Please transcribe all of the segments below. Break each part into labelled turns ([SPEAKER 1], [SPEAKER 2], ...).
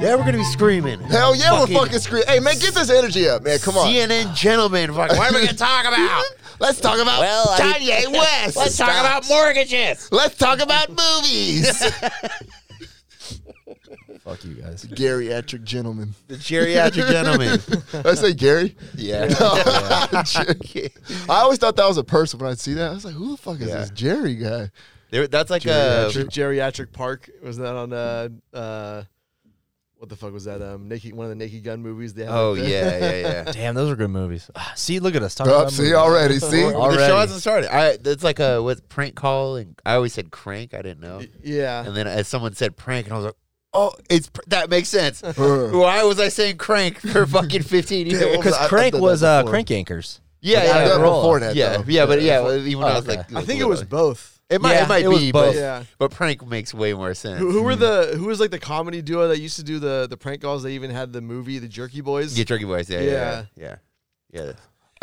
[SPEAKER 1] Yeah, we're gonna be screaming.
[SPEAKER 2] Hell yeah, we're fucking screwed. Hey, man, get this energy up, man. Come on.
[SPEAKER 1] CNN gentlemen. Fuck, what are we gonna talk about?
[SPEAKER 2] Let's talk about
[SPEAKER 1] Well, I-
[SPEAKER 2] Kanye West.
[SPEAKER 1] Let's talk
[SPEAKER 2] Stop.
[SPEAKER 1] about mortgages.
[SPEAKER 2] Let's talk about movies.
[SPEAKER 3] Fuck you guys.
[SPEAKER 2] Geriatric gentleman.
[SPEAKER 1] The geriatric gentlemen.
[SPEAKER 2] Did I say Gary?
[SPEAKER 3] Yeah.
[SPEAKER 2] Jerry. I always thought that was a person when I'd see that. I was like, who the fuck is
[SPEAKER 3] Yeah.
[SPEAKER 2] this Jerry guy?
[SPEAKER 1] There- That's like a.
[SPEAKER 3] Geriatric, geriatric park was that on uh uh what the fuck was that um Nikki one of the Naked Gun movies they had
[SPEAKER 1] Oh
[SPEAKER 3] like the-
[SPEAKER 1] yeah, yeah, yeah.
[SPEAKER 4] Damn, those are good movies. Ah, see, look at us talking
[SPEAKER 2] Oh,
[SPEAKER 4] about
[SPEAKER 2] see
[SPEAKER 4] movies.
[SPEAKER 2] already. See,
[SPEAKER 4] Already.
[SPEAKER 1] The show hasn't started. I it's like a what prank call and I always said crank. I didn't know.
[SPEAKER 3] yeah
[SPEAKER 1] And then as someone said prank, and I was like, oh, it's pr- that makes sense.
[SPEAKER 2] Uh,
[SPEAKER 1] Why was I saying crank for fucking fifteen
[SPEAKER 2] Yeah,
[SPEAKER 1] years?
[SPEAKER 2] well,
[SPEAKER 4] Because
[SPEAKER 2] I- I've
[SPEAKER 4] crank
[SPEAKER 2] done
[SPEAKER 4] was
[SPEAKER 2] that
[SPEAKER 4] uh,
[SPEAKER 2] before.
[SPEAKER 4] crank anchors.
[SPEAKER 1] Yeah,
[SPEAKER 2] I've
[SPEAKER 1] yeah,
[SPEAKER 2] done
[SPEAKER 4] roll.
[SPEAKER 2] before that,
[SPEAKER 1] yeah,
[SPEAKER 2] though.
[SPEAKER 1] yeah. But yeah,
[SPEAKER 2] before-
[SPEAKER 1] even when
[SPEAKER 4] Oh,
[SPEAKER 1] I was
[SPEAKER 4] okay.
[SPEAKER 1] like,
[SPEAKER 3] I think it was
[SPEAKER 1] literally.
[SPEAKER 3] both
[SPEAKER 1] It might,
[SPEAKER 4] Yeah,
[SPEAKER 1] it might
[SPEAKER 4] it was
[SPEAKER 1] be, but,
[SPEAKER 4] both.
[SPEAKER 3] Yeah.
[SPEAKER 1] but prank makes way more sense.
[SPEAKER 3] who, who were
[SPEAKER 1] Mm-hmm.
[SPEAKER 3] the who was like the comedy duo that used to do the the prank calls they even had the movie the Jerky Boys
[SPEAKER 1] Yeah, Jerky Boys. Yeah, yeah, yeah, yeah. yeah.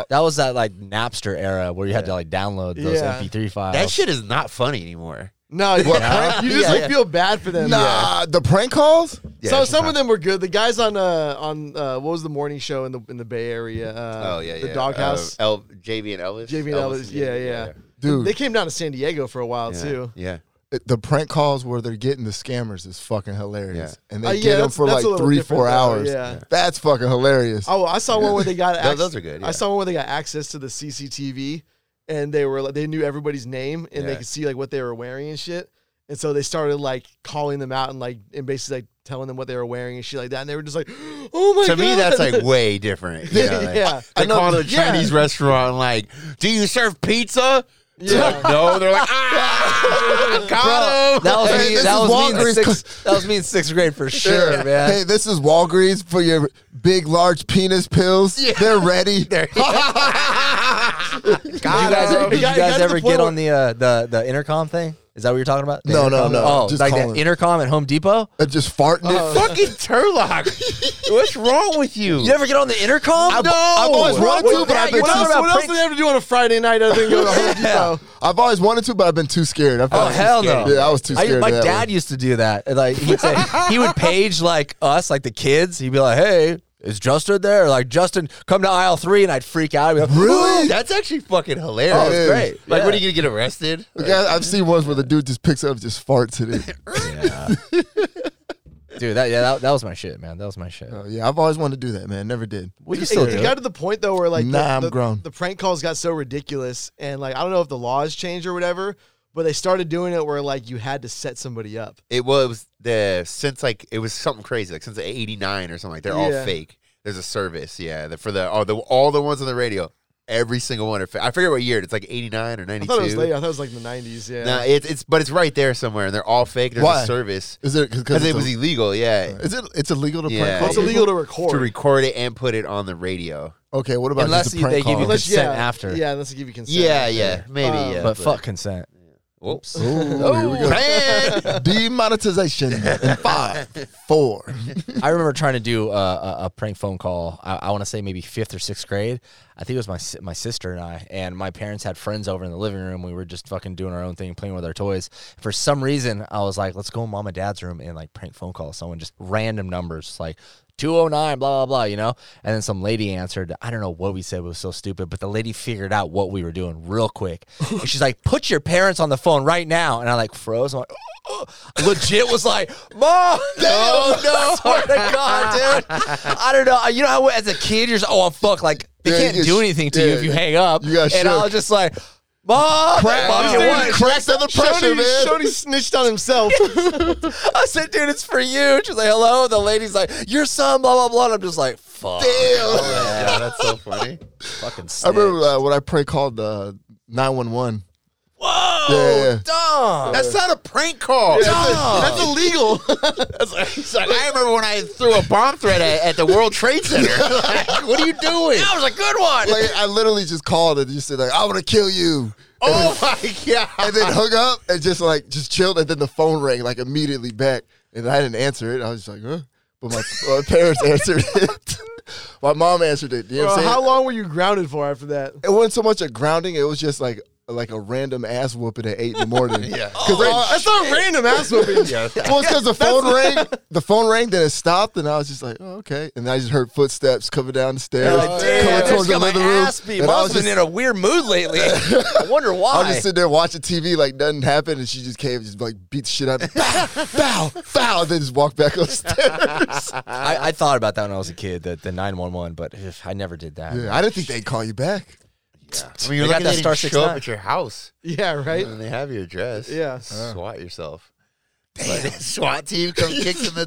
[SPEAKER 4] That was that like Napster era where you had to like download those
[SPEAKER 3] Yeah.
[SPEAKER 4] MP3 files.
[SPEAKER 1] That shit is not funny anymore.
[SPEAKER 3] no
[SPEAKER 2] What,
[SPEAKER 3] yeah.
[SPEAKER 2] prank?
[SPEAKER 3] you just
[SPEAKER 1] Yeah,
[SPEAKER 3] like
[SPEAKER 1] yeah.
[SPEAKER 3] feel bad for them
[SPEAKER 2] Nah, the prank calls.
[SPEAKER 1] Yeah,
[SPEAKER 3] so
[SPEAKER 1] it's
[SPEAKER 3] some
[SPEAKER 1] not-
[SPEAKER 3] of them were good. The guys on uh on uh what was the morning show in the in the Bay Area? Uh,
[SPEAKER 1] Oh yeah, yeah.
[SPEAKER 3] the Doghouse.
[SPEAKER 1] Uh, El, JV and Elvis.
[SPEAKER 3] JV and Elvis, yeah, yeah.
[SPEAKER 2] Dude,
[SPEAKER 3] they came down to San Diego for a while
[SPEAKER 1] yeah.
[SPEAKER 3] too.
[SPEAKER 1] Yeah.
[SPEAKER 2] it- the prank calls where they're getting the scammers is fucking hilarious, and they
[SPEAKER 3] Uh, yeah,
[SPEAKER 2] get them
[SPEAKER 3] that's-
[SPEAKER 2] for
[SPEAKER 3] that's
[SPEAKER 2] like
[SPEAKER 3] a little
[SPEAKER 2] three,
[SPEAKER 3] different
[SPEAKER 2] four
[SPEAKER 3] though,
[SPEAKER 2] hours.
[SPEAKER 3] yeah.
[SPEAKER 2] That's fucking hilarious.
[SPEAKER 3] Oh, I saw one where they got
[SPEAKER 1] Those-
[SPEAKER 3] ac-
[SPEAKER 1] those are good, yeah.
[SPEAKER 3] I saw one where they got access to the CCTV, and they were like, they knew everybody's name and they
[SPEAKER 1] Yeah.
[SPEAKER 3] could see like what they were wearing and shit. And so they started like calling them out and like and basically like telling them what they were wearing and shit like that. And they were just like, "Oh my
[SPEAKER 1] to
[SPEAKER 3] god!"
[SPEAKER 1] me, that's like way different. You know, like,
[SPEAKER 3] Yeah.
[SPEAKER 1] They
[SPEAKER 3] I know-
[SPEAKER 1] call it a
[SPEAKER 3] yeah.
[SPEAKER 1] Chinese restaurant, and like, do you serve pizza? It's
[SPEAKER 3] Yeah.
[SPEAKER 1] Like, no, they're like, ah, got him.
[SPEAKER 4] That was
[SPEAKER 2] Hey,
[SPEAKER 4] me.
[SPEAKER 2] this
[SPEAKER 4] That
[SPEAKER 2] is
[SPEAKER 4] was me, in
[SPEAKER 2] Walgreens
[SPEAKER 4] sixth, that was me in sixth grade for sure,
[SPEAKER 2] Yeah.
[SPEAKER 4] man.
[SPEAKER 2] Hey, this is Walgreens for your big, large penis pills. They're ready.
[SPEAKER 4] did you guys,
[SPEAKER 3] him.
[SPEAKER 4] did
[SPEAKER 3] Got-
[SPEAKER 4] you
[SPEAKER 3] got
[SPEAKER 4] guys
[SPEAKER 3] to
[SPEAKER 4] ever
[SPEAKER 3] the
[SPEAKER 4] get
[SPEAKER 3] point
[SPEAKER 4] on the uh, the the intercom thing? Is that what you're talking about? The
[SPEAKER 2] No, no,
[SPEAKER 4] intercom?
[SPEAKER 2] no.
[SPEAKER 4] Oh,
[SPEAKER 2] Just
[SPEAKER 4] like
[SPEAKER 2] calling.
[SPEAKER 4] that intercom at Home Depot.
[SPEAKER 2] I'm just farting it.
[SPEAKER 1] Fucking Turlock. What's wrong with you?
[SPEAKER 4] You never get on the intercom?
[SPEAKER 1] I've- I've always
[SPEAKER 2] wanted to, but I've been
[SPEAKER 3] What
[SPEAKER 2] Talking
[SPEAKER 3] else,
[SPEAKER 2] about
[SPEAKER 3] what else do they have to do on a Friday night other than go to Home Depot?
[SPEAKER 2] I've always wanted to, but I've been too scared. I
[SPEAKER 4] Oh
[SPEAKER 2] felt-
[SPEAKER 4] hell no!
[SPEAKER 2] Yeah, I was too
[SPEAKER 4] I-
[SPEAKER 2] scared.
[SPEAKER 4] my
[SPEAKER 2] of that
[SPEAKER 4] dad
[SPEAKER 2] one.
[SPEAKER 4] used to do that. Like he'd say, he would page like us, like the kids. He'd be like, "Hey, is Justin there?" Like Justin, come to aisle three, and I'd freak out. I'd be like,
[SPEAKER 2] Really?
[SPEAKER 1] That's actually fucking hilarious.
[SPEAKER 2] Oh, it is.
[SPEAKER 4] great.
[SPEAKER 1] Like,
[SPEAKER 4] Yeah.
[SPEAKER 1] what are you gonna get arrested?
[SPEAKER 2] Like, I- I've seen ones where the dude just picks up, just farts at it.
[SPEAKER 4] Dude, that yeah, that, that was my shit, man. That was my shit.
[SPEAKER 2] Oh, yeah, I've always wanted to do that, man. Never did.
[SPEAKER 4] We can
[SPEAKER 3] It-
[SPEAKER 4] still
[SPEAKER 3] it,
[SPEAKER 4] do
[SPEAKER 3] got
[SPEAKER 4] it.
[SPEAKER 3] to the point though where like the-
[SPEAKER 2] Nah, I'm
[SPEAKER 3] the,
[SPEAKER 2] grown.
[SPEAKER 3] the prank calls got so ridiculous and like I don't know if the laws changed or whatever, but they started doing it where like you had to set somebody up.
[SPEAKER 1] It was the since like it was something crazy, like since '89 or something. Like they're
[SPEAKER 3] Yeah.
[SPEAKER 1] all fake. There's a service, yeah, that for the all the all the ones on the radio. Every single one are fake. I forget what year. It's like '89 or
[SPEAKER 3] I
[SPEAKER 1] '92.
[SPEAKER 3] thought it was later. I thought it was like the nineties. Yeah.
[SPEAKER 1] No, it's it's but it's right there somewhere, and they're all fake. There's
[SPEAKER 2] Why?
[SPEAKER 1] a service
[SPEAKER 2] Is it
[SPEAKER 1] because
[SPEAKER 2] because
[SPEAKER 1] it was
[SPEAKER 2] illegal?
[SPEAKER 1] illegal. Yeah,
[SPEAKER 2] Is it? It's illegal to
[SPEAKER 1] Yeah.
[SPEAKER 2] prank call.
[SPEAKER 3] it's
[SPEAKER 1] yeah.
[SPEAKER 2] people?
[SPEAKER 3] illegal to
[SPEAKER 1] to
[SPEAKER 3] record.
[SPEAKER 1] record it and put it on the radio.
[SPEAKER 2] Okay, what about
[SPEAKER 4] Unless
[SPEAKER 2] just a
[SPEAKER 4] you-
[SPEAKER 2] prank
[SPEAKER 4] they give
[SPEAKER 2] call?
[SPEAKER 4] you the-
[SPEAKER 3] Unless yeah,
[SPEAKER 4] consent after.
[SPEAKER 3] Yeah, unless you give you consent.
[SPEAKER 1] Yeah, yeah, maybe.
[SPEAKER 3] Um,
[SPEAKER 1] yeah,
[SPEAKER 4] But fuck Oh, consent.
[SPEAKER 1] Whoops.
[SPEAKER 2] Ooh, here we go.
[SPEAKER 1] Man.
[SPEAKER 2] Demonetization in five, four.
[SPEAKER 4] I remember trying to do a, a, a prank phone call. I, I want to say maybe fifth or sixth grade. I think it was my si- my sister and I, and my parents had friends over in the living room. We were just fucking doing our own thing, playing with our toys. For some reason, I was like, "Let's go in mom and dad's room and like prank phone call someone, just random numbers, like." 209 blah blah blah you know and then some lady answered i don't know what we said it was so stupid but the lady figured out what we were doing real quick and she's like put your parents on the phone right now and i like froze i'm like "Uh, legit was like mom no no swear to god dude i don't know you know how as a kid you're just oh i'm fucked like they
[SPEAKER 2] Yeah,
[SPEAKER 4] can't
[SPEAKER 2] you
[SPEAKER 4] do
[SPEAKER 2] get-
[SPEAKER 4] anything to
[SPEAKER 2] yeah,
[SPEAKER 4] you if you hang up
[SPEAKER 2] you got
[SPEAKER 4] and i
[SPEAKER 2] shook.
[SPEAKER 4] was just like mom mom you what?
[SPEAKER 2] Cracked under pressure,
[SPEAKER 3] Shoney,
[SPEAKER 2] man.
[SPEAKER 3] Shoney snitched on himself.
[SPEAKER 4] i said dude it's for you she's like hello the lady's like your son blah blah blah and i'm just like fuck
[SPEAKER 2] Damn.
[SPEAKER 1] yeah, that's so funny.
[SPEAKER 4] fucking
[SPEAKER 2] I
[SPEAKER 4] snitch.
[SPEAKER 2] remember uh, when I prank called uh, 911.
[SPEAKER 4] whoa
[SPEAKER 2] Yeah, yeah.
[SPEAKER 4] dumb
[SPEAKER 1] That's not a prank call.
[SPEAKER 4] dumb.
[SPEAKER 3] That's illegal.
[SPEAKER 1] That's like- it's like, I remember when I threw a bomb threat at, at the World Trade Center. Like, what are you doing?
[SPEAKER 4] that was a good one
[SPEAKER 2] Like, I literally just called and just said, like, I want to kill you.
[SPEAKER 1] Oh my god!
[SPEAKER 2] and then hung up and just like just chilled and then the phone rang like immediately back and I didn't answer it. I was just like, huh? But my, my parents answered it. my mom answered it. You know what
[SPEAKER 3] Bro,
[SPEAKER 2] I'm saying?
[SPEAKER 3] how long were you grounded for after that?
[SPEAKER 2] it wasn't so much a grounding, it was just like like a random ass whooping at eight in the morning.
[SPEAKER 1] Yeah.
[SPEAKER 2] because
[SPEAKER 3] that's not random ass whooping.
[SPEAKER 1] Yeah.
[SPEAKER 2] well, it's because the phone rang. The phone rang, then it stopped, and I was just like, oh, "Okay." And I just heard footsteps coming down the stairs,
[SPEAKER 1] Oh, damn,
[SPEAKER 2] coming
[SPEAKER 1] that's
[SPEAKER 2] towards the
[SPEAKER 4] my
[SPEAKER 2] living room.
[SPEAKER 4] ass beat.
[SPEAKER 2] and I
[SPEAKER 4] Mom's
[SPEAKER 2] was
[SPEAKER 4] been
[SPEAKER 2] just,
[SPEAKER 4] in a weird mood lately. I wonder
[SPEAKER 2] I was
[SPEAKER 4] why.
[SPEAKER 2] just sitting there watching TV, like nothing happened, and she just came, and just like beat the shit out of me, bow, bow, bow, and then just walked back upstairs.
[SPEAKER 4] I, I thought about that when I was a kid, the, the 911, but ugh, I never did that.
[SPEAKER 2] Yeah, I didn't think they'd call you back.
[SPEAKER 1] I mean, you're
[SPEAKER 4] They got
[SPEAKER 1] lucky they
[SPEAKER 4] that
[SPEAKER 1] didn't
[SPEAKER 4] Star
[SPEAKER 1] show
[SPEAKER 4] 69.
[SPEAKER 1] up at your house,
[SPEAKER 3] Yeah, right.
[SPEAKER 1] and they have your address.
[SPEAKER 3] Yeah.
[SPEAKER 1] SWAT yourself. Like, SWAT team come kicks in the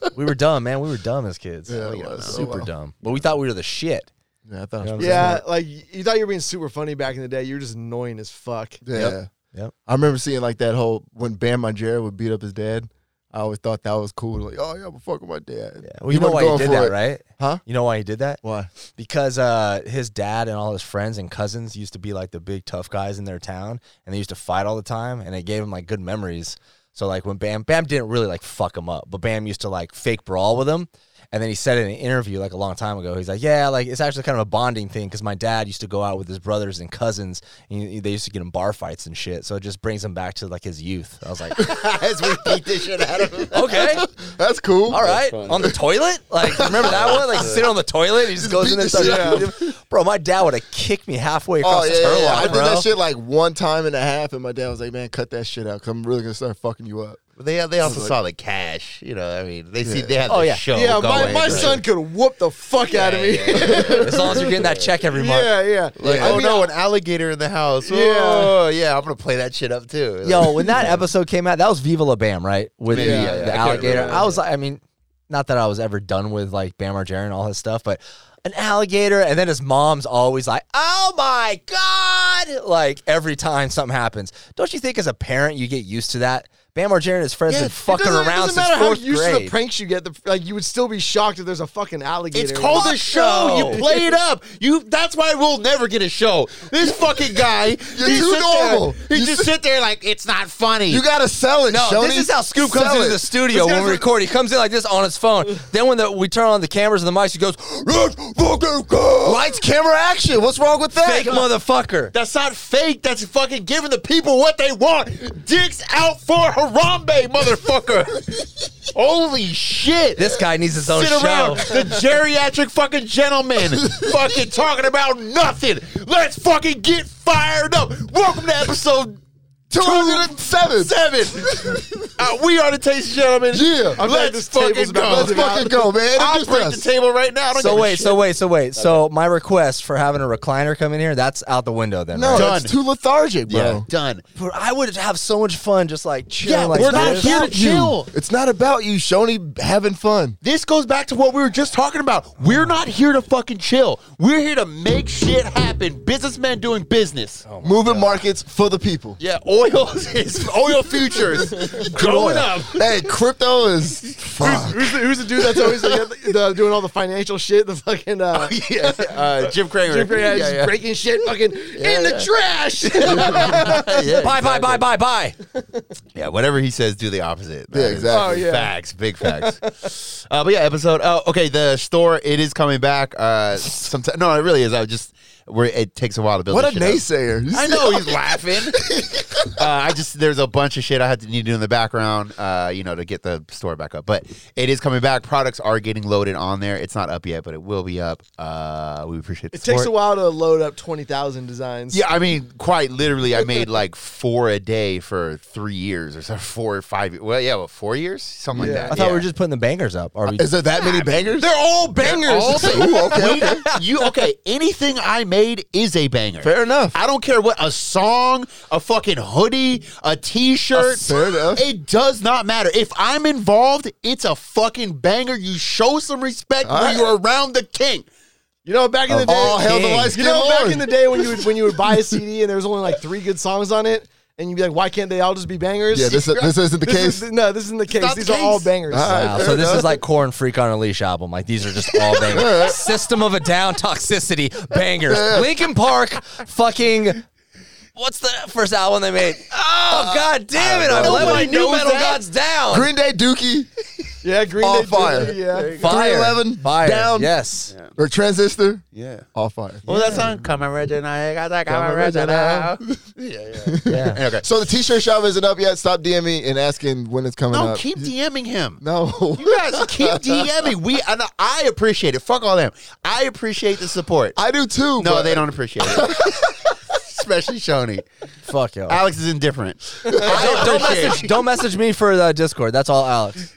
[SPEAKER 1] door.
[SPEAKER 4] We were dumb, man. We were dumb as kids.
[SPEAKER 2] Yeah, Oh,
[SPEAKER 1] it
[SPEAKER 4] We were
[SPEAKER 1] was.
[SPEAKER 4] Super dumb. But we thought we were the shit.
[SPEAKER 2] Yeah, I thought.
[SPEAKER 4] You know what I'm
[SPEAKER 3] Yeah, like you thought you were being super funny back in the day. You were just annoying as fuck.
[SPEAKER 2] Yeah.
[SPEAKER 4] Yep. Yep.
[SPEAKER 2] I remember seeing like that whole when Bam Margera would beat up his dad. I always thought that was cool. Like, oh yeah, I'm fuck with my dad.
[SPEAKER 4] Yeah. Well, you know
[SPEAKER 2] wasn't
[SPEAKER 4] why he
[SPEAKER 2] going
[SPEAKER 4] did
[SPEAKER 2] for
[SPEAKER 4] that,
[SPEAKER 2] it.
[SPEAKER 4] right?
[SPEAKER 2] Huh?
[SPEAKER 4] You know why he did that?
[SPEAKER 2] Why?
[SPEAKER 4] Because uh, his dad and all his friends and cousins used to be like the big tough guys in their town, and they used to fight all the time, and it gave him like good memories. So like when Bam Bam didn't really like fuck him up, but Bam used to like fake brawl with him, and then he said in an interview like a long time ago, he's like, yeah, like it's actually kind of a bonding thing because my dad used to go out with his brothers and cousins, and he- they used to get in bar fights and shit. So it just brings him back to like his youth. I was like,
[SPEAKER 1] As we beat the shit out of him.
[SPEAKER 4] okay.
[SPEAKER 2] That's cool.
[SPEAKER 4] All right, on the toilet. Like, remember that one? Like, sit on the toilet. And he just goes in there. and
[SPEAKER 2] beat the
[SPEAKER 4] starts
[SPEAKER 2] shit
[SPEAKER 4] beating him. Bro, my dad would have kicked me halfway
[SPEAKER 2] Oh
[SPEAKER 4] across
[SPEAKER 2] yeah,
[SPEAKER 4] the
[SPEAKER 2] yeah,
[SPEAKER 4] turtle.
[SPEAKER 2] yeah. I did
[SPEAKER 4] bro.
[SPEAKER 2] that shit like one time and a half, and my dad was like, "Man, cut that shit out, cause I'm really gonna start fucking you up."
[SPEAKER 1] They they also saw the cash. You know, I mean, they see they had
[SPEAKER 4] Oh,
[SPEAKER 1] the
[SPEAKER 4] yeah.
[SPEAKER 1] show.
[SPEAKER 3] yeah, my,
[SPEAKER 1] going,
[SPEAKER 3] my
[SPEAKER 1] right?
[SPEAKER 3] son could whoop the fuck out of me.
[SPEAKER 1] Yeah, yeah, yeah.
[SPEAKER 4] As long as you're getting that check every month.
[SPEAKER 3] Yeah, yeah.
[SPEAKER 1] Like,
[SPEAKER 3] I
[SPEAKER 1] oh
[SPEAKER 3] mean,
[SPEAKER 1] no, an alligator in the house.
[SPEAKER 3] Yeah.
[SPEAKER 1] Oh, yeah, I'm gonna play that shit up too.
[SPEAKER 4] Yo, when that episode came out, that was Viva La Bam, right? With
[SPEAKER 1] Maybe,
[SPEAKER 4] the,
[SPEAKER 1] yeah, yeah.
[SPEAKER 4] the
[SPEAKER 1] I can't
[SPEAKER 4] alligator.
[SPEAKER 1] remember.
[SPEAKER 4] I was like, I mean, not that I was ever done with like Bam Margera and all his stuff, but an alligator, and then his mom's always like, "Oh my god!" Like every time something happens, don't you think as a parent you get used to that? Bam Margera and his friends
[SPEAKER 1] Yeah,
[SPEAKER 4] been
[SPEAKER 1] it
[SPEAKER 4] fucking
[SPEAKER 3] doesn't-
[SPEAKER 4] around
[SPEAKER 3] It doesn't
[SPEAKER 4] since
[SPEAKER 3] matter how
[SPEAKER 4] fourth
[SPEAKER 3] used to the
[SPEAKER 4] grade.
[SPEAKER 3] pranks you get. The, like you would still be shocked if there's a fucking alligator.
[SPEAKER 1] It's called
[SPEAKER 3] in
[SPEAKER 1] a show.
[SPEAKER 4] no.
[SPEAKER 1] You play it up. You. That's why we'll never get a show. This fucking guy. You're
[SPEAKER 2] too normal.
[SPEAKER 1] he
[SPEAKER 2] You
[SPEAKER 1] just sit there like it's not funny.
[SPEAKER 2] You gotta sell it.
[SPEAKER 4] No,
[SPEAKER 2] Shoney.
[SPEAKER 4] this is how Scoop comes
[SPEAKER 2] Sell
[SPEAKER 4] into
[SPEAKER 2] it.
[SPEAKER 4] the studio when we record. He comes in like this on his phone. then when the, we turn on the cameras and the mics, he goes, "Let's fucking go!"
[SPEAKER 2] Lights, camera, action. What's wrong with that?
[SPEAKER 4] Fake motherfucker.
[SPEAKER 1] That's not fake. That's fucking giving the people what they want. Dicks out for Harambe, motherfucker. Holy shit.
[SPEAKER 4] This guy needs his own
[SPEAKER 1] Sit
[SPEAKER 4] show.
[SPEAKER 1] around the geriatric fucking gentleman fucking talking about nothing. Let's fucking get fired up. Welcome to episode
[SPEAKER 2] 207.
[SPEAKER 1] 7. Uh, we are the Tasty Gentlemen.
[SPEAKER 2] Yeah.
[SPEAKER 1] I'm
[SPEAKER 3] glad
[SPEAKER 1] Let's
[SPEAKER 3] this table's
[SPEAKER 1] fucking
[SPEAKER 3] not
[SPEAKER 1] go.
[SPEAKER 2] Let's fucking go, man.
[SPEAKER 1] I'll
[SPEAKER 2] Introduce
[SPEAKER 1] break
[SPEAKER 2] us.
[SPEAKER 1] the table right now. I don't
[SPEAKER 4] So
[SPEAKER 1] give a
[SPEAKER 4] wait,
[SPEAKER 1] shit.
[SPEAKER 4] so wait, so wait. So my request for having a recliner come in here, that's out the window then.
[SPEAKER 2] No,
[SPEAKER 4] right?
[SPEAKER 1] Done.
[SPEAKER 2] it's too lethargic, bro.
[SPEAKER 1] Yeah, done.
[SPEAKER 4] Bro, I would have so much fun just like chilling
[SPEAKER 1] Yeah,
[SPEAKER 4] like
[SPEAKER 1] we're not
[SPEAKER 4] this.
[SPEAKER 1] here to chill.
[SPEAKER 2] It's not about you, Shoney having fun.
[SPEAKER 1] This goes back to what we were just talking about. We're not here to fucking chill. We're here to make shit happen. Businessmen doing business.
[SPEAKER 3] Oh.
[SPEAKER 2] Moving markets for the people.
[SPEAKER 1] Yeah, oil is oil futures going up.
[SPEAKER 2] Hey, crypto is fuck.
[SPEAKER 3] Who's the, who's the dude that's always like, the, doing all the financial shit? The fucking uh,
[SPEAKER 1] Yeah, uh, Jim Cramer.
[SPEAKER 3] Jim Carrey,
[SPEAKER 1] Yeah,
[SPEAKER 3] just
[SPEAKER 1] yeah.
[SPEAKER 3] breaking shit, fucking in the trash.
[SPEAKER 1] Yeah,
[SPEAKER 4] Bye, bye, bye, bye, bye.
[SPEAKER 1] Yeah, whatever he says, do the opposite.
[SPEAKER 2] Yeah,
[SPEAKER 1] That is
[SPEAKER 2] exactly.
[SPEAKER 3] Oh, yeah.
[SPEAKER 1] Facts, big facts. uh, but yeah, episode. Oh, okay. The store it is coming back. Uh, sometime. No, it really is. I just where it takes a while to build.
[SPEAKER 2] What a
[SPEAKER 1] this shit up.
[SPEAKER 2] naysayer. You
[SPEAKER 1] I
[SPEAKER 2] see-
[SPEAKER 1] know he's laughing. uh, I just there's a bunch of shit I had to need to do in the background, uh, you know, to get the store back up. But it is coming back. Products are getting loaded on there. It's not up yet, but it will be up. Uh, we appreciate the
[SPEAKER 3] it takes a
[SPEAKER 1] support.
[SPEAKER 3] while to load up twenty thousand designs.
[SPEAKER 1] Yeah, I mean, quite literally, I made like four a day for three years, or so four or five. Well, yeah, what four years, something
[SPEAKER 3] Yeah.
[SPEAKER 1] like that.
[SPEAKER 4] I thought we
[SPEAKER 1] Yeah.
[SPEAKER 4] were just putting the bangers up. Are we
[SPEAKER 2] Is there that many bangers?
[SPEAKER 4] They're all bangers.
[SPEAKER 1] All ba-
[SPEAKER 2] Ooh, okay,
[SPEAKER 1] Wait, you okay? Anything I made is a banger.
[SPEAKER 2] Fair enough.
[SPEAKER 1] I don't care what a song, a fucking hoodie, a t-shirt.
[SPEAKER 2] Fair enough.
[SPEAKER 1] It does not matter. If I'm involved, it's a fucking banger. You show some respect when
[SPEAKER 2] right.
[SPEAKER 1] you're around the king.
[SPEAKER 3] You know, back in the day,
[SPEAKER 2] All hail the
[SPEAKER 4] King.
[SPEAKER 2] light
[SPEAKER 3] you
[SPEAKER 2] skin
[SPEAKER 3] know, back
[SPEAKER 2] Lord.
[SPEAKER 3] in the day when you would, when you would buy a CD and there was only like three good songs on it, and you'd be like, why can't they all just be bangers?
[SPEAKER 2] yeah, this, this isn't the
[SPEAKER 3] This
[SPEAKER 2] case.
[SPEAKER 3] is- no, this isn't the case.
[SPEAKER 1] not the
[SPEAKER 3] These are all
[SPEAKER 1] case.
[SPEAKER 3] bangers.
[SPEAKER 2] All right,
[SPEAKER 4] Wow,
[SPEAKER 2] fair
[SPEAKER 4] so this
[SPEAKER 2] enough.
[SPEAKER 4] is like Corn Freak on a Leash album. Like these are just all bangers. System of a Down, Toxicity, bangers. Lincoln Park, fucking What's the first album they made? Oh, god damn it! I'm
[SPEAKER 2] know.
[SPEAKER 4] letting
[SPEAKER 2] Ah,
[SPEAKER 4] my
[SPEAKER 2] Nobody
[SPEAKER 4] new
[SPEAKER 2] knows
[SPEAKER 4] metal
[SPEAKER 2] that.
[SPEAKER 4] gods down.
[SPEAKER 2] Green Day Dookie
[SPEAKER 3] Yeah, Green
[SPEAKER 2] On
[SPEAKER 3] Day did
[SPEAKER 2] fire.
[SPEAKER 3] it, Yeah.
[SPEAKER 4] Fire.
[SPEAKER 2] 311,
[SPEAKER 4] Fire.
[SPEAKER 2] down.
[SPEAKER 4] Yes.
[SPEAKER 2] or Transistor,
[SPEAKER 1] Yeah.
[SPEAKER 2] all fire.
[SPEAKER 4] Oh,
[SPEAKER 1] What was that song? Come on, Reginald. I got that. Come
[SPEAKER 2] Come
[SPEAKER 1] on,
[SPEAKER 2] on,
[SPEAKER 1] Reginald. yeah, yeah.
[SPEAKER 4] Yeah.
[SPEAKER 1] Okay.
[SPEAKER 2] So the T-shirt shop isn't up yet. Stop DMing and asking when it's coming
[SPEAKER 1] No,
[SPEAKER 2] up.
[SPEAKER 1] keep DMing him.
[SPEAKER 2] no,
[SPEAKER 1] You guys keep DMing. We and I appreciate it. Fuck all them. I appreciate the support.
[SPEAKER 2] I do too.
[SPEAKER 1] no,
[SPEAKER 2] but-
[SPEAKER 1] they don't appreciate it. Especially Shoney.
[SPEAKER 4] Fuck y'all.
[SPEAKER 1] Alex is indifferent.
[SPEAKER 4] don't,
[SPEAKER 1] I
[SPEAKER 4] don't
[SPEAKER 1] appreciate
[SPEAKER 4] message,
[SPEAKER 1] it.
[SPEAKER 4] don't message me for the Discord. That's all, Alex.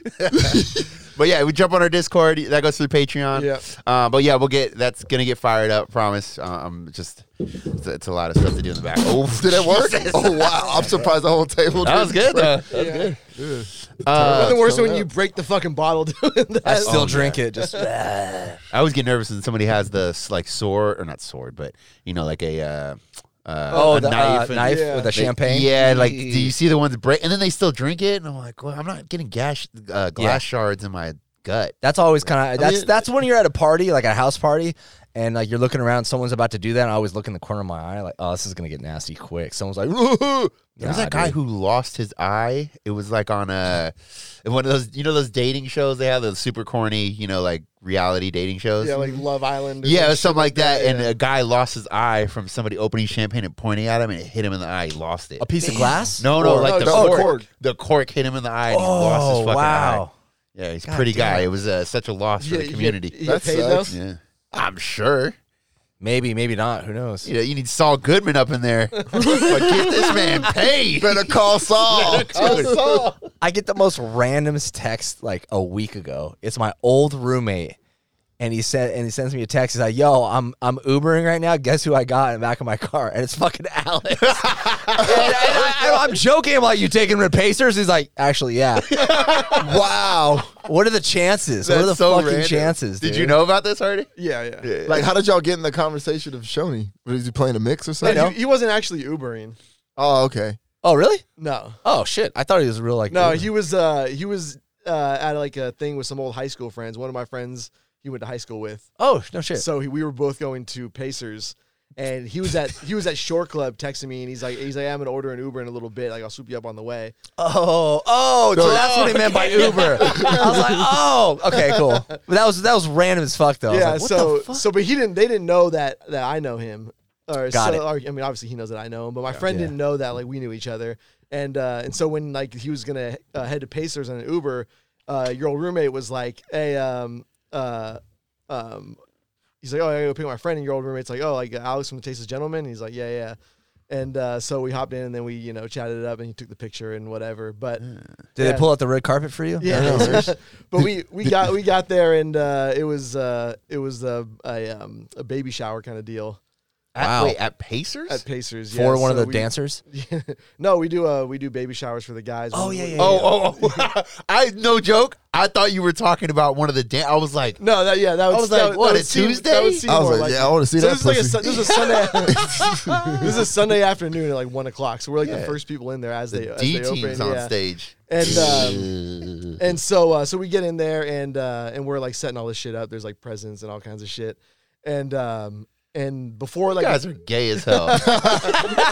[SPEAKER 1] But yeah, we jump on our Discord. That goes through Patreon.
[SPEAKER 3] Yep.
[SPEAKER 1] Uh, but yeah, we'll get that's gonna get fired up. Promise. Um, just it's, it's a lot of stuff to do in the back. Oh,
[SPEAKER 2] Did it work?
[SPEAKER 1] Jesus.
[SPEAKER 2] Oh wow! I'm surprised the whole table.
[SPEAKER 1] That was good.
[SPEAKER 2] didn't break.
[SPEAKER 1] Though.
[SPEAKER 3] Yeah.
[SPEAKER 1] Uh,
[SPEAKER 3] But the worst
[SPEAKER 2] coming
[SPEAKER 3] when you break the fucking bottle doing that.
[SPEAKER 4] I still drink it. Just oh,
[SPEAKER 1] I always get nervous when somebody has the s- like sword or not sword, but you know, like a uh, uh,
[SPEAKER 4] oh,
[SPEAKER 1] a
[SPEAKER 4] the
[SPEAKER 1] knife,
[SPEAKER 4] knife,
[SPEAKER 1] and-
[SPEAKER 4] knife
[SPEAKER 3] yeah.
[SPEAKER 4] with the
[SPEAKER 1] They-
[SPEAKER 4] champagne.
[SPEAKER 1] Yeah, like do you see the ones that break, and then they still drink it, and I'm like, well, I'm not getting gash, uh, glass
[SPEAKER 4] Yeah.
[SPEAKER 1] shards in my gut.
[SPEAKER 4] That's always kind of that's
[SPEAKER 2] mean-
[SPEAKER 4] that's when you're at a party, like a house party, and like you're looking around, someone's about to do that. And I always look in the corner of my eye, like, oh, this is gonna get nasty quick. Someone's like, "Ooh."
[SPEAKER 1] There was
[SPEAKER 4] Nah,
[SPEAKER 1] that guy
[SPEAKER 4] dude.
[SPEAKER 1] who lost his eye. It was like on a in one of those, you know, those dating shows they have those super corny, you know, like reality dating shows.
[SPEAKER 3] Yeah, like Love Island. or
[SPEAKER 1] Yeah, it
[SPEAKER 3] some
[SPEAKER 1] was something like that,
[SPEAKER 3] yeah.
[SPEAKER 1] and a guy lost his eye from somebody opening champagne and pointing at him, and it hit him in the eye. He lost it.
[SPEAKER 4] a piece of glass.
[SPEAKER 1] No, no,
[SPEAKER 2] Or-
[SPEAKER 1] like
[SPEAKER 2] no,
[SPEAKER 1] the
[SPEAKER 2] no,
[SPEAKER 1] cork.
[SPEAKER 2] cork.
[SPEAKER 1] The cork hit him in the eye and he lost
[SPEAKER 4] Oh
[SPEAKER 1] his fucking eye.
[SPEAKER 4] wow.
[SPEAKER 1] Yeah, he's a
[SPEAKER 4] God
[SPEAKER 1] pretty
[SPEAKER 4] damn.
[SPEAKER 1] guy. It was uh, such a loss for
[SPEAKER 3] Yeah,
[SPEAKER 1] the
[SPEAKER 3] you get-
[SPEAKER 1] community.
[SPEAKER 3] you
[SPEAKER 2] That
[SPEAKER 3] get paid
[SPEAKER 2] sucks.
[SPEAKER 3] though?
[SPEAKER 1] Yeah. I'm sure.
[SPEAKER 4] Maybe, maybe not. Who knows?
[SPEAKER 1] You know, you need Saul Goodman up in there. but get this man paid.
[SPEAKER 2] Better call Saul.
[SPEAKER 1] Dude.
[SPEAKER 4] I get the most randomest text like a week ago. It's my old roommate, and he said, and he sends me a text. He's like, "Yo, I'm I'm Ubering right now. Guess who I got in the back of my car? And it's fucking Alex." and I, am joking. I'm like, "You taking red pacers?" He's like, "Actually, yeah." wow. What are the chances? what are the
[SPEAKER 1] That's so
[SPEAKER 4] fucking
[SPEAKER 1] random.
[SPEAKER 4] chances?
[SPEAKER 1] Did
[SPEAKER 4] dude?
[SPEAKER 1] you know about this already?
[SPEAKER 3] Yeah, yeah.
[SPEAKER 2] like, how did y'all get in the conversation of Shoney? Was he playing a mix or
[SPEAKER 3] No,
[SPEAKER 2] something?
[SPEAKER 3] He, he wasn't actually Ubering.
[SPEAKER 2] Oh, okay.
[SPEAKER 4] Oh, really?
[SPEAKER 3] No,
[SPEAKER 4] Oh shit! I thought he was real. Like,
[SPEAKER 3] no,
[SPEAKER 4] Uber.
[SPEAKER 3] he was. uh He was uh at like a thing with some old high school friends. One of my friends he went to high school with.
[SPEAKER 4] Oh no shit.
[SPEAKER 3] So he, we were both going to Pacers, and he was at he was at Shore Club texting me, and he's like, he's like, I'm gonna order an Uber in a little bit. Like I'll swoop you up on the way.
[SPEAKER 4] Oh, oh, so that's what he meant by Uber. I was like, oh, okay, cool. But that was that was random as fuck though. I was
[SPEAKER 3] yeah.
[SPEAKER 4] like, what
[SPEAKER 3] so
[SPEAKER 4] the fuck?
[SPEAKER 3] so, but he didn't. They didn't know that that I know him. Or
[SPEAKER 4] Got
[SPEAKER 3] so,
[SPEAKER 4] it.
[SPEAKER 3] Or, I mean, obviously he knows that I know him, but my friend
[SPEAKER 4] Yeah.
[SPEAKER 3] didn't know that like we knew each other. And uh, and so when like he was gonna uh, head to Pacers on an Uber, uh, your old roommate was like, hey, um, uh, um, he's like, oh, I gotta go pick up my friend. And your old roommate's like, oh, like Alex from the Taste of Gentleman. And he's like, yeah, yeah. And uh, so we hopped in and then we, you know, chatted it up and he took the picture and whatever. But
[SPEAKER 4] Did
[SPEAKER 3] yeah.
[SPEAKER 4] they pull out the red carpet for you?
[SPEAKER 3] yeah, but we, we got we got there and uh, it was uh, it was a a, um, a baby shower kind of deal
[SPEAKER 1] At,
[SPEAKER 4] Wow.
[SPEAKER 1] Wait, at Pacers?
[SPEAKER 3] at Pacers yeah,
[SPEAKER 4] For one of
[SPEAKER 3] so
[SPEAKER 4] the
[SPEAKER 3] we-
[SPEAKER 4] dancers.
[SPEAKER 3] no, we do uh, we do baby showers for the guys.
[SPEAKER 4] Oh,
[SPEAKER 3] when
[SPEAKER 4] yeah,
[SPEAKER 3] we-
[SPEAKER 4] yeah,
[SPEAKER 1] oh, oh, oh. I no joke. I thought you were talking about one of the dan- I was like,
[SPEAKER 3] No, that yeah, that would,
[SPEAKER 1] was
[SPEAKER 3] that
[SPEAKER 1] like,
[SPEAKER 3] would-
[SPEAKER 1] what,
[SPEAKER 3] that would
[SPEAKER 1] a
[SPEAKER 3] seem-
[SPEAKER 1] Tuesday?
[SPEAKER 3] That would seem
[SPEAKER 2] I was
[SPEAKER 3] more
[SPEAKER 2] like, yeah, I want to see
[SPEAKER 3] so
[SPEAKER 2] that.
[SPEAKER 3] this is like a
[SPEAKER 2] pussy.
[SPEAKER 3] Sun- this is a Sunday. this is a Sunday afternoon at like one o'clock. So we're like the first people in there as they
[SPEAKER 1] the
[SPEAKER 3] as
[SPEAKER 1] D
[SPEAKER 3] they open.
[SPEAKER 1] team's on
[SPEAKER 3] yeah.
[SPEAKER 1] stage.
[SPEAKER 3] And um, and so uh, so we get in there and uh, and we're like setting all this shit up. There's like presents and all kinds of shit. And um and before like
[SPEAKER 1] You guys are gay as hell.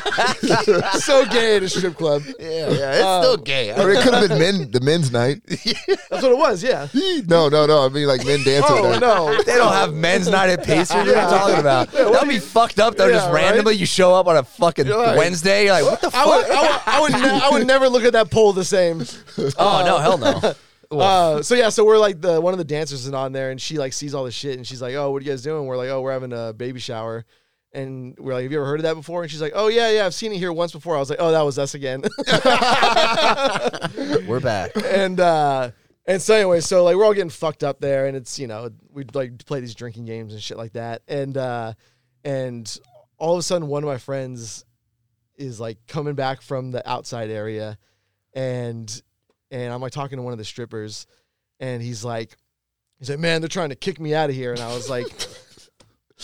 [SPEAKER 3] so gay at a strip club.
[SPEAKER 1] yeah, yeah, it's still gay.
[SPEAKER 2] Or Uh, it could have been men, the men's night.
[SPEAKER 3] That's what it was. Yeah.
[SPEAKER 2] No, no, no. I mean, like men dancing.
[SPEAKER 3] Oh no.
[SPEAKER 4] They don't have men's night at Pacers. What are you
[SPEAKER 3] Yeah.
[SPEAKER 4] talking about?
[SPEAKER 3] Yeah, what
[SPEAKER 4] That'd
[SPEAKER 3] do
[SPEAKER 4] be
[SPEAKER 3] you-
[SPEAKER 4] fucked up though. just
[SPEAKER 3] Yeah, right?
[SPEAKER 4] randomly, you show up on a fucking
[SPEAKER 3] like-
[SPEAKER 4] Wednesday. You're like, what the
[SPEAKER 3] I
[SPEAKER 4] fuck?
[SPEAKER 3] would, I would, I would, ne- I would never look at that pole the same.
[SPEAKER 4] Oh no, hell no.
[SPEAKER 3] Uh, so yeah, so we're like the one of the dancers is on there, and she like sees all this shit, and she's like, "Oh, what are you guys doing?" We're like, "Oh, we're having a baby shower," and we're like, "Have you ever heard of that before?" And she's like, "Oh yeah, yeah, I've seen it here once before." I was like, "Oh, that was us again,"
[SPEAKER 4] We're back.
[SPEAKER 3] and uh, and so anyway, so like we're all getting fucked up there, and it's you know we like play these drinking games and shit like that, and uh, and all of a sudden one of my friends is like coming back from the outside area, and and I'm like talking to one of the strippers, and he's like, he's like, man, they're trying to kick me out of here, and I was like.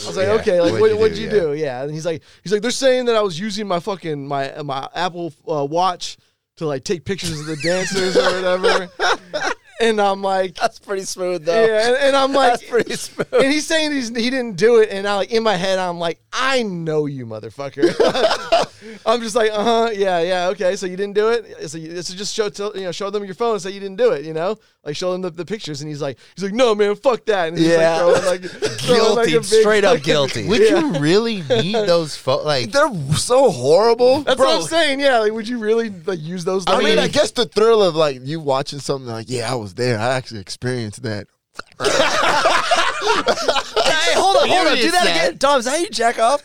[SPEAKER 3] I was like,
[SPEAKER 1] Yeah,
[SPEAKER 3] okay, like,
[SPEAKER 1] what'd
[SPEAKER 3] what,
[SPEAKER 1] you do,
[SPEAKER 3] what'd you
[SPEAKER 1] yeah.
[SPEAKER 3] do? Yeah, and he's like, he's like, they're saying that I was using my fucking my my Apple uh, Watch to like take pictures of the dancers or whatever. and I'm like,
[SPEAKER 4] That's pretty smooth though.
[SPEAKER 1] Oh.
[SPEAKER 3] yeah, and, and I'm
[SPEAKER 4] That's
[SPEAKER 3] like,
[SPEAKER 4] pretty smooth.
[SPEAKER 3] and he's saying he's, he didn't do it, and I like in my head I'm like, I know you, motherfucker. I'm just like, uh huh, yeah, yeah, okay. So you didn't do it. So, you, so just show tell, you know show them your phone and say you didn't do it. You know, like show them the, the pictures, and he's like, he's like, no man, fuck that. And he's
[SPEAKER 4] Yeah.
[SPEAKER 3] like, throwing, like throwing, like,
[SPEAKER 4] guilty,
[SPEAKER 3] a big
[SPEAKER 4] straight up
[SPEAKER 3] fucking-
[SPEAKER 4] guilty.
[SPEAKER 1] Would you really need those photos? Like,
[SPEAKER 2] They're so horrible.
[SPEAKER 3] That's
[SPEAKER 2] Bro,
[SPEAKER 3] what I'm saying. Yeah, like would you really like use those?
[SPEAKER 2] I mean,
[SPEAKER 3] numbers?
[SPEAKER 2] I guess the thrill of like you watching something like, yeah, I was there. I actually experienced that.
[SPEAKER 4] hey, hold on, hold on. Do
[SPEAKER 1] Serious,
[SPEAKER 4] that
[SPEAKER 1] man.
[SPEAKER 4] again. Tom, is that how you jack off?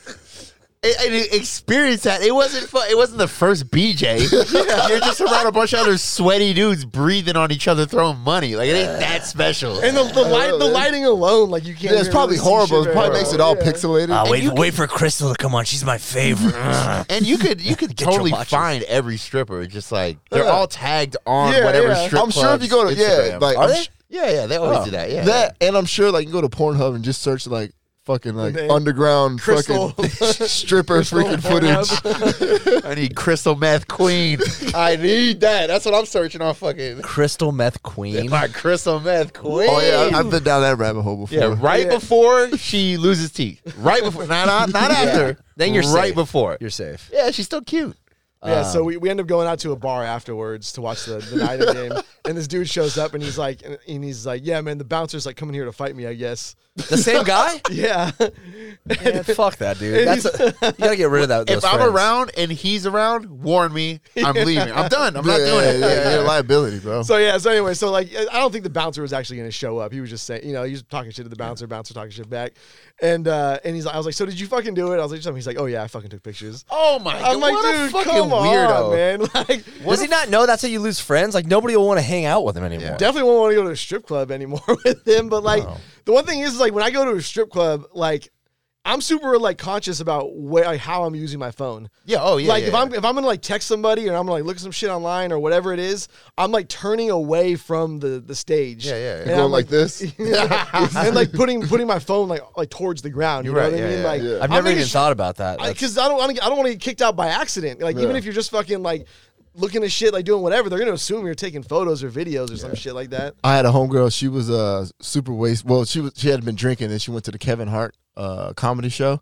[SPEAKER 1] it, it experience that. It wasn't fun. It wasn't the first BJ. You're just around a bunch of other sweaty dudes breathing on each other, throwing money. Like it ain't that special.
[SPEAKER 3] and the, the light, the
[SPEAKER 2] man.
[SPEAKER 3] lighting alone, like you can't.
[SPEAKER 2] Yeah, it's
[SPEAKER 3] even
[SPEAKER 2] probably
[SPEAKER 3] really see
[SPEAKER 2] horrible.
[SPEAKER 3] shit
[SPEAKER 2] It
[SPEAKER 3] very
[SPEAKER 2] probably
[SPEAKER 3] well.
[SPEAKER 2] makes it all
[SPEAKER 3] Yeah.
[SPEAKER 2] pixelated.
[SPEAKER 4] Ah, wait, wait for Crystal to come on. She's my favorite.
[SPEAKER 1] And you could you could
[SPEAKER 4] Get your
[SPEAKER 1] totally
[SPEAKER 4] watches.
[SPEAKER 1] find every stripper. It's Just like they're
[SPEAKER 2] Yeah.
[SPEAKER 1] all tagged on
[SPEAKER 3] Yeah,
[SPEAKER 1] whatever
[SPEAKER 3] yeah.
[SPEAKER 1] strip.
[SPEAKER 2] I'm sure if you go to-
[SPEAKER 1] club's
[SPEAKER 2] yeah,
[SPEAKER 1] Instagram.
[SPEAKER 2] like,
[SPEAKER 1] Are
[SPEAKER 2] I'm
[SPEAKER 1] they?
[SPEAKER 2] sh-
[SPEAKER 1] yeah, yeah, they always
[SPEAKER 4] Oh.
[SPEAKER 1] do that. Yeah,
[SPEAKER 2] that, and I'm sure like you can go to Pornhub and just search like fucking like
[SPEAKER 3] Name.
[SPEAKER 2] underground
[SPEAKER 3] Crystal.
[SPEAKER 2] fucking stripper freaking footage.
[SPEAKER 1] I need crystal meth queen. I need that. That's what I'm searching on fucking
[SPEAKER 4] Crystal meth queen.
[SPEAKER 1] my crystal meth queen.
[SPEAKER 2] Oh yeah, I- I've been down that rabbit hole before.
[SPEAKER 1] Yeah, right
[SPEAKER 3] Yeah.
[SPEAKER 1] before she loses teeth. Right before, not not, not after.
[SPEAKER 4] Then you're
[SPEAKER 1] right
[SPEAKER 4] safe.
[SPEAKER 1] before.
[SPEAKER 4] You're safe.
[SPEAKER 1] yeah, she's still cute.
[SPEAKER 3] Yeah,
[SPEAKER 1] Um,
[SPEAKER 3] so we, we end up going out to a bar afterwards to watch the, the night of game, and this dude shows up and he's like, and, and he's like, yeah, man, the bouncer's like coming here to fight me, I guess.
[SPEAKER 4] The same guy?
[SPEAKER 3] Yeah,
[SPEAKER 4] Man, fuck that dude. That's a, you gotta get rid of that.
[SPEAKER 1] If
[SPEAKER 4] those
[SPEAKER 1] I'm
[SPEAKER 4] friends.
[SPEAKER 1] around and he's around, warn me. I'm leaving. I'm done. I'm not
[SPEAKER 2] yeah,
[SPEAKER 1] doing it.
[SPEAKER 2] Yeah, yeah, you're a liability, bro.
[SPEAKER 3] so yeah, so anyway, so like, I don't think the bouncer was actually going to show up. He was just saying, you know, he was talking shit to the bouncer, bouncer talking shit back, and uh, and he's, like, I was like, so did you fucking do it? I was like, something. He's like, oh yeah, I fucking took pictures.
[SPEAKER 1] Oh my god.
[SPEAKER 3] I'm like,
[SPEAKER 1] what a
[SPEAKER 3] dude,
[SPEAKER 1] fucking
[SPEAKER 3] come
[SPEAKER 1] weirdo.
[SPEAKER 3] on, man, like.
[SPEAKER 4] Does he not know that's how you lose friends? Like nobody will want to hang out with him anymore.
[SPEAKER 3] Definitely won't want to go to a strip club anymore with him. But like the one thing is, is like when I go to a strip club, like I'm super like conscious about where like, how I'm using my phone.
[SPEAKER 1] Yeah, oh yeah.
[SPEAKER 3] like
[SPEAKER 1] yeah,
[SPEAKER 3] if I'm if I'm gonna like text somebody or I'm gonna like look at some shit online or whatever it is, I'm like turning away from the the stage.
[SPEAKER 1] Yeah, yeah, yeah.
[SPEAKER 3] And
[SPEAKER 2] Going
[SPEAKER 3] I'm,
[SPEAKER 2] like this.
[SPEAKER 3] and like putting putting my phone like like towards the ground. You
[SPEAKER 1] You're
[SPEAKER 3] know
[SPEAKER 1] right,
[SPEAKER 3] what I
[SPEAKER 1] yeah,
[SPEAKER 3] mean?
[SPEAKER 1] yeah,
[SPEAKER 3] like
[SPEAKER 2] yeah.
[SPEAKER 4] I've
[SPEAKER 3] I'm
[SPEAKER 4] never
[SPEAKER 3] making
[SPEAKER 4] even
[SPEAKER 3] sh-
[SPEAKER 4] thought about that. That's-
[SPEAKER 3] because I, don't wanna get- I don't want to get kicked out by accident. Like even
[SPEAKER 2] Yeah.
[SPEAKER 3] if you're just fucking like looking at shit, like doing whatever, they're gonna assume you're taking photos or videos or some shit like that.
[SPEAKER 2] I had a homegirl. She was uh, super waste. Well, she was she had been drinking, and she went to the Kevin Hart uh, comedy show,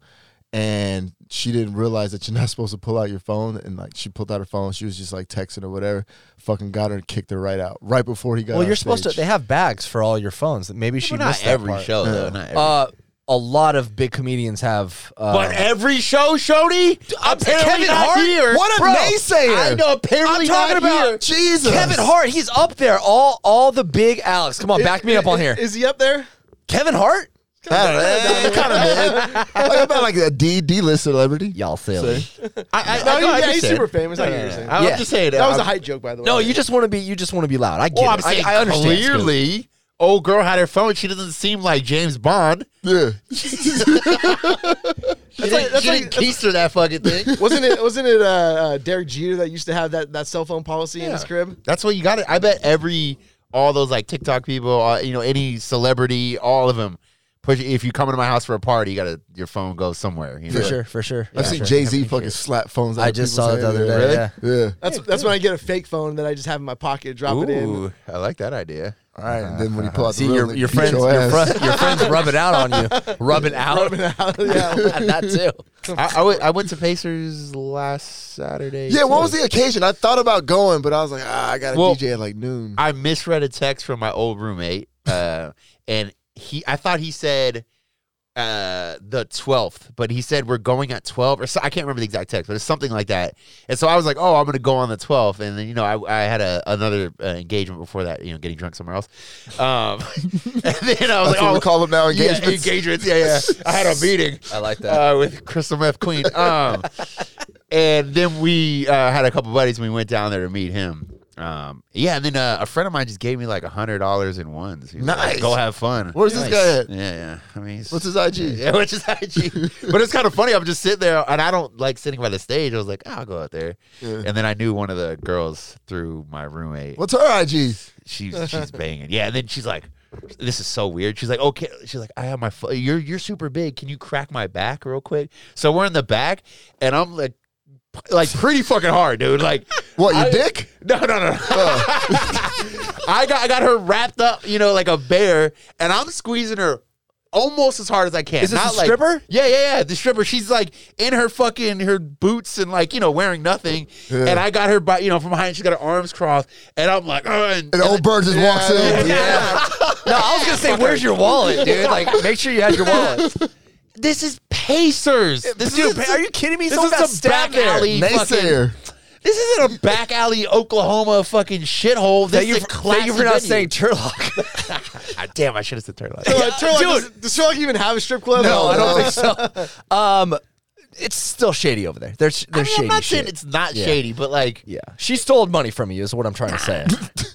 [SPEAKER 2] and she didn't realize that you're not supposed to pull out your phone. And like she pulled out her phone, she was just like texting or whatever. Fucking got her and kicked her right out right before he got.
[SPEAKER 4] well,
[SPEAKER 2] on
[SPEAKER 4] you're supposed to.
[SPEAKER 2] stage.
[SPEAKER 4] They have bags for all your phones. Maybe she
[SPEAKER 1] Well, not
[SPEAKER 4] missed that
[SPEAKER 1] every
[SPEAKER 4] part.
[SPEAKER 1] show though. Not every
[SPEAKER 4] Uh, a lot of big comedians have. Uh,
[SPEAKER 1] But every show, Shody, apparently
[SPEAKER 4] Kevin
[SPEAKER 1] not
[SPEAKER 4] Hart?
[SPEAKER 1] here.
[SPEAKER 4] What a
[SPEAKER 1] Bro,
[SPEAKER 4] naysayer.
[SPEAKER 1] I know. Apparently
[SPEAKER 4] I'm talking
[SPEAKER 1] not
[SPEAKER 4] about
[SPEAKER 1] here.
[SPEAKER 2] Jesus,
[SPEAKER 4] Kevin Hart, he's up there. All all the big Alex. Come on, back me up on here.
[SPEAKER 3] Is he up there?
[SPEAKER 4] Kevin Hart?
[SPEAKER 2] kind of like about like a D D list celebrity.
[SPEAKER 4] Y'all silly.
[SPEAKER 1] I, I,
[SPEAKER 3] No,
[SPEAKER 1] I,
[SPEAKER 3] he-
[SPEAKER 1] know, I
[SPEAKER 3] yeah, he's
[SPEAKER 1] understand.
[SPEAKER 3] super famous. I
[SPEAKER 1] No,
[SPEAKER 3] get what
[SPEAKER 1] no,
[SPEAKER 3] you're saying.
[SPEAKER 1] no. I'm
[SPEAKER 4] Yeah.
[SPEAKER 1] just saying
[SPEAKER 3] That was
[SPEAKER 1] I'm-
[SPEAKER 3] a hype joke, by the way.
[SPEAKER 4] No, you just want to be. You just want to be loud. I get.
[SPEAKER 1] Well, Oh, I'm
[SPEAKER 4] it. I-
[SPEAKER 1] saying
[SPEAKER 4] I, understand. Scoop.
[SPEAKER 1] clearly, old girl had her phone. She doesn't seem like James Bond.
[SPEAKER 2] Yeah,
[SPEAKER 1] She didn't,
[SPEAKER 3] like- that's
[SPEAKER 1] she didn't
[SPEAKER 3] like-
[SPEAKER 1] keister that fucking thing.
[SPEAKER 3] wasn't it? Wasn't it uh, uh, Derek Jeter that used to have that, that cell phone policy in his
[SPEAKER 1] Yeah.
[SPEAKER 3] crib?
[SPEAKER 1] That's what you got. to I bet every all those like TikTok people, uh, you know, any celebrity, all of them. Push, if you come into my house for a party, you gotta your phone goes somewhere. You know?
[SPEAKER 4] For sure. For sure.
[SPEAKER 2] I've
[SPEAKER 4] Yeah.
[SPEAKER 2] seen Jay Z fucking slap phones. out
[SPEAKER 4] I
[SPEAKER 2] of
[SPEAKER 4] just
[SPEAKER 2] people's
[SPEAKER 4] saw it the
[SPEAKER 2] hands.
[SPEAKER 4] other day,
[SPEAKER 2] Really? Yeah.
[SPEAKER 3] That's that's when I get a fake phone that I just have in my pocket, drop it in.
[SPEAKER 1] Ooh, I like that idea.
[SPEAKER 2] All right. And then when he pulled out
[SPEAKER 4] See
[SPEAKER 2] the real
[SPEAKER 4] your
[SPEAKER 2] nigga,
[SPEAKER 4] your
[SPEAKER 2] beat
[SPEAKER 4] friends
[SPEAKER 2] your
[SPEAKER 4] your,
[SPEAKER 2] ass.
[SPEAKER 4] fr- your friends rub it out on you. Rub it out.
[SPEAKER 3] Rub it out, yeah.
[SPEAKER 4] that too.
[SPEAKER 1] I, I, went, I went to Pacers last Saturday.
[SPEAKER 2] Yeah,
[SPEAKER 1] too.
[SPEAKER 2] what was the occasion? I thought about going, but I was like, ah, I got a
[SPEAKER 1] Well,
[SPEAKER 2] DJ at like noon.
[SPEAKER 1] I misread a text from my old roommate, uh, and he. I thought he said uh, the twelfth, but he said we're going at twelve, or so, I can't remember the exact text, but it's something like that. And so I was like, oh, I'm gonna go on the twelfth, and then you know I, I had a, another uh, engagement before that, you know, getting drunk somewhere else. Um, and then I was
[SPEAKER 2] That's
[SPEAKER 1] like,
[SPEAKER 2] what
[SPEAKER 1] oh,
[SPEAKER 2] we call them now.
[SPEAKER 1] yeah,
[SPEAKER 2] Engagements.
[SPEAKER 1] engagements, yeah, yeah. I had a meeting
[SPEAKER 4] I like that.
[SPEAKER 1] uh, with Crystal Meth Queen. Um, and then we uh, had a couple buddies and we went down there to meet him. Um, yeah, and then uh, a friend of mine just gave me like a hundred dollars in ones. He was like,
[SPEAKER 2] Nice.
[SPEAKER 1] go have fun.
[SPEAKER 2] Where's this guy at?
[SPEAKER 1] Yeah, yeah. I mean, he's-
[SPEAKER 2] What's his IG?
[SPEAKER 1] yeah, which is IG. but it's kind of funny. I'm just sitting there, and I don't like sitting by the stage. I was like, "Ah, I'll go out there.
[SPEAKER 2] Yeah.
[SPEAKER 1] And then I knew one of the girls through my roommate
[SPEAKER 2] What's her IG?
[SPEAKER 1] she's she's banging. Yeah, and then she's like, "This is so weird." She's like, "Okay," she's like, "I have my fo- you're you're super big. Can you crack my back real quick?" So we're in the back, and I'm like, p- like pretty fucking hard, dude. Like,
[SPEAKER 2] What your
[SPEAKER 1] I-
[SPEAKER 2] dick?
[SPEAKER 1] no, no, no. I got I got her wrapped up, you know, like a bear, and I'm squeezing her almost as hard as I can.
[SPEAKER 4] Is this
[SPEAKER 1] Not
[SPEAKER 4] the
[SPEAKER 1] like,
[SPEAKER 4] stripper?
[SPEAKER 1] Yeah, yeah, yeah. The stripper. She's like in her fucking her boots and like you know wearing nothing, and I got her by you know from behind. She got her arms crossed, and I'm like, oh, and,
[SPEAKER 2] And old bird just walks in.
[SPEAKER 1] yeah.
[SPEAKER 4] No, I was gonna say, where's your wallet, dude? Like, make sure you have your wallet.
[SPEAKER 1] This is Pacers. This
[SPEAKER 4] dude,
[SPEAKER 1] is,
[SPEAKER 4] pa- are you kidding me?
[SPEAKER 1] This
[SPEAKER 4] Someone got
[SPEAKER 1] is a back
[SPEAKER 4] stabbed there.
[SPEAKER 1] alley. Fucking,
[SPEAKER 2] Naysayer.
[SPEAKER 1] this isn't a back alley Oklahoma fucking shithole. This
[SPEAKER 4] Thank you,
[SPEAKER 1] is a
[SPEAKER 4] for,
[SPEAKER 1] classy
[SPEAKER 4] thank you for not
[SPEAKER 1] venue.
[SPEAKER 4] saying Turlock.
[SPEAKER 1] Ah, damn, I should have said turtle.
[SPEAKER 3] So, uh, Turlock, does, does Turlock even have a strip club?
[SPEAKER 4] No, I
[SPEAKER 2] no.
[SPEAKER 4] don't think so. Um, it's still shady over there. They're,
[SPEAKER 1] I
[SPEAKER 4] they're
[SPEAKER 1] mean,
[SPEAKER 4] shady.
[SPEAKER 1] I'm not
[SPEAKER 4] shit.
[SPEAKER 1] saying it's not
[SPEAKER 4] Yeah.
[SPEAKER 1] shady, but like,
[SPEAKER 4] yeah, she stole money from you. Is what I'm trying to say.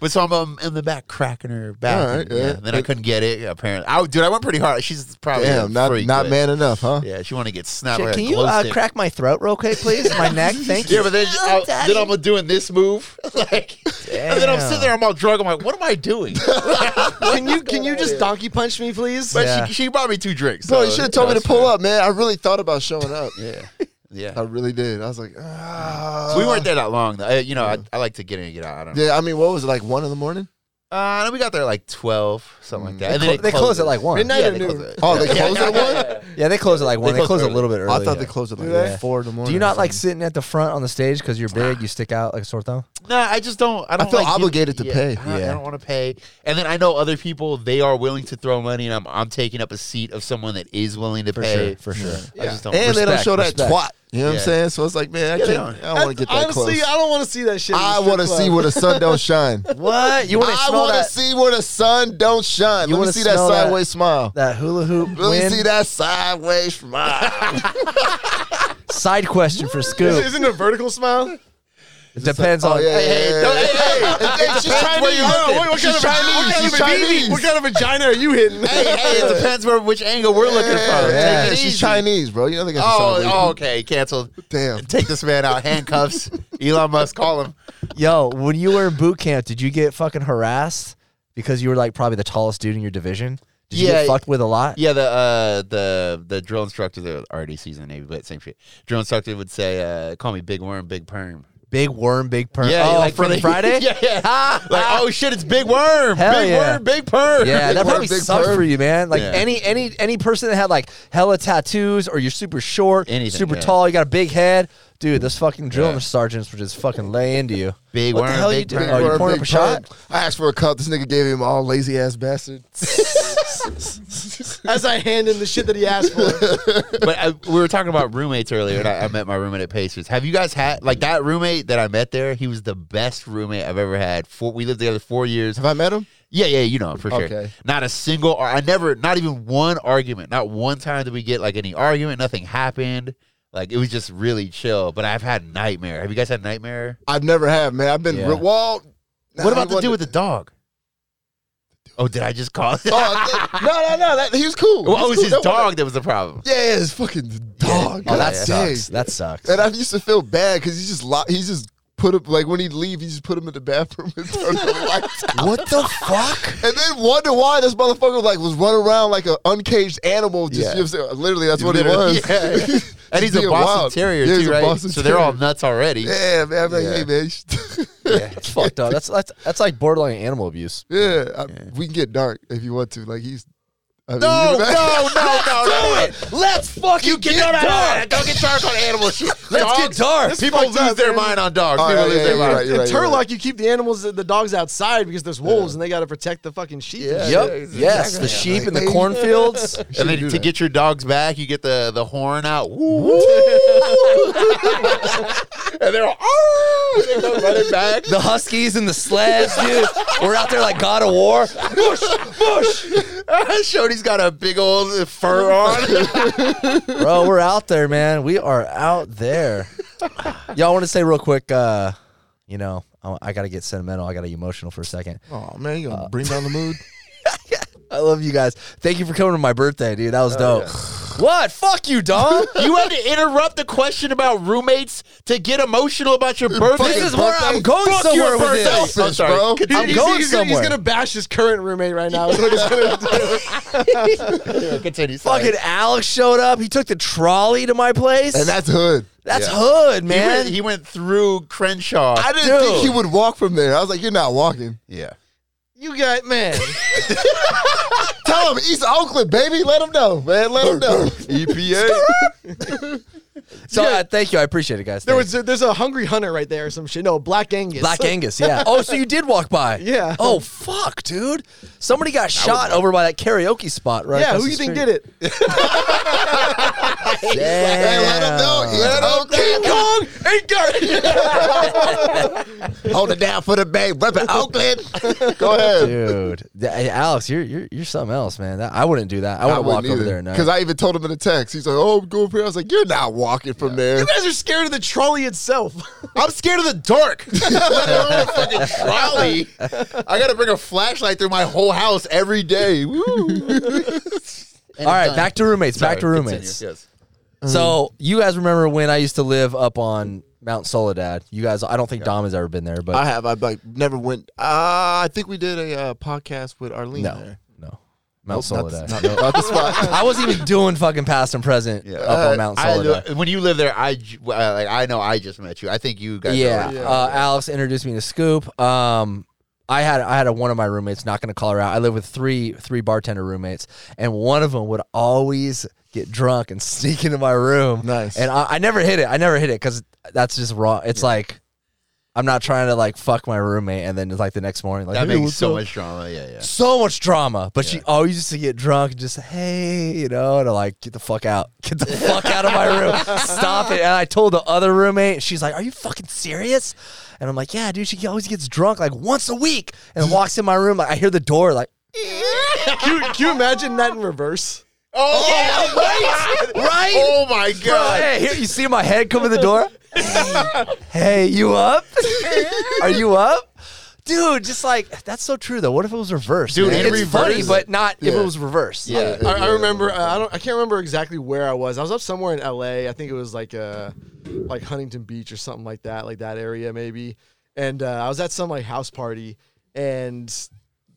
[SPEAKER 1] but so I'm um, in the back cracking her back.
[SPEAKER 2] All right,
[SPEAKER 1] and, yeah.
[SPEAKER 2] yeah.
[SPEAKER 1] Then I couldn't get it. Apparently, I dude, I went pretty hard. She's probably a
[SPEAKER 2] Damn, not
[SPEAKER 1] freak,
[SPEAKER 2] not
[SPEAKER 1] but-
[SPEAKER 2] man enough, huh?
[SPEAKER 1] Yeah, she wanted to get snapped.
[SPEAKER 4] Shit,
[SPEAKER 1] like a
[SPEAKER 4] can you
[SPEAKER 1] glow
[SPEAKER 4] uh,
[SPEAKER 1] stick.
[SPEAKER 4] crack Oh, my throat real quick, please? My neck, thank you.
[SPEAKER 1] Yeah, but then I, then I'm doing this move, like, and then I'm sitting there, I'm all drunk. I'm like, what am I doing?
[SPEAKER 3] Can you can you just donkey punch me, please?
[SPEAKER 1] But
[SPEAKER 4] Yeah.
[SPEAKER 1] she, she brought me two drinks.
[SPEAKER 2] Bro,
[SPEAKER 1] so
[SPEAKER 2] you should have told me to
[SPEAKER 1] that's
[SPEAKER 2] pull up, man. I really thought about showing up.
[SPEAKER 1] fair. Yeah,
[SPEAKER 2] I
[SPEAKER 1] yeah.
[SPEAKER 2] really did. I was like, ah.
[SPEAKER 1] we weren't there that long. Though. I, you know, I, I like to get in and get out. I don't.
[SPEAKER 2] Yeah, I mean, what was it like? One in the morning?
[SPEAKER 1] know. Uh, we got there like twelve, something like that. and
[SPEAKER 4] They,
[SPEAKER 1] then
[SPEAKER 4] clo-
[SPEAKER 1] it
[SPEAKER 4] they close at
[SPEAKER 1] closes.
[SPEAKER 4] like one.
[SPEAKER 3] Midnight
[SPEAKER 1] Yeah,
[SPEAKER 3] or
[SPEAKER 1] they
[SPEAKER 3] noon?
[SPEAKER 1] close it.
[SPEAKER 2] Oh, they closed at one.
[SPEAKER 4] Yeah, they close at like one. They,
[SPEAKER 1] close
[SPEAKER 4] close
[SPEAKER 1] early.
[SPEAKER 4] a little bit early.
[SPEAKER 2] I thought
[SPEAKER 4] yeah.
[SPEAKER 2] they closed at
[SPEAKER 3] Do
[SPEAKER 2] like
[SPEAKER 3] they?
[SPEAKER 2] four in the morning.
[SPEAKER 4] Do you not
[SPEAKER 2] or
[SPEAKER 4] like
[SPEAKER 2] something.
[SPEAKER 4] sitting at the front on the stage because you're big? You stick out like a sore thumb.
[SPEAKER 1] No, I just don't. I don't.
[SPEAKER 2] feel
[SPEAKER 1] like giving-
[SPEAKER 2] obligated to
[SPEAKER 1] yeah,
[SPEAKER 2] pay.
[SPEAKER 1] I don't,
[SPEAKER 4] Yeah.
[SPEAKER 1] want to pay. And then I know other people; they are willing to throw money, and I'm I'm taking up a seat of someone that is willing to pay.
[SPEAKER 4] for sure.
[SPEAKER 1] I just don't.
[SPEAKER 2] And they don't
[SPEAKER 4] Respect,
[SPEAKER 2] show that
[SPEAKER 4] respect.
[SPEAKER 2] twat. You know what
[SPEAKER 1] Yeah.
[SPEAKER 2] I'm saying? So it's like, man, I
[SPEAKER 1] Yeah, they
[SPEAKER 2] can't.
[SPEAKER 1] don't.
[SPEAKER 2] I don't want to get that
[SPEAKER 3] Honestly,
[SPEAKER 2] close.
[SPEAKER 3] I don't want to see that shit. in a
[SPEAKER 2] I
[SPEAKER 3] strip
[SPEAKER 2] want to
[SPEAKER 3] club.
[SPEAKER 2] see where the sun don't shine.
[SPEAKER 4] What you want to
[SPEAKER 2] I
[SPEAKER 4] smell
[SPEAKER 2] want to
[SPEAKER 4] that,
[SPEAKER 2] see where the sun don't shine.
[SPEAKER 4] You
[SPEAKER 2] Let me
[SPEAKER 4] wanna
[SPEAKER 2] see that
[SPEAKER 4] smell that-
[SPEAKER 2] sideways smile.
[SPEAKER 4] that hula hoop?
[SPEAKER 2] Let me
[SPEAKER 4] win?
[SPEAKER 2] see that sideways smile.
[SPEAKER 4] Side question for Scoop.
[SPEAKER 3] Isn't it a vertical smile?
[SPEAKER 4] It depends
[SPEAKER 2] Oh
[SPEAKER 4] on.
[SPEAKER 2] yeah,
[SPEAKER 1] Hey,
[SPEAKER 2] yeah,
[SPEAKER 1] don't-
[SPEAKER 2] yeah, yeah.
[SPEAKER 1] hey, hey,
[SPEAKER 2] It- it- She's
[SPEAKER 1] depends where
[SPEAKER 2] Chinese.
[SPEAKER 1] you're looking.
[SPEAKER 2] What- what
[SPEAKER 1] She's
[SPEAKER 2] kind of- what kind of
[SPEAKER 3] What
[SPEAKER 2] baby-
[SPEAKER 3] kind of baby- What kind of vagina are you hitting?
[SPEAKER 1] hey, hey, it depends where which angle we're looking from.
[SPEAKER 2] Yeah,
[SPEAKER 1] Take it
[SPEAKER 2] she's
[SPEAKER 1] easy.
[SPEAKER 2] Chinese, bro. You know they got the
[SPEAKER 1] Oh,
[SPEAKER 2] sideways-
[SPEAKER 1] oh, okay, canceled.
[SPEAKER 2] Damn.
[SPEAKER 1] Take this man out, handcuffs. Elon Musk, call him.
[SPEAKER 4] Yo, when you were in boot camp, did you get fucking harassed because you were like probably the tallest dude in your division? Did you
[SPEAKER 1] Yeah.
[SPEAKER 4] get fucked with a lot?
[SPEAKER 1] Yeah, the uh, the the drill instructor, the already seasoned Navy, but same shit. Drill instructor would say, uh, "Call me Big Worm, Big Perm."
[SPEAKER 4] Big worm, big perm.
[SPEAKER 1] Yeah,
[SPEAKER 4] oh,
[SPEAKER 1] like
[SPEAKER 4] from
[SPEAKER 1] really-
[SPEAKER 4] Friday.
[SPEAKER 1] Yeah, yeah.
[SPEAKER 4] Ha,
[SPEAKER 1] Like,
[SPEAKER 4] ha.
[SPEAKER 1] oh shit, it's Big Worm,
[SPEAKER 4] Hell
[SPEAKER 1] Big
[SPEAKER 4] yeah.
[SPEAKER 1] Worm, Big Perm.
[SPEAKER 4] Yeah, that
[SPEAKER 2] Big
[SPEAKER 4] probably
[SPEAKER 2] worm, big
[SPEAKER 4] sucked
[SPEAKER 2] perm.
[SPEAKER 4] for you, man. Like
[SPEAKER 1] Yeah.
[SPEAKER 4] any any any person that had like hella tattoos or you're super short,
[SPEAKER 1] Anything,
[SPEAKER 4] super
[SPEAKER 1] yeah.
[SPEAKER 4] tall, you got a big head, dude. Those fucking drilling
[SPEAKER 1] Yeah.
[SPEAKER 4] sergeants were just fucking lay into you.
[SPEAKER 1] Big
[SPEAKER 4] what
[SPEAKER 1] worm,
[SPEAKER 4] the hell you
[SPEAKER 1] big
[SPEAKER 4] doing?
[SPEAKER 1] perm.
[SPEAKER 4] Are
[SPEAKER 2] Or
[SPEAKER 4] Oh, you
[SPEAKER 2] a
[SPEAKER 4] pouring up a
[SPEAKER 2] big
[SPEAKER 4] shot?
[SPEAKER 2] perm. I asked for a cup. This nigga gave him all lazy ass bastard.
[SPEAKER 3] As I hand him the shit that he asked for.
[SPEAKER 1] but I, we were talking about roommates earlier, and I, I met my roommate at Pacers. Have you guys had like that roommate that I met there? He was the best roommate I've ever had. Four, we lived together four years.
[SPEAKER 2] Have I met him?
[SPEAKER 1] Yeah, yeah, you know him, for sure.
[SPEAKER 2] Okay.
[SPEAKER 1] Not a single. ar- I never, not even one argument. Not one time did we get like any argument. Nothing happened. Like it was just really chill. But I've had nightmare. Have you guys had nightmare?
[SPEAKER 2] I've never have, man. I've been
[SPEAKER 4] Yeah.
[SPEAKER 2] re- well.
[SPEAKER 1] what about the dude with the dog? Oh, did I just call?
[SPEAKER 2] Oh, I think- no, no, no. That, he was cool.
[SPEAKER 1] Well,
[SPEAKER 2] He
[SPEAKER 1] it was Oh,
[SPEAKER 2] cool.
[SPEAKER 1] his
[SPEAKER 2] That wasn't-
[SPEAKER 1] dog that was the problem.
[SPEAKER 2] Yeah, his fucking dog.
[SPEAKER 4] Oh,
[SPEAKER 2] God
[SPEAKER 4] that
[SPEAKER 2] dang.
[SPEAKER 4] sucks. That sucks.
[SPEAKER 2] And I used to feel bad because he just lo- he just put up like when he'd leave, he just put him in the bathroom and turned the lights out.
[SPEAKER 4] What the fuck?
[SPEAKER 2] And then wonder why this motherfucker like was running around like an uncaged animal. Just
[SPEAKER 4] Yeah.
[SPEAKER 2] you know what I'm saying? literally, that's what
[SPEAKER 1] Literally,
[SPEAKER 2] it was.
[SPEAKER 1] yeah, yeah. And he's a
[SPEAKER 2] being
[SPEAKER 1] Boston
[SPEAKER 2] wild.
[SPEAKER 1] Terrier
[SPEAKER 2] Yeah,
[SPEAKER 1] too,
[SPEAKER 2] he's a
[SPEAKER 1] right?
[SPEAKER 2] Boston
[SPEAKER 1] so they're all
[SPEAKER 2] Terrier.
[SPEAKER 1] nuts already.
[SPEAKER 2] Yeah, man. I'm like,
[SPEAKER 1] Yeah.
[SPEAKER 2] hey, man. you should-
[SPEAKER 4] Yeah, it's fucked up. That's that's that's like borderline animal abuse.
[SPEAKER 2] yeah, I- we can get dark if you want to. Like he's. I mean,
[SPEAKER 1] No,
[SPEAKER 2] you know-
[SPEAKER 1] no, no, no, no. it.
[SPEAKER 4] Let's fucking
[SPEAKER 1] You get dark. Don't get dark on animal shit.
[SPEAKER 4] Let's get dark.
[SPEAKER 1] Dogs- People lose their mind on dogs.
[SPEAKER 2] All right,
[SPEAKER 1] People lose
[SPEAKER 2] yeah,
[SPEAKER 1] their
[SPEAKER 2] you're
[SPEAKER 1] mind.
[SPEAKER 2] right, you're
[SPEAKER 3] In
[SPEAKER 2] right, you're right.
[SPEAKER 3] Turlock, you keep the animals, the dogs outside because there's wolves and they got to protect the fucking sheep. and shit.
[SPEAKER 4] Yep.
[SPEAKER 2] exactly.
[SPEAKER 4] Yes, the sheep in the
[SPEAKER 2] Like,
[SPEAKER 4] cornfields.
[SPEAKER 1] And
[SPEAKER 2] Shouldn't
[SPEAKER 1] then
[SPEAKER 2] do
[SPEAKER 1] to
[SPEAKER 2] that.
[SPEAKER 1] get your dogs back, you get the, the horn out. Woo, woo. and they're all, "Arr!" they go running back.
[SPEAKER 4] The huskies and the sleds, dude. We're out there like God of War. Bush, bush.
[SPEAKER 1] Shoney's got a big old fur on.
[SPEAKER 4] Bro, we're out there, man. We are out there. Y'all want to say real quick, uh, you know, I, I got to get sentimental. I got to be emotional for a second.
[SPEAKER 2] Oh man, you gonna bring down the mood?
[SPEAKER 4] I love you guys. Thank you for coming to my birthday, dude. That was dope. What? Fuck you, Dom.
[SPEAKER 1] you had to interrupt the question about roommates to get emotional about your birthday.
[SPEAKER 4] this is where I'm going
[SPEAKER 1] Fuck
[SPEAKER 4] somewhere
[SPEAKER 1] your
[SPEAKER 4] with
[SPEAKER 1] birthday. Oh,
[SPEAKER 4] this.
[SPEAKER 1] I'm sorry.
[SPEAKER 2] bro.
[SPEAKER 1] Continue.
[SPEAKER 4] I'm going
[SPEAKER 3] he's,
[SPEAKER 4] somewhere.
[SPEAKER 3] Gonna, he's gonna bash his current roommate right now. Is what he's gonna do.
[SPEAKER 1] Continue. Sorry.
[SPEAKER 4] Fucking Alex showed up. He took the trolley to my place.
[SPEAKER 2] And that's hood.
[SPEAKER 4] That's hood,
[SPEAKER 1] He
[SPEAKER 4] man.
[SPEAKER 1] went, he went through Crenshaw.
[SPEAKER 2] I didn't think he
[SPEAKER 4] Dude.
[SPEAKER 2] would walk from there. I was like, you're not walking.
[SPEAKER 1] yeah.
[SPEAKER 3] You got man.
[SPEAKER 2] Tell him East Oakland, baby. Let him know, man. Let him know.
[SPEAKER 1] EPA.
[SPEAKER 4] So uh, thank you. I appreciate it, guys.
[SPEAKER 3] There
[SPEAKER 4] Thanks.
[SPEAKER 3] was a, there's a hungry hunter right there or some shit. No, Black Angus.
[SPEAKER 4] Black Angus, yeah. Oh, so you did walk by.
[SPEAKER 3] Yeah.
[SPEAKER 4] Oh, fuck, dude. Somebody got shot over by that karaoke spot right
[SPEAKER 3] Yeah,
[SPEAKER 4] across
[SPEAKER 3] who
[SPEAKER 4] the
[SPEAKER 3] you think
[SPEAKER 4] street.
[SPEAKER 3] did it?
[SPEAKER 2] Hey, let him know. Let him know.
[SPEAKER 4] Kong ain't got it.
[SPEAKER 2] Hold it down for the bay, repping Oakland. Go ahead.
[SPEAKER 4] Dude, th- hey, Alex, you're, you're you're something else, man. That, I wouldn't do that. I wouldn't walk over there at night.
[SPEAKER 2] Because I even told him in a text. He's like, "Oh, I'm going for it." I was like, "You're not walking from there."
[SPEAKER 3] You guys are scared of the trolley itself.
[SPEAKER 1] I'm scared of the dark. Let alone a fucking trolley. I gotta bring a flashlight through my whole house every day. Woo.
[SPEAKER 4] All right, back to roommates.
[SPEAKER 1] Sorry,
[SPEAKER 4] back to
[SPEAKER 1] continue.
[SPEAKER 4] roommates.
[SPEAKER 1] Yes.
[SPEAKER 4] So you guys remember when I used to live up on Mount Soledad? You guys, I don't think Dom has ever been there, but
[SPEAKER 2] I have. I've like never went. Uh, I think we did a uh, podcast with Arlene.
[SPEAKER 4] no,
[SPEAKER 2] there.
[SPEAKER 4] no, Mount
[SPEAKER 2] Nope,
[SPEAKER 4] Soledad.
[SPEAKER 2] that's not- not the spot.
[SPEAKER 4] I wasn't even doing fucking past and present up on Mount
[SPEAKER 1] Uh, I
[SPEAKER 4] Soledad.
[SPEAKER 1] know- when you live there, I j- well, like I know I just met you. I think you guys.
[SPEAKER 4] yeah,
[SPEAKER 1] already-
[SPEAKER 4] Uh, Alex introduced me to Scoop. Um, I had I had a, one of my roommates not going to call her out. I lived with three three bartender roommates, and one of them would always get drunk and sneak into my room.
[SPEAKER 2] Nice.
[SPEAKER 4] And I, I never hit it. I never hit it because that's just wrong. It's like I'm not trying to like fuck my roommate, and then it's like the next morning like
[SPEAKER 1] that
[SPEAKER 4] "Hey,
[SPEAKER 1] makes
[SPEAKER 4] what's
[SPEAKER 1] so
[SPEAKER 4] up?"
[SPEAKER 1] much drama. Yeah, yeah.
[SPEAKER 4] so much drama. But she always used to get drunk and just hey, you know, and I'm like get the fuck out, get the fuck out of my room, stop it. And I told the other roommate, and she's like, "Are you fucking serious?" And I'm like, "Yeah, dude. She always gets drunk like once a week and walks in my room. Like I hear the door like."
[SPEAKER 3] can, you, can you imagine that in reverse?
[SPEAKER 1] Oh,
[SPEAKER 4] right, right.
[SPEAKER 1] oh my god!
[SPEAKER 4] Hey, here you see my head come in the door. hey, you up? Are you up? Dude, just like that's so true though. What if it was reversed?
[SPEAKER 1] Dude,
[SPEAKER 4] man?
[SPEAKER 1] in
[SPEAKER 4] it's funny,
[SPEAKER 1] reverse-
[SPEAKER 4] but not if
[SPEAKER 2] Yeah.
[SPEAKER 4] it was reversed.
[SPEAKER 1] Yeah.
[SPEAKER 3] I, I remember. Uh, I don't. I can't remember exactly where I was. I was up somewhere in L.A. I think it was like uh, like Huntington Beach or something like that, like that area maybe. And uh, I was at some like house party, and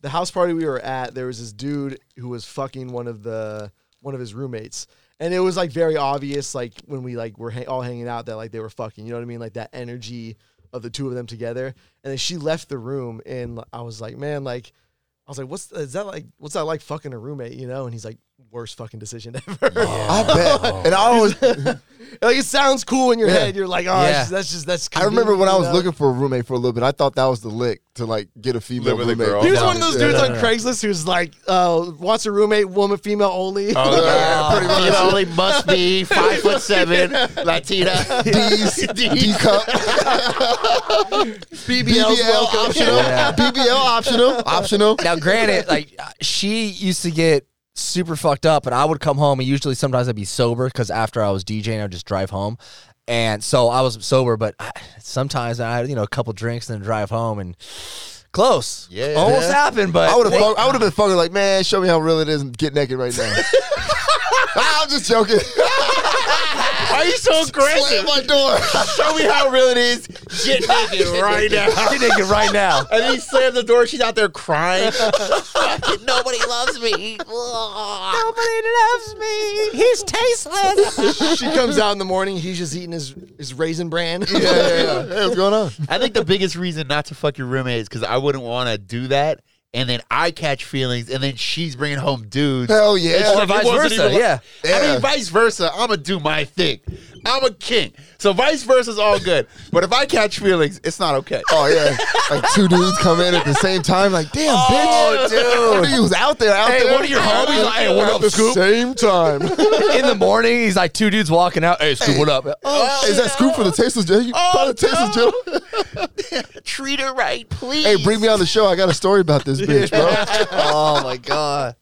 [SPEAKER 3] the house party we were at, there was this dude who was fucking one of the one of his roommates, and it was like very obvious, like when we like were ha- all hanging out, that like they were fucking. You know what I mean? Like that energy of the two of them together. And then she left the room, and I was like, man, like. I was like, "What's is that like? What's that like fucking a roommate?" You know, and he's like, "Worst fucking decision ever."
[SPEAKER 2] I bet. And I always.
[SPEAKER 3] like it sounds cool in your
[SPEAKER 2] Yeah.
[SPEAKER 3] head. You're like, "Oh,
[SPEAKER 4] Yeah.
[SPEAKER 3] that's- that's just that's."
[SPEAKER 2] I remember when I was
[SPEAKER 3] convenient, you know?
[SPEAKER 2] looking for a roommate for a little bit. I thought that was the lick to like get a female
[SPEAKER 1] Live with a
[SPEAKER 2] roommate.
[SPEAKER 1] girl.
[SPEAKER 3] He was
[SPEAKER 1] No.
[SPEAKER 3] one of those
[SPEAKER 2] Yeah.
[SPEAKER 3] dudes on Craigslist who's like, uh, wants a roommate, woman, female only.
[SPEAKER 1] Oh,
[SPEAKER 2] Yeah, pretty much.
[SPEAKER 1] You know, they must be five foot seven, Latina,
[SPEAKER 2] D's, D cup, BBL
[SPEAKER 1] BBL's welcome.
[SPEAKER 2] optional,
[SPEAKER 4] Yeah.
[SPEAKER 2] BBL optional, optional.
[SPEAKER 4] Now, granted, like uh, she used to get super fucked up, and I would come home, and usually sometimes I'd be sober because after I was DJing, I'd just drive home, and so I was sober. But I, sometimes I had you know a couple drinks and then drive home, and close,
[SPEAKER 1] Yeah.
[SPEAKER 4] almost
[SPEAKER 2] Yeah.
[SPEAKER 4] happened, but
[SPEAKER 2] I would have,
[SPEAKER 4] they-
[SPEAKER 2] I would have been fucking like, man, show me how real it is and get naked right now. I'm just joking.
[SPEAKER 1] Are you so
[SPEAKER 2] Slam my door.
[SPEAKER 1] Show me how real it is. Shit naked right now.
[SPEAKER 4] get naked right now.
[SPEAKER 1] And then he slammed the door. She's out there crying.
[SPEAKER 5] Nobody loves me.
[SPEAKER 4] Nobody loves me. He's tasteless.
[SPEAKER 3] she comes out in the morning. He's just eating his his raisin bran.
[SPEAKER 2] yeah, yeah, yeah. Hey, what's going on?
[SPEAKER 1] I think the biggest reason not to fuck your roommate is because I wouldn't want to do that. And then I catch feelings, and then she's bringing home dudes.
[SPEAKER 2] Hell yeah.
[SPEAKER 1] It's
[SPEAKER 2] Or
[SPEAKER 1] like, it
[SPEAKER 4] vice
[SPEAKER 1] wasn't
[SPEAKER 4] versa,
[SPEAKER 1] even like-
[SPEAKER 4] yeah.
[SPEAKER 1] I
[SPEAKER 2] Yeah.
[SPEAKER 1] mean, vice versa. I'm going to do my thing. I'm a king. So, vice versa is all good. but if I catch feelings, it's not okay.
[SPEAKER 2] Oh yeah, like two dudes come in at the same time. Like, damn, bitch,
[SPEAKER 4] dude.
[SPEAKER 2] he was out there, out
[SPEAKER 1] Oh, Hey,
[SPEAKER 2] there.
[SPEAKER 1] one of your homies, like, hey, what
[SPEAKER 2] At
[SPEAKER 1] up,
[SPEAKER 2] the
[SPEAKER 1] Scoop?
[SPEAKER 2] Same time.
[SPEAKER 4] In the morning, he's like two dudes walking out. Hey, scoop, what up?
[SPEAKER 2] Oh, is that scoop for the tasteless gentleman? You
[SPEAKER 1] Oh,
[SPEAKER 2] oh, the tasteless
[SPEAKER 1] no.
[SPEAKER 2] gentleman?
[SPEAKER 1] Treat her right, please.
[SPEAKER 2] Hey, bring me on the show. I got a story about this bitch, bro.
[SPEAKER 4] oh my god.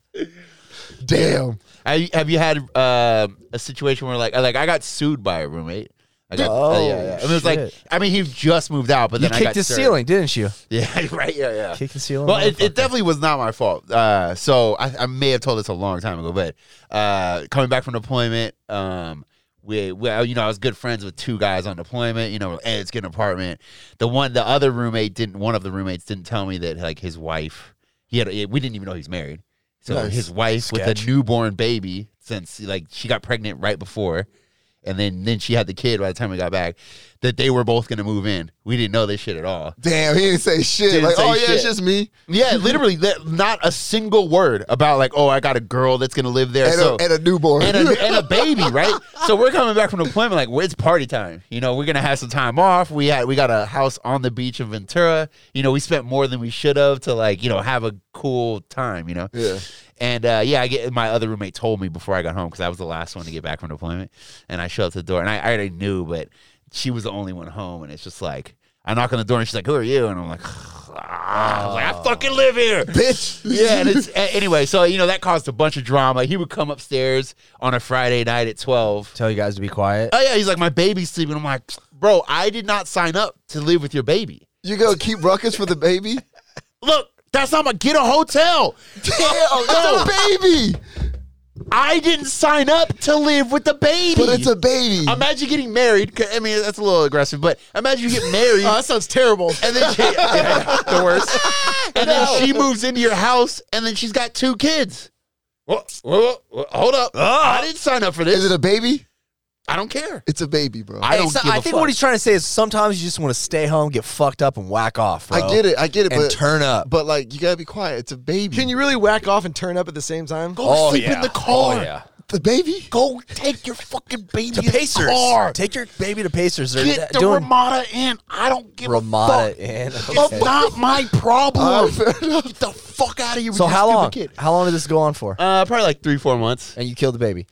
[SPEAKER 2] Damn.
[SPEAKER 1] Have you, have you had uh, a situation where like like I got sued by a roommate? I got, uh, yeah,
[SPEAKER 4] Oh,
[SPEAKER 1] yeah. I mean, it was like
[SPEAKER 4] shit.
[SPEAKER 1] I mean he just moved out, but
[SPEAKER 4] You
[SPEAKER 1] then I
[SPEAKER 4] kicked
[SPEAKER 1] got
[SPEAKER 4] his
[SPEAKER 1] served.
[SPEAKER 4] ceiling, didn't you?
[SPEAKER 1] Yeah, right. Yeah, yeah.
[SPEAKER 4] Kicked the ceiling.
[SPEAKER 1] Well, it,
[SPEAKER 4] motherfucker.
[SPEAKER 1] it definitely was not my fault. Uh, so I, I may have told this a long time ago, but uh, coming back from deployment, um, we well, you know, I was good friends with two guys on deployment. You know, hey, let's get an apartment. The one, the other roommate didn't. One of the roommates didn't tell me that like his wife. He had. We didn't even know he's married. So
[SPEAKER 2] Nice.
[SPEAKER 1] his wife with a newborn baby, since like she got pregnant right before and then then she had the kid by the time we got back, that they were both gonna move in. We didn't know this shit at all.
[SPEAKER 2] Damn, he didn't say shit.
[SPEAKER 1] Didn't
[SPEAKER 2] like,
[SPEAKER 1] say
[SPEAKER 2] oh yeah,
[SPEAKER 1] shit.
[SPEAKER 2] it's just me.
[SPEAKER 1] Yeah, literally, that- not a single word about like, oh, I got a girl that's gonna live there.
[SPEAKER 2] And,
[SPEAKER 1] so
[SPEAKER 2] a, and a newborn.
[SPEAKER 1] and a, and a baby, right? So we're coming back from deployment, like well, it's party time. You know, we're gonna have some time off. We had we got a house on the beach in Ventura. You know, we spent more than we should have to like you know have a cool time. You know,
[SPEAKER 2] Yeah.
[SPEAKER 1] And uh, yeah, I get my other roommate told me before I got home because I was the last one to get back from deployment, and I showed up to the door, and I, I already knew, but she was the only one home, and it's just like. I knock on the door and she's like, "Who are you?" And I'm like, "Ah." I was like, "I fucking live here."
[SPEAKER 2] bitch.
[SPEAKER 1] yeah, and it's a- anyway. So you know that caused a bunch of drama. He would come upstairs on a Friday night at twelve.
[SPEAKER 4] Tell you guys to be quiet.
[SPEAKER 1] Oh yeah, he's like my baby's sleeping. I'm like, bro, I did not sign up to live with your baby.
[SPEAKER 2] You gonna keep ruckus for the baby?
[SPEAKER 1] Look, that's not my get a hotel.
[SPEAKER 2] Damn, it's a baby.
[SPEAKER 1] I didn't sign up to live with the baby.
[SPEAKER 2] But it's a baby.
[SPEAKER 1] imagine getting married. 'cause- I mean, that's a little aggressive, but imagine you get married.
[SPEAKER 2] Uh,
[SPEAKER 3] Oh, that sounds terrible.
[SPEAKER 1] and then she, the worst. And then she moves into your house, and then she's got two kids. Whoa, whoa, whoa, hold up! I didn't sign up for this.
[SPEAKER 2] Is it a baby?
[SPEAKER 1] I don't care.
[SPEAKER 2] It's a baby, bro.
[SPEAKER 1] I don't
[SPEAKER 4] so-
[SPEAKER 1] give
[SPEAKER 4] I
[SPEAKER 1] a
[SPEAKER 4] think
[SPEAKER 1] fuck.
[SPEAKER 4] what he's trying to say is sometimes you just want to stay home, get fucked up, and whack off.
[SPEAKER 2] I
[SPEAKER 4] bro,
[SPEAKER 2] get it. I get it.
[SPEAKER 4] and
[SPEAKER 2] But
[SPEAKER 4] turn up.
[SPEAKER 2] but like you gotta be quiet. It's a baby.
[SPEAKER 3] Can you really whack off and turn up at the same time?
[SPEAKER 1] Go sleep in the car.
[SPEAKER 4] Oh, yeah.
[SPEAKER 2] the baby?
[SPEAKER 1] Go take your fucking baby
[SPEAKER 4] To
[SPEAKER 1] in the
[SPEAKER 4] Pacers.
[SPEAKER 1] car.
[SPEAKER 4] Take your baby to Pacers. They're
[SPEAKER 1] Get the
[SPEAKER 4] doing
[SPEAKER 1] Ramada in. I don't give a
[SPEAKER 4] Ramada
[SPEAKER 1] fuck.
[SPEAKER 4] in.
[SPEAKER 1] It's not my problem.
[SPEAKER 2] Alright, fair enough.
[SPEAKER 1] Get the fuck out of here. with
[SPEAKER 4] So
[SPEAKER 1] your
[SPEAKER 4] how
[SPEAKER 1] stupid
[SPEAKER 4] long?
[SPEAKER 1] Kid.
[SPEAKER 4] How long did this go on for?
[SPEAKER 1] Uh, probably like three, four months.
[SPEAKER 4] And you killed the baby.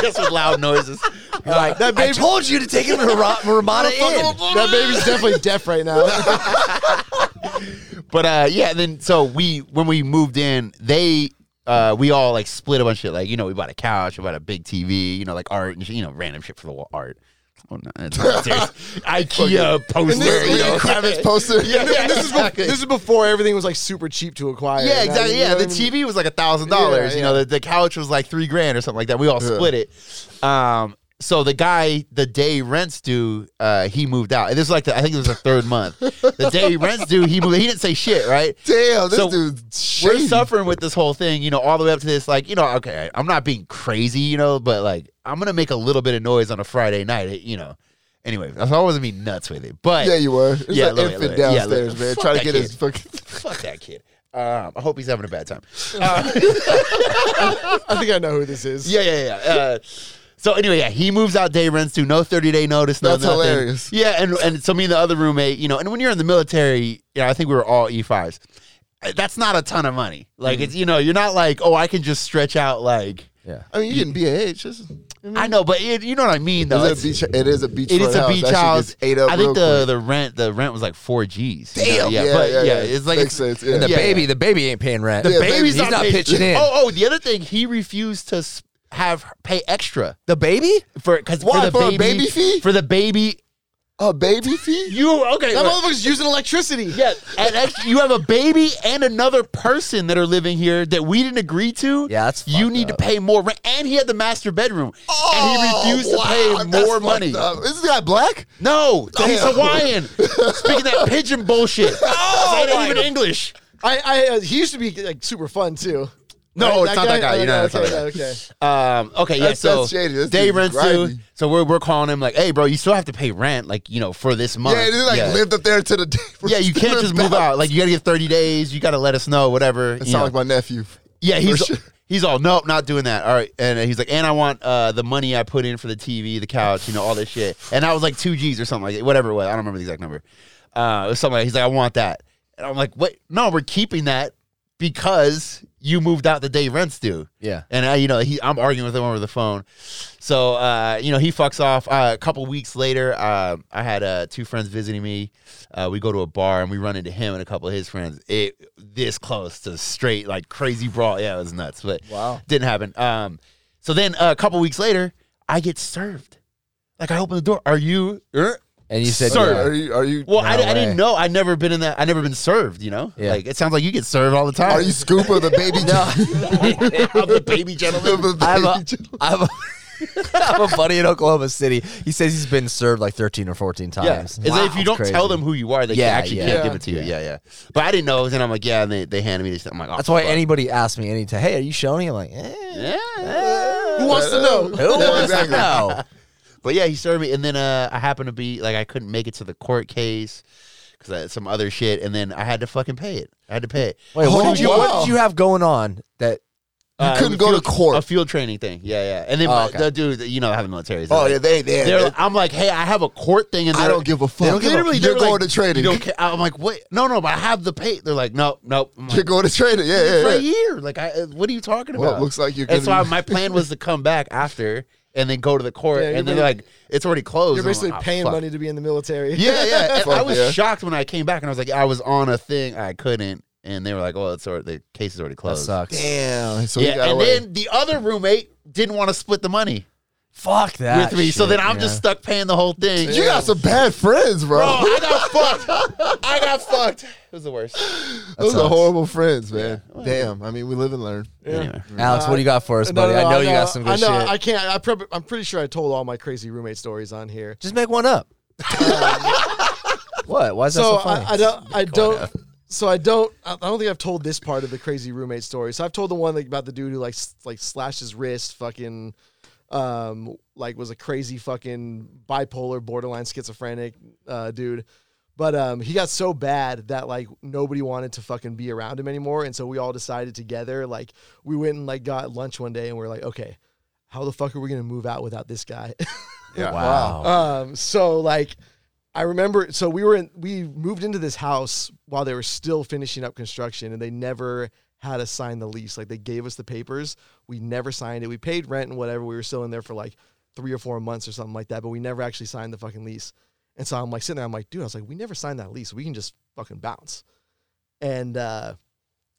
[SPEAKER 1] Just with loud noises.
[SPEAKER 4] You're
[SPEAKER 1] Uh,
[SPEAKER 4] like, that baby, I told you to take him to Ra- Ramada Inn.
[SPEAKER 3] That baby's definitely deaf right now.
[SPEAKER 1] But uh, yeah, then so we when we moved in, they uh, we all like split a bunch of shit. Like you know, we bought a couch, we bought a big TV, you know, like art and shit, you know, random shit for the wall art. Oh no, it's not serious. IKEA poster.
[SPEAKER 2] this-
[SPEAKER 1] you know.
[SPEAKER 2] Kravitz poster.
[SPEAKER 1] Yeah, yeah,
[SPEAKER 3] this, is be-
[SPEAKER 1] exactly.
[SPEAKER 3] this is before everything was like super cheap to acquire.
[SPEAKER 1] yeah,
[SPEAKER 3] You know what I
[SPEAKER 1] exactly.
[SPEAKER 3] mean? You
[SPEAKER 1] Yeah,
[SPEAKER 3] know
[SPEAKER 1] the
[SPEAKER 3] what I mean?
[SPEAKER 1] TV was like a thousand dollars. You know, the, the couch was like three grand or something like that. We all split it. Um, so the guy, the day rents due, uh, he moved out. And this was like the, I think it was the third month. The day rents due, he moved. He didn't say shit, right?
[SPEAKER 2] Damn, this
[SPEAKER 1] So,
[SPEAKER 2] dude's
[SPEAKER 1] we're
[SPEAKER 2] shady.
[SPEAKER 1] suffering with this whole thing, you know, all the way up to this. Like, you know, okay, I'm not being crazy, you know, but like, I'm gonna make a little bit of noise on a Friday night, you know. Anyway, I wasn't being nuts with it, but
[SPEAKER 2] Yeah, you were. It's
[SPEAKER 1] Yeah,
[SPEAKER 2] yeah, an
[SPEAKER 1] look at-
[SPEAKER 2] infant
[SPEAKER 1] look at- yeah,
[SPEAKER 2] downstairs,
[SPEAKER 1] look-
[SPEAKER 2] man,
[SPEAKER 1] fuck
[SPEAKER 2] trying to
[SPEAKER 1] that
[SPEAKER 2] get
[SPEAKER 1] kid.
[SPEAKER 2] his fucking.
[SPEAKER 1] fuck that kid. Um, I hope he's having a bad time. Uh,
[SPEAKER 3] I think I know who this is.
[SPEAKER 1] Yeah, yeah, yeah. Uh, so anyway, yeah, he moves out day rents due, no thirty day notice. No
[SPEAKER 2] That's
[SPEAKER 1] nothing.
[SPEAKER 2] hilarious.
[SPEAKER 1] Yeah, and and so me and the other roommate, you know, and when you're in the military, you know, I think we were all E fives. That's not a ton of money. Like
[SPEAKER 2] Mm-hmm.
[SPEAKER 1] it's you know, you're not like oh, I can just stretch out like.
[SPEAKER 4] Yeah.
[SPEAKER 2] I mean, you can be a age. Just,
[SPEAKER 1] I know, but it, you know what I mean, though.
[SPEAKER 2] it's
[SPEAKER 1] It's-
[SPEAKER 2] a beach. It is a beach.
[SPEAKER 1] It
[SPEAKER 2] front
[SPEAKER 1] is a
[SPEAKER 2] house.
[SPEAKER 1] beach
[SPEAKER 2] That shit
[SPEAKER 1] house.
[SPEAKER 2] gets Ate up
[SPEAKER 1] I think
[SPEAKER 2] real
[SPEAKER 1] the,
[SPEAKER 2] quick.
[SPEAKER 1] the rent the rent was like four G's. you know?
[SPEAKER 2] Damn.
[SPEAKER 1] yeah,
[SPEAKER 2] Yeah,
[SPEAKER 1] but yeah,
[SPEAKER 2] yeah, yeah.
[SPEAKER 1] it's like
[SPEAKER 2] Makes sense, yeah.
[SPEAKER 1] And the
[SPEAKER 2] Yeah.
[SPEAKER 1] baby,
[SPEAKER 4] the baby ain't paying rent.
[SPEAKER 1] the
[SPEAKER 2] Yeah,
[SPEAKER 1] baby's
[SPEAKER 4] he's not
[SPEAKER 1] paying-
[SPEAKER 4] pitching in.
[SPEAKER 1] Oh, oh, the other thing, he refused to s- have her pay extra
[SPEAKER 4] The baby?
[SPEAKER 1] for because for
[SPEAKER 2] Why?
[SPEAKER 1] the
[SPEAKER 2] For a
[SPEAKER 1] baby,
[SPEAKER 2] baby fee?
[SPEAKER 1] for the baby.
[SPEAKER 2] a baby fee.
[SPEAKER 1] You okay?
[SPEAKER 3] That
[SPEAKER 1] look.
[SPEAKER 3] motherfucker's using electricity.
[SPEAKER 1] yeah, and ex- you have a baby and another person that are living here that we didn't agree to.
[SPEAKER 4] Yeah, that's
[SPEAKER 1] you
[SPEAKER 4] fucked
[SPEAKER 1] need
[SPEAKER 4] up.
[SPEAKER 1] to pay more rent. And he had the master bedroom, and he refused
[SPEAKER 2] Oh, wow,
[SPEAKER 1] to pay
[SPEAKER 2] that's
[SPEAKER 1] more
[SPEAKER 2] fucked
[SPEAKER 1] money.
[SPEAKER 2] up. Is this guy black?
[SPEAKER 1] No, he's
[SPEAKER 2] Damn.
[SPEAKER 1] Hawaiian. Speaking that pigeon bullshit. Oh, it's not even English.
[SPEAKER 3] I, I, uh, he used to be like super fun too.
[SPEAKER 1] No, it's not that guy.
[SPEAKER 3] Oh,
[SPEAKER 1] You know, it's
[SPEAKER 3] okay,
[SPEAKER 1] not that guy.
[SPEAKER 3] okay.
[SPEAKER 1] Um, okay, yeah.
[SPEAKER 2] That's-
[SPEAKER 1] So
[SPEAKER 2] that's shady. This
[SPEAKER 1] day
[SPEAKER 2] dude's
[SPEAKER 1] rents due.
[SPEAKER 2] grimy.
[SPEAKER 1] So we're we're calling him like, hey, bro, you still have to pay rent, like you know, for this month.
[SPEAKER 2] Yeah, he like lived up there to the day. where
[SPEAKER 1] Yeah, you
[SPEAKER 2] he
[SPEAKER 1] can't
[SPEAKER 2] lived
[SPEAKER 1] just move
[SPEAKER 2] back.
[SPEAKER 1] out. Like you gotta get thirty days. You gotta let us know, whatever.
[SPEAKER 2] It
[SPEAKER 1] you
[SPEAKER 2] sounds
[SPEAKER 1] know.
[SPEAKER 2] like my nephew.
[SPEAKER 1] Yeah, he's
[SPEAKER 2] sure.
[SPEAKER 1] he's all nope, not doing that. All right, and he's like, and I want uh, the money I put in for the TV, the couch, you know, all this shit. And I was like two G's or something like it, whatever it was. I don't remember the exact number. Uh, it was something. Like, he's like, I want that, and I'm like, what? No, we're keeping that because you moved out the day rents due.
[SPEAKER 4] Yeah.
[SPEAKER 1] And I, you know, he, I'm arguing with him over the phone. So, uh, you know, he fucks off. Uh, a couple weeks later, uh, I had uh, two friends visiting me. Uh, we go to a bar and we run into him and a couple of his friends. It this close to straight like crazy brawl. Yeah, it was nuts, but
[SPEAKER 4] Wow.
[SPEAKER 1] didn't happen. Um, so then uh, a couple weeks later, I get served. Like I open the door. Are you? er?
[SPEAKER 4] And you said,
[SPEAKER 1] Sir.
[SPEAKER 4] yeah.
[SPEAKER 2] Are you? Are you?
[SPEAKER 1] Well, I,
[SPEAKER 4] No
[SPEAKER 1] I
[SPEAKER 4] way.
[SPEAKER 1] didn't know. I never been in that. I never been served. You know,
[SPEAKER 4] Yeah.
[SPEAKER 1] like it sounds like you get served all the time.
[SPEAKER 2] Are you Scoop or the baby? no.
[SPEAKER 1] I'm the baby gentleman.
[SPEAKER 2] the
[SPEAKER 4] I have
[SPEAKER 2] baby
[SPEAKER 4] a, I have a, I have a buddy in Oklahoma City. He says he's been served like 13 or 14
[SPEAKER 1] Yeah,
[SPEAKER 4] times.
[SPEAKER 1] is that if you don't
[SPEAKER 4] Crazy.
[SPEAKER 1] tell them who you are, they
[SPEAKER 4] Yeah,
[SPEAKER 1] actually
[SPEAKER 4] yeah.
[SPEAKER 1] can't give it to you. Yeah, yeah. But I didn't know, and I'm like, yeah, and they, they handed me this. I'm like, oh,
[SPEAKER 4] That's why
[SPEAKER 1] fuck.
[SPEAKER 4] anybody asks me anytime, hey, are you Shoney? I'm like, eh.
[SPEAKER 1] Yeah.
[SPEAKER 2] Who wants to know?
[SPEAKER 4] Who wants to
[SPEAKER 1] Exactly.
[SPEAKER 4] know?
[SPEAKER 1] But yeah, he served me, and then uh, I happened to be like I couldn't make it to the court case because I had some other shit, and then I had to fucking pay it. I had to pay it.
[SPEAKER 4] Wait, what
[SPEAKER 2] Oh,
[SPEAKER 4] did you what
[SPEAKER 2] wow.
[SPEAKER 4] did you have going on that
[SPEAKER 1] You
[SPEAKER 2] couldn't go to court.
[SPEAKER 1] Uh, A field training thing. Yeah, yeah. And then
[SPEAKER 4] Oh,
[SPEAKER 1] my,
[SPEAKER 4] okay.
[SPEAKER 1] the dude, you know, how the military. is.
[SPEAKER 2] Oh
[SPEAKER 1] They're
[SPEAKER 2] yeah,
[SPEAKER 1] like-
[SPEAKER 2] they they.
[SPEAKER 1] they're-
[SPEAKER 2] they
[SPEAKER 1] I'm like, hey, I have a court thing, and
[SPEAKER 2] I
[SPEAKER 1] they're-
[SPEAKER 2] don't give a fuck.
[SPEAKER 1] They don't give a-
[SPEAKER 2] Literally,
[SPEAKER 1] they're
[SPEAKER 2] you're going
[SPEAKER 1] like,
[SPEAKER 2] to training.
[SPEAKER 1] you don't care. I'm like, what? No, no, but I have the pay. They're like, no, no. I'm
[SPEAKER 2] you're
[SPEAKER 1] like,
[SPEAKER 2] going to training. Yeah,
[SPEAKER 1] it's
[SPEAKER 2] yeah.
[SPEAKER 1] right
[SPEAKER 2] yeah.
[SPEAKER 1] here. Like, I, uh, what are you talking about?
[SPEAKER 2] Well, it looks like you're.
[SPEAKER 1] and so I,
[SPEAKER 2] gonna be-
[SPEAKER 1] my plan was to come back after and then go to the court,
[SPEAKER 3] Yeah, you're
[SPEAKER 1] and then they're like, it's already closed.
[SPEAKER 3] You're
[SPEAKER 1] And I'm
[SPEAKER 3] basically
[SPEAKER 1] like, "Ah,
[SPEAKER 3] paying
[SPEAKER 1] fuck."
[SPEAKER 3] money to be in the military.
[SPEAKER 1] Yeah, yeah. And I
[SPEAKER 2] Fuck
[SPEAKER 1] was
[SPEAKER 2] yeah.
[SPEAKER 1] shocked when I came back, and I was like, I was on a thing, I couldn't, and they were like, oh, it's already, the case is already
[SPEAKER 4] that
[SPEAKER 1] closed.
[SPEAKER 4] sucks?
[SPEAKER 2] Damn. So you
[SPEAKER 1] yeah,
[SPEAKER 2] got
[SPEAKER 1] and
[SPEAKER 2] away.
[SPEAKER 1] then the other roommate didn't want to split the money
[SPEAKER 4] Fuck that.
[SPEAKER 1] with me, so
[SPEAKER 4] shit,
[SPEAKER 1] then I'm
[SPEAKER 4] man.
[SPEAKER 1] just stuck paying the whole thing.
[SPEAKER 2] you got some bad friends, bro.
[SPEAKER 1] Bro, I got fucked. I got fucked. It was the worst.
[SPEAKER 2] Those are
[SPEAKER 4] sucks.
[SPEAKER 2] horrible friends, man. Damn. I mean, we live and learn.
[SPEAKER 1] Anyway.
[SPEAKER 4] Alex, what do you got for us,
[SPEAKER 3] No,
[SPEAKER 4] buddy?
[SPEAKER 3] no, no,
[SPEAKER 4] I know you
[SPEAKER 3] no,
[SPEAKER 4] got some good
[SPEAKER 3] I know,
[SPEAKER 4] shit.
[SPEAKER 3] I can't. I prob- I'm pretty sure I told all my crazy roommate stories on here.
[SPEAKER 4] just make one up. what? Why is that
[SPEAKER 3] so
[SPEAKER 4] so funny?
[SPEAKER 3] I, I don't. I don't. So I don't. I I don't think I've told this part of the crazy roommate story. So I've told the one like, about the dude who like s- like slashed his wrist, fucking, um, like was a crazy fucking bipolar, borderline schizophrenic, uh, dude. But um, he got so bad that like nobody wanted to fucking be around him anymore, and so we all decided together. Like we went and like got lunch one day, and we are like, okay, how the fuck are we gonna move out without this guy?
[SPEAKER 4] wow.
[SPEAKER 3] Um, so like I remember so we were in we moved into this house while they were still finishing up construction and they never had us sign the lease. Like they gave us the papers. We never signed it. We paid rent and whatever. We were still in there for like three or four months or something like that, but we never actually signed the fucking lease. And so I'm like sitting there, I'm like, dude, I was like, we never signed that lease. We can just fucking bounce. And uh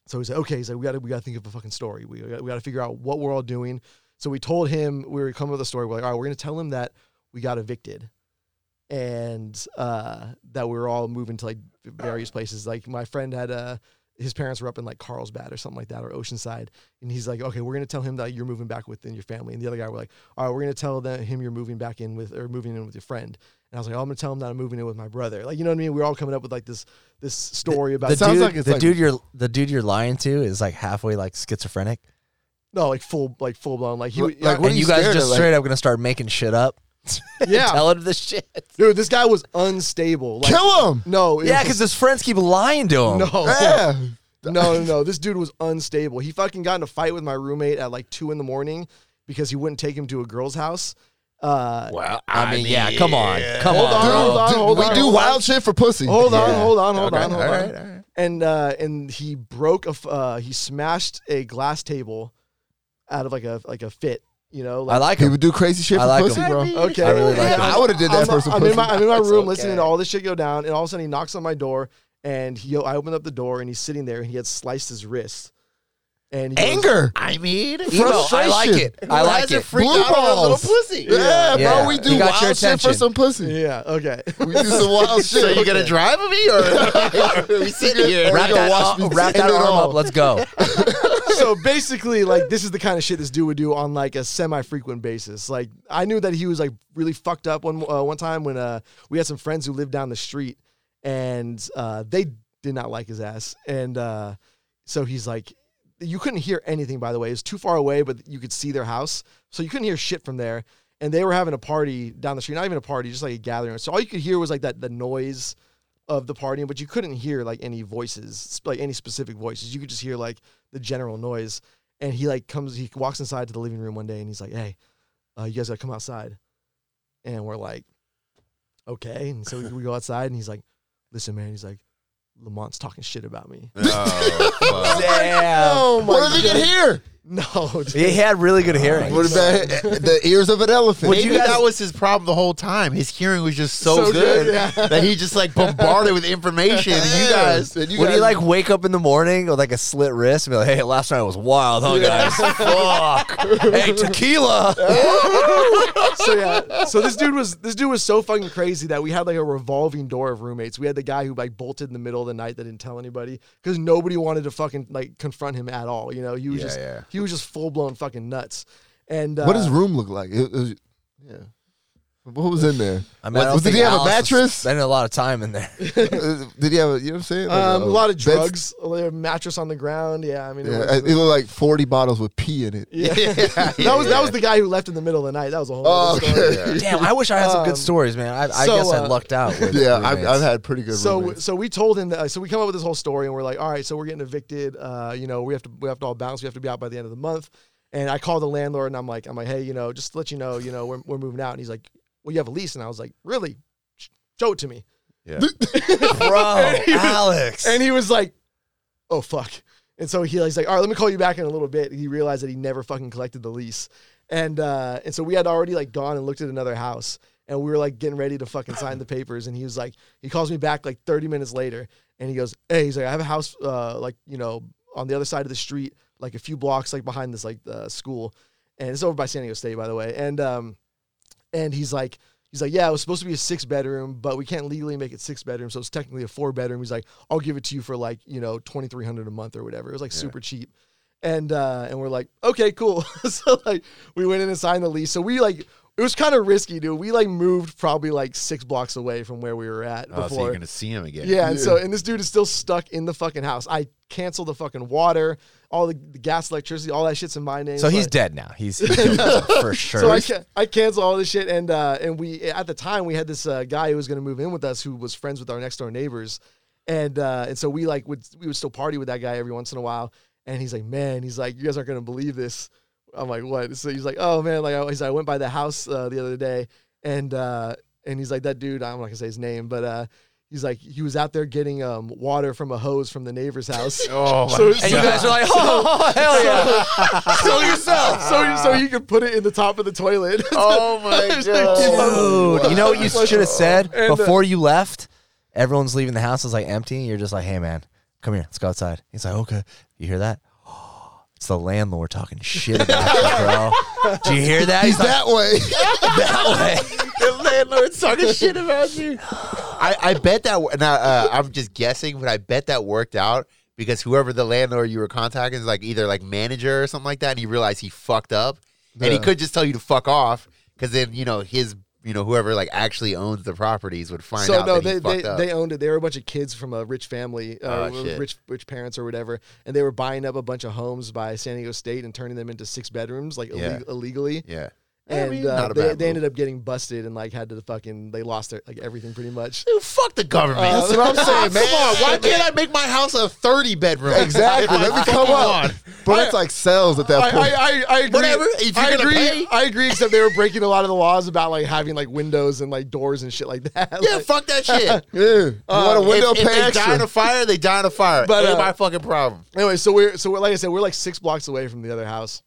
[SPEAKER 3] so he's like, okay, he's like, we gotta we gotta think of a fucking story. We we gotta figure out what we're all doing. So we told him we were coming up with a story. We're like, all right, we're gonna tell him that we got evicted and uh, that we were all moving to like various places. Like my friend had uh, his parents were up in like Carlsbad or something like that or Oceanside, and he's like, okay, we're gonna tell him that you're moving back within your family. And the other guy were like, all right, we're gonna tell them, him you're moving back in with or moving in with your friend. And I was like, oh, I'm gonna tell him that I'm moving in with my brother. Like you know what I mean? We were all coming up with like this this story about
[SPEAKER 4] the
[SPEAKER 2] sounds
[SPEAKER 4] dude,
[SPEAKER 2] like it's
[SPEAKER 4] the
[SPEAKER 2] like-
[SPEAKER 4] dude you're the dude you're lying to is like halfway like schizophrenic.
[SPEAKER 3] no like full like full blown like he
[SPEAKER 2] Like,
[SPEAKER 3] would- yeah,
[SPEAKER 2] What are
[SPEAKER 4] and
[SPEAKER 2] you
[SPEAKER 4] you, guys
[SPEAKER 2] scared
[SPEAKER 4] just
[SPEAKER 2] of, like-
[SPEAKER 4] straight up gonna start making shit up.
[SPEAKER 3] Yeah.
[SPEAKER 4] tell him the shit.
[SPEAKER 3] dude this guy was unstable. Like,
[SPEAKER 2] Kill him.
[SPEAKER 3] no, it
[SPEAKER 4] Yeah,
[SPEAKER 3] was-
[SPEAKER 4] because his friends keep lying to him.
[SPEAKER 3] no,
[SPEAKER 2] Yeah.
[SPEAKER 3] No, no, no. This dude was unstable. He fucking got in a fight with my roommate at like two in the morning because he wouldn't take him to a girl's house. Uh,
[SPEAKER 1] Well,
[SPEAKER 4] I mean, yeah, come on, come
[SPEAKER 3] Hold
[SPEAKER 4] on.
[SPEAKER 3] on,
[SPEAKER 4] bro.
[SPEAKER 3] hold on.
[SPEAKER 2] Dude, we do
[SPEAKER 3] hold
[SPEAKER 2] wild
[SPEAKER 3] on.
[SPEAKER 2] shit for pussy.
[SPEAKER 3] Hold on,
[SPEAKER 2] Yeah.
[SPEAKER 3] hold on, hold
[SPEAKER 1] Okay,
[SPEAKER 3] on, hold
[SPEAKER 1] all
[SPEAKER 3] on.
[SPEAKER 1] right, all right.
[SPEAKER 3] And uh, and he broke a f- uh, he smashed a glass table out of like a like a fit. You know,
[SPEAKER 4] I
[SPEAKER 3] like,
[SPEAKER 4] like
[SPEAKER 2] People
[SPEAKER 4] him.
[SPEAKER 2] do crazy shit
[SPEAKER 4] I
[SPEAKER 2] for
[SPEAKER 4] like
[SPEAKER 2] pussy,
[SPEAKER 4] him.
[SPEAKER 2] bro.
[SPEAKER 3] okay,
[SPEAKER 4] I really like
[SPEAKER 3] yeah,
[SPEAKER 4] him.
[SPEAKER 3] I'm-
[SPEAKER 2] I would've did that
[SPEAKER 3] I'm,
[SPEAKER 2] for some
[SPEAKER 3] I'm in my
[SPEAKER 2] pussy.
[SPEAKER 3] I'm in my
[SPEAKER 2] It's
[SPEAKER 3] room
[SPEAKER 2] okay.
[SPEAKER 3] listening to all this shit go down, and all of a sudden he knocks on my door, and he I open up the door, and he's sitting there, and he had sliced his wrist. And he goes-
[SPEAKER 2] Anger.
[SPEAKER 1] I mean,
[SPEAKER 4] Emo, I like
[SPEAKER 2] Frustration.
[SPEAKER 4] it. I like
[SPEAKER 1] Guys are
[SPEAKER 4] it.
[SPEAKER 1] freaked
[SPEAKER 2] Blue
[SPEAKER 1] out on a little
[SPEAKER 2] balls.
[SPEAKER 1] pussy.
[SPEAKER 2] Yeah,
[SPEAKER 4] Yeah.
[SPEAKER 2] bro, we do
[SPEAKER 4] You got your
[SPEAKER 2] wild shit for
[SPEAKER 4] attention.
[SPEAKER 2] some pussy.
[SPEAKER 3] Yeah. Okay.
[SPEAKER 2] We do some wild shit.
[SPEAKER 1] So you gonna drive me, or are we sitting here?
[SPEAKER 4] Wrap
[SPEAKER 2] You gonna
[SPEAKER 4] that,
[SPEAKER 2] watch
[SPEAKER 4] uh,
[SPEAKER 2] me
[SPEAKER 4] wrap
[SPEAKER 2] end
[SPEAKER 4] that
[SPEAKER 2] it
[SPEAKER 4] arm
[SPEAKER 2] all.
[SPEAKER 4] up. Let's go.
[SPEAKER 3] so basically, like this is the kind of shit this dude would do on like a semi-frequent basis. Like I knew that he was like really fucked up one uh, one time when uh we had some friends who lived down the street, and uh they did not like his ass, and uh so he's like, you couldn't hear anything by the way. It was too far away, but you could see their house, so you couldn't hear shit from there. And they were having a party down the street, not even a party, just like a gathering. So all you could hear was like that the noise of the party, but you couldn't hear like any voices, sp- like any specific voices. You could just hear like the general noise. And he like comes, he walks inside to the living room one day, and he's like, "Hey, uh, you guys gotta come outside." And we're like, "Okay." And so we, we go outside, and he's like, "Listen, man," he's like, "Lamont's talking shit about me."
[SPEAKER 4] Oh Damn.
[SPEAKER 3] Oh my
[SPEAKER 2] What if he can hear?
[SPEAKER 3] No, dude.
[SPEAKER 4] He had really good hearing.
[SPEAKER 2] What about the ears of an elephant?
[SPEAKER 1] Maybe
[SPEAKER 4] you guys-
[SPEAKER 1] that was his problem the whole time. His hearing was just so,
[SPEAKER 3] So
[SPEAKER 1] good,
[SPEAKER 3] good, yeah.
[SPEAKER 1] that he just like bombarded with information. And you guys,
[SPEAKER 2] And you
[SPEAKER 4] Would he
[SPEAKER 2] guys-
[SPEAKER 4] like wake up in the morning with like a slit wrist and be like, "Hey, last night was wild, huh, guys? Fuck. Hey, tequila."
[SPEAKER 3] so yeah. So this dude was this dude was so fucking crazy that we had like a revolving door of roommates. We had the guy who like bolted in the middle of the night that didn't tell anybody because nobody wanted to fucking like confront him at all. You know, he was
[SPEAKER 1] Yeah,
[SPEAKER 3] just
[SPEAKER 1] yeah.
[SPEAKER 3] he was just full blown fucking nuts. And uh,
[SPEAKER 2] What does room look like? It- it- yeah. What was in there?
[SPEAKER 4] I
[SPEAKER 2] What-
[SPEAKER 4] I don't
[SPEAKER 2] did
[SPEAKER 4] think
[SPEAKER 2] he have a
[SPEAKER 4] Alice was
[SPEAKER 2] mattress?
[SPEAKER 4] Spending a lot of time in there.
[SPEAKER 2] Uh, Did he have a, you know what I'm saying? Like
[SPEAKER 3] Um, a lot of
[SPEAKER 2] bed-
[SPEAKER 3] drugs, a little mattress on the ground. Yeah, I mean, it
[SPEAKER 2] Yeah,
[SPEAKER 3] was-
[SPEAKER 2] it looked like 40 bottles with pee in it.
[SPEAKER 3] yeah. that was that was the guy who left in the middle of the night. That was a whole.
[SPEAKER 2] Oh,
[SPEAKER 3] other story.
[SPEAKER 2] okay.
[SPEAKER 4] Damn, I wish I had some
[SPEAKER 3] Um,
[SPEAKER 4] good stories, man. I, I
[SPEAKER 3] so,
[SPEAKER 4] guess I
[SPEAKER 3] uh,
[SPEAKER 4] lucked out. With
[SPEAKER 2] Yeah, I've,
[SPEAKER 4] roommates.
[SPEAKER 2] I've had pretty good
[SPEAKER 3] So
[SPEAKER 2] roommates.
[SPEAKER 3] so we told him that. uh, So we come up with this whole story, and we're like, all right, so we're getting evicted. Uh, you know, we have to we have to all bounce. We have to be out by the end of the month. And I call the landlord, and I'm like, I'm like, hey, you know, just to let you know, you know, we're we're moving out. And he's like, well, you have a lease, and I was like, really, Sh- show it to me.
[SPEAKER 4] bro, Alex.
[SPEAKER 3] And he was like, oh fuck. And so he, he's like, all right, let me call you back in a little bit. He realized that he never fucking collected the lease. And uh, and so we had already like gone and looked at another house and we were like getting ready to fucking sign the papers. And he was like, he calls me back like 30 minutes later and he goes, Hey, he's like, I have a house uh, like, you know, on the other side of the street, like a few blocks like behind this like uh, school. And it's over by San Diego State, by the way. And um and he's like he's like yeah it was supposed to be a six bedroom but we can't legally make it six bedroom so it's technically a four bedroom he's like i'll give it to you for like you know 2300 a month or whatever it was like super cheap and uh and we're like okay cool so like we went in and signed the lease so we like it was kind of risky dude we like moved probably like six blocks away from where we were at before
[SPEAKER 1] Oh, so you're gonna see him again.
[SPEAKER 3] yeah, and so and this dude is still stuck in the fucking house. I canceled the fucking water, all the, the gas, electricity, all that shit's in my name.
[SPEAKER 4] so he's
[SPEAKER 3] like-
[SPEAKER 4] dead now. He's, he's killed himself for sure.
[SPEAKER 3] so I, ca- I canceled all this shit, and uh, and we at the time we had this uh, guy who was going to move in with us, who was friends with our next door neighbors, and uh, and so we like would we would still party with that guy every once in a while, and he's like, man, he's like, you guys aren't going to believe this. I'm like, what? So he's like, oh man, like I, he's like, I went by the house uh, the other day, and uh, and he's like, that dude, I'm not gonna say his name, but uh, he's like, he was out there getting um, water from a hose from the neighbor's house.
[SPEAKER 1] Oh my
[SPEAKER 3] So-
[SPEAKER 1] God.
[SPEAKER 4] and you guys are like, oh, hell yeah. Kill yourself.
[SPEAKER 3] so so you could put it in the top of the toilet.
[SPEAKER 1] Oh my
[SPEAKER 3] It's like,
[SPEAKER 1] god.
[SPEAKER 4] Dude, you know what you should have said
[SPEAKER 3] And, uh,
[SPEAKER 4] before you left? Everyone's leaving the house. It's like empty. And you're just like, hey, man, come here. Let's go outside. He's like, okay. You hear that? It's the landlord talking shit about you, bro. Do you hear that? He's,
[SPEAKER 2] He's
[SPEAKER 4] like,
[SPEAKER 2] that way.
[SPEAKER 4] that way.
[SPEAKER 1] the landlord's talking shit about you. I, I bet that now uh, I'm just guessing, but I bet that worked out because whoever the landlord you were contacting is like either like manager or something like that, and he realized he fucked up, and he
[SPEAKER 2] Yeah.
[SPEAKER 1] could just tell you to fuck off because then you know his you know whoever like actually owns the properties would find
[SPEAKER 3] so
[SPEAKER 1] out
[SPEAKER 3] no,
[SPEAKER 1] that
[SPEAKER 3] they
[SPEAKER 1] he fucked
[SPEAKER 3] they,
[SPEAKER 1] up.
[SPEAKER 3] they owned it. They were a bunch of kids from a rich family, uh,
[SPEAKER 1] Oh, shit.
[SPEAKER 3] rich rich parents or whatever, and they were buying up a bunch of homes by San Diego State and turning them into six bedrooms, like
[SPEAKER 1] Yeah.
[SPEAKER 3] illeg- illegally.
[SPEAKER 1] yeah.
[SPEAKER 3] And
[SPEAKER 1] I mean,
[SPEAKER 3] uh,
[SPEAKER 1] not a
[SPEAKER 3] they,
[SPEAKER 1] bad
[SPEAKER 3] they
[SPEAKER 1] move.
[SPEAKER 3] ended up getting busted and like had to fucking they lost their like everything pretty much.
[SPEAKER 1] Dude, fuck the government.
[SPEAKER 3] That's what I'm saying, man.
[SPEAKER 1] Come on, why can't I make my house a 30 bedroom?
[SPEAKER 2] exactly. Let me come on. But it's like cells at that point.
[SPEAKER 3] I, I, I agree.
[SPEAKER 1] Whatever, if you're
[SPEAKER 3] I
[SPEAKER 1] gonna
[SPEAKER 3] agree.
[SPEAKER 1] pay.
[SPEAKER 3] I agree. Except they were breaking a lot of the laws about like having like windows and like doors and shit like that.
[SPEAKER 1] Yeah,
[SPEAKER 3] Like-
[SPEAKER 1] fuck that shit. Um,
[SPEAKER 2] yeah. You want a window
[SPEAKER 1] uh, if, if
[SPEAKER 2] pay
[SPEAKER 1] they die in
[SPEAKER 2] extra.
[SPEAKER 1] a fire, they die in a fire.
[SPEAKER 3] But,
[SPEAKER 1] But ain't
[SPEAKER 3] uh,
[SPEAKER 1] my fucking problem.
[SPEAKER 3] anyway, so we're so we're, like I said, we're like six blocks away from the other house,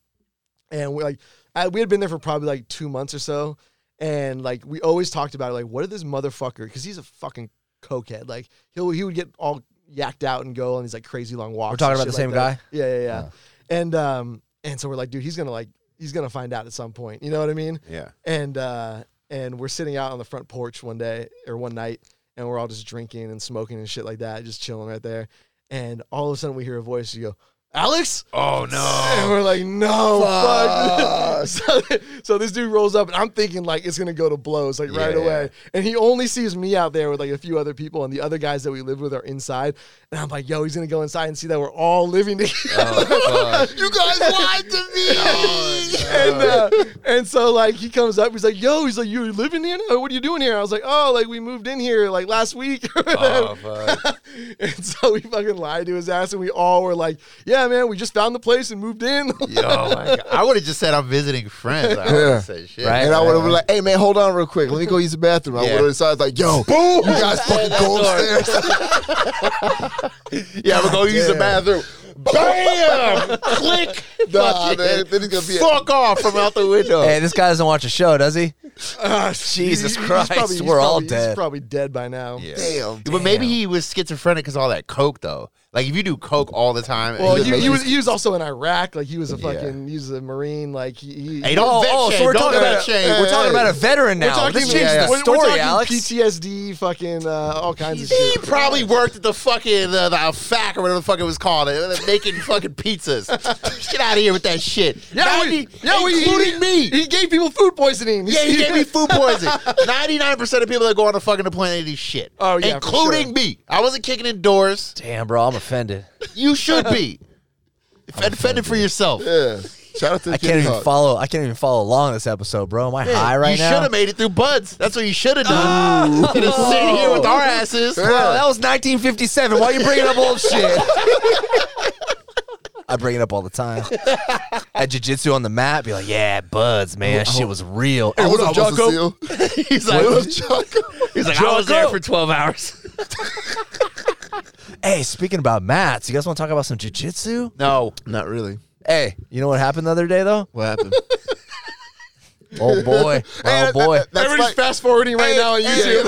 [SPEAKER 3] and we're like I, we had been there for probably like two months or so, and like we always talked about it, like what did this motherfucker? Because he's a fucking cokehead. Like he'll he would get all yacked out and go on these like crazy long walks.
[SPEAKER 4] We're talking
[SPEAKER 3] and
[SPEAKER 4] about
[SPEAKER 3] shit
[SPEAKER 4] the
[SPEAKER 3] like
[SPEAKER 4] same
[SPEAKER 3] that. Yeah, yeah, yeah. And um and so we're like, dude, he's gonna like he's gonna find out at some point. You know what I mean?
[SPEAKER 1] Yeah.
[SPEAKER 3] and uh, and we're sitting out on the front porch one day or one night, and we're all just drinking and smoking and shit like that, just chilling right there. And all of a sudden, we hear a voice. You go, Alex?
[SPEAKER 1] Oh no.
[SPEAKER 3] And we're like, no, fuck. so, so this dude rolls up, and I'm thinking like it's gonna go to blows like right
[SPEAKER 1] Yeah.
[SPEAKER 3] away. And he only sees me out there with like a few other people, and the other guys that we live with are inside. And I'm like, yo, he's gonna go inside and see that we're all living together.
[SPEAKER 1] you guys lied to me.
[SPEAKER 3] and uh, and so like he comes up, he's like, "Yo," he's like, "You living here? Now? What are you doing here?" I was like, "Oh, like we moved in here like last week."
[SPEAKER 1] Oh, fuck.
[SPEAKER 3] and so we fucking lied to his ass, and we all were like, "Yeah, man, we just found the place and moved in."
[SPEAKER 1] Yo, my God. I would have just said I'm visiting friends. I would
[SPEAKER 2] Yeah.
[SPEAKER 1] have said shit.
[SPEAKER 4] Right?
[SPEAKER 2] and I would have been like, hey, man, hold on real quick. Let me go use the bathroom. I
[SPEAKER 1] Yeah.
[SPEAKER 2] would have decided, like, yo, you guys fucking go upstairs.
[SPEAKER 1] Yeah, I'm gonna go use the bathroom. Bam! Click.
[SPEAKER 2] nah,
[SPEAKER 1] Fuck
[SPEAKER 2] man.
[SPEAKER 1] it.
[SPEAKER 2] Then it's going to be
[SPEAKER 1] Fuck off from out the window.
[SPEAKER 4] Hey, this guy doesn't watch a show, does he? Jesus
[SPEAKER 3] He's
[SPEAKER 4] Christ,
[SPEAKER 3] probably- he's
[SPEAKER 4] we're all
[SPEAKER 3] probably- He's
[SPEAKER 4] dead.
[SPEAKER 3] probably dead by now.
[SPEAKER 1] Yeah.
[SPEAKER 2] damn.
[SPEAKER 1] But maybe he was schizophrenic because all that coke though. Like if you do coke all the time,
[SPEAKER 3] Well,
[SPEAKER 1] it
[SPEAKER 3] he, he
[SPEAKER 1] makes-
[SPEAKER 3] was he was also in Iraq. Like he was a
[SPEAKER 1] Yeah.
[SPEAKER 3] fucking he was a marine. Like he, he
[SPEAKER 1] Hey, don't
[SPEAKER 4] oh,
[SPEAKER 1] vet
[SPEAKER 4] oh,
[SPEAKER 1] shame.
[SPEAKER 4] so we're
[SPEAKER 1] don't
[SPEAKER 4] talking
[SPEAKER 1] vet
[SPEAKER 4] about
[SPEAKER 1] shame.
[SPEAKER 4] we're talking about a veteran
[SPEAKER 3] we're
[SPEAKER 4] now.
[SPEAKER 3] talking,
[SPEAKER 4] This changes
[SPEAKER 1] yeah, yeah.
[SPEAKER 4] the
[SPEAKER 3] we're- we're
[SPEAKER 4] story,
[SPEAKER 3] talking
[SPEAKER 4] Alex.
[SPEAKER 3] PTSD, fucking uh, all kinds of
[SPEAKER 1] He
[SPEAKER 3] shit.
[SPEAKER 1] probably worked at the fucking uh, the, the fac or whatever the fuck it was called, uh, making fucking pizzas. Get out of here with that shit.
[SPEAKER 3] Yeah, we-
[SPEAKER 1] 90
[SPEAKER 3] yeah, we-
[SPEAKER 1] including me.
[SPEAKER 3] He gave people food poisoning.
[SPEAKER 1] yeah, he gave me food poisoning. Ninety-nine percent of people that go on a fucking deployment they do shit.
[SPEAKER 3] Oh, yeah, for
[SPEAKER 1] including
[SPEAKER 3] sure.
[SPEAKER 1] me. I wasn't kicking in doors.
[SPEAKER 4] Damn, bro, I'm offended.
[SPEAKER 1] You should be. Defended for yourself.
[SPEAKER 2] Yeah. Shout out to
[SPEAKER 4] I can't even
[SPEAKER 2] Hawk.
[SPEAKER 4] follow. I can't even follow along this episode, bro. Am I high right
[SPEAKER 1] you
[SPEAKER 4] now?
[SPEAKER 1] should have made it through buds. That's what you should have done. You should have stayed here with our asses.
[SPEAKER 4] Bro, that was 1957. Why are you bringing up old shit? I bring it up all the time. At jiu-jitsu on the mat, be like, yeah, buds, man, shit was real.
[SPEAKER 2] Hey,
[SPEAKER 4] I was
[SPEAKER 2] what up,
[SPEAKER 4] a
[SPEAKER 2] Jocko?
[SPEAKER 4] Jocko.
[SPEAKER 1] He's like,
[SPEAKER 2] What up, Jocko?
[SPEAKER 1] he's like, I was there for twelve hours.
[SPEAKER 4] Hey, speaking about mats, you guys want to talk about some jiu-jitsu?
[SPEAKER 1] No,
[SPEAKER 2] Not really.
[SPEAKER 4] Hey, you know what happened the other day, though?
[SPEAKER 2] What happened?
[SPEAKER 4] Oh, boy. Oh, boy.
[SPEAKER 2] That's
[SPEAKER 3] Everybody's
[SPEAKER 2] like-
[SPEAKER 3] fast forwarding right now on YouTube.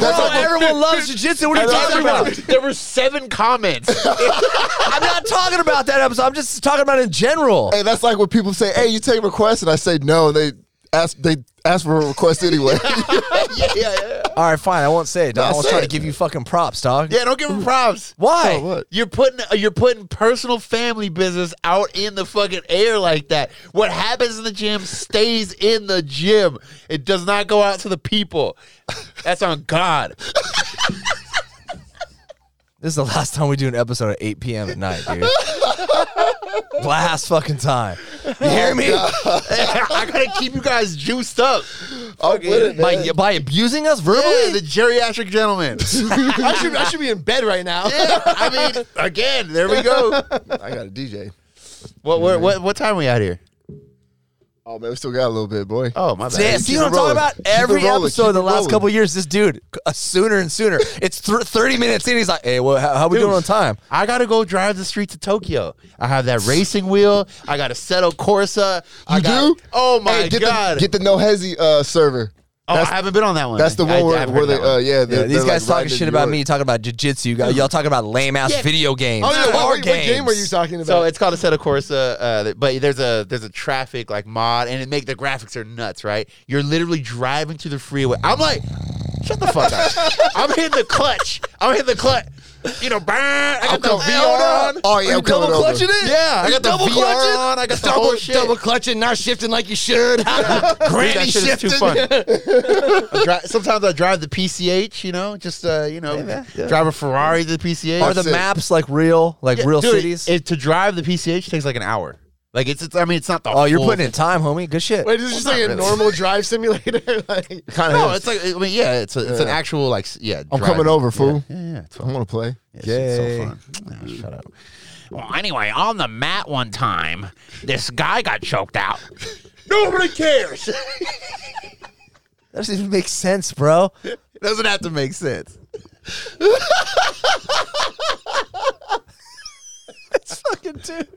[SPEAKER 4] Bro, everyone loves jiu-jitsu. What are you talking about?
[SPEAKER 1] there were seven comments.
[SPEAKER 4] I'm not talking about that episode. I'm just talking about in general.
[SPEAKER 2] Hey, that's like when people say, "Hey, you take requests," and I say no, and they ask they ask for a request anyway. Oh,
[SPEAKER 1] yeah, yeah, yeah.
[SPEAKER 4] All right, fine. I won't say it, dog. I
[SPEAKER 2] That's
[SPEAKER 4] won't try to
[SPEAKER 2] it.
[SPEAKER 4] give you fucking props, dog.
[SPEAKER 1] Yeah, don't give him props.
[SPEAKER 4] Why?
[SPEAKER 2] Oh, what?
[SPEAKER 1] You're putting uh, you're putting personal family business out in the fucking air like that. What happens in the gym stays in the gym. It does not go out to the people. That's on God.
[SPEAKER 4] This is the last time we do an episode at 8 p.m. at night, dude. last fucking time.
[SPEAKER 2] Oh,
[SPEAKER 4] You hear me?
[SPEAKER 1] I gotta keep you guys juiced up.
[SPEAKER 2] I'm with it, man.
[SPEAKER 4] By, by abusing us verbally?
[SPEAKER 1] Yeah, the geriatric gentleman.
[SPEAKER 3] I should I should be in bed right now.
[SPEAKER 1] Yeah, I mean, again, there we go.
[SPEAKER 2] I got a DJ.
[SPEAKER 1] What what what, what time are we out here?
[SPEAKER 2] Oh man, we still got a little bit, boy.
[SPEAKER 1] Oh my bad.
[SPEAKER 4] Yeah, see
[SPEAKER 2] Keep
[SPEAKER 4] what
[SPEAKER 2] it
[SPEAKER 4] I'm talking
[SPEAKER 2] rolling.
[SPEAKER 4] about?
[SPEAKER 2] Keep it
[SPEAKER 4] Every
[SPEAKER 2] rolling.
[SPEAKER 4] episode
[SPEAKER 2] Keep
[SPEAKER 4] of the
[SPEAKER 2] it
[SPEAKER 4] last
[SPEAKER 2] rolling.
[SPEAKER 4] couple of years, this dude, uh, sooner and sooner. It's th- 30 minutes in. He's like, hey, well, how, how we doing on time?
[SPEAKER 1] I gotta go drive the streets of Tokyo. I have that racing wheel. I gotta settle Corsa. I
[SPEAKER 2] You
[SPEAKER 1] got-
[SPEAKER 2] do?
[SPEAKER 1] Oh my
[SPEAKER 2] Hey, get
[SPEAKER 1] god!
[SPEAKER 2] The, get the no hezzy uh, server.
[SPEAKER 1] oh, I haven't been on that one.
[SPEAKER 2] That's the one
[SPEAKER 1] I,
[SPEAKER 2] where,
[SPEAKER 1] I've heard
[SPEAKER 2] where they,
[SPEAKER 1] that one.
[SPEAKER 2] uh, yeah,
[SPEAKER 4] Yeah,
[SPEAKER 2] they're,
[SPEAKER 4] these
[SPEAKER 2] they're, like,
[SPEAKER 4] guys talking
[SPEAKER 2] riding
[SPEAKER 4] shit
[SPEAKER 2] in
[SPEAKER 4] about
[SPEAKER 2] New
[SPEAKER 4] me,
[SPEAKER 2] York.
[SPEAKER 4] talking about jujitsu. Y'all, y'all talking about lame ass
[SPEAKER 1] Yeah.
[SPEAKER 4] video games.
[SPEAKER 3] Oh, yeah,
[SPEAKER 4] car
[SPEAKER 3] what, what
[SPEAKER 4] games.
[SPEAKER 3] game were you
[SPEAKER 2] uh,
[SPEAKER 3] talking about?
[SPEAKER 1] So it's called a set of Corsa, uh, th- but there's a there's a traffic like mod, and it make the graphics are nuts, right? You're literally driving to the freeway. I'm like, shut the fuck up! I'm hitting the clutch. I'm hitting the clutch. You know, brr, I got
[SPEAKER 2] I'm
[SPEAKER 1] the
[SPEAKER 2] coming-
[SPEAKER 1] VR on.
[SPEAKER 2] Oh yeah, I'm coming
[SPEAKER 4] double
[SPEAKER 2] over.
[SPEAKER 4] clutching it?
[SPEAKER 1] Yeah, I got the
[SPEAKER 4] double
[SPEAKER 1] VR
[SPEAKER 4] clutching?
[SPEAKER 1] on. I got the
[SPEAKER 3] double
[SPEAKER 1] whole shit.
[SPEAKER 3] double clutching, not shifting like you should.
[SPEAKER 1] Dude, that shit is too fun. I dri- sometimes I drive the PCH, you know, just uh, you know, drive a Ferrari to the PCH.
[SPEAKER 4] Are the
[SPEAKER 2] That's it.
[SPEAKER 4] maps like real, like
[SPEAKER 1] Yeah,
[SPEAKER 4] real
[SPEAKER 1] dude,
[SPEAKER 4] cities?
[SPEAKER 1] It, to drive the PCH takes like an hour. Like it's, it's I mean, it's not the.
[SPEAKER 4] oh, you're
[SPEAKER 1] full-
[SPEAKER 4] putting in time, homie. Good shit.
[SPEAKER 3] Wait, is this just
[SPEAKER 1] Well,
[SPEAKER 3] like a
[SPEAKER 1] not really.
[SPEAKER 3] normal drive simulator? like,
[SPEAKER 2] Kind
[SPEAKER 1] No,
[SPEAKER 2] of.
[SPEAKER 1] it's like I mean, yeah, it's a, it's an
[SPEAKER 2] Yeah.
[SPEAKER 1] actual like s- yeah.
[SPEAKER 2] I'm
[SPEAKER 1] drive.
[SPEAKER 2] coming over, fool.
[SPEAKER 1] Yeah, yeah, it's
[SPEAKER 2] I
[SPEAKER 1] fun.
[SPEAKER 2] want to play.
[SPEAKER 1] Yeah, it's- it's
[SPEAKER 4] Yay.
[SPEAKER 1] so fun. Yeah, shut up.
[SPEAKER 5] Well, anyway, on the mat one time, this guy got choked out.
[SPEAKER 1] Nobody cares.
[SPEAKER 4] That doesn't even make sense, bro.
[SPEAKER 1] It doesn't have to make sense.
[SPEAKER 4] Fucking dude.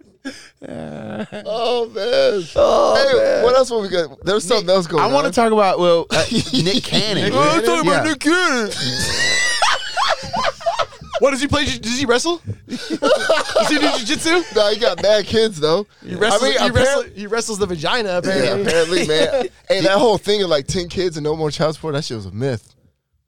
[SPEAKER 2] Oh man.
[SPEAKER 4] Oh,
[SPEAKER 2] hey, what else? What we got? There's something else going.
[SPEAKER 1] I want to
[SPEAKER 2] on.
[SPEAKER 1] talk about well, uh, Nick Cannon.
[SPEAKER 2] Nick Cannon?
[SPEAKER 1] Yeah.
[SPEAKER 3] what does he play? Ju- Does he wrestle? does he do jujitsu?
[SPEAKER 2] No, you got mad kids though.
[SPEAKER 3] He wrestles,
[SPEAKER 2] I mean,
[SPEAKER 3] he, wrestle,
[SPEAKER 2] apparently,
[SPEAKER 3] he wrestles the vagina.
[SPEAKER 2] yeah,
[SPEAKER 3] Apparently,
[SPEAKER 2] apparently, man. hey, that whole thing of like ten kids and no more child support. That shit was a myth.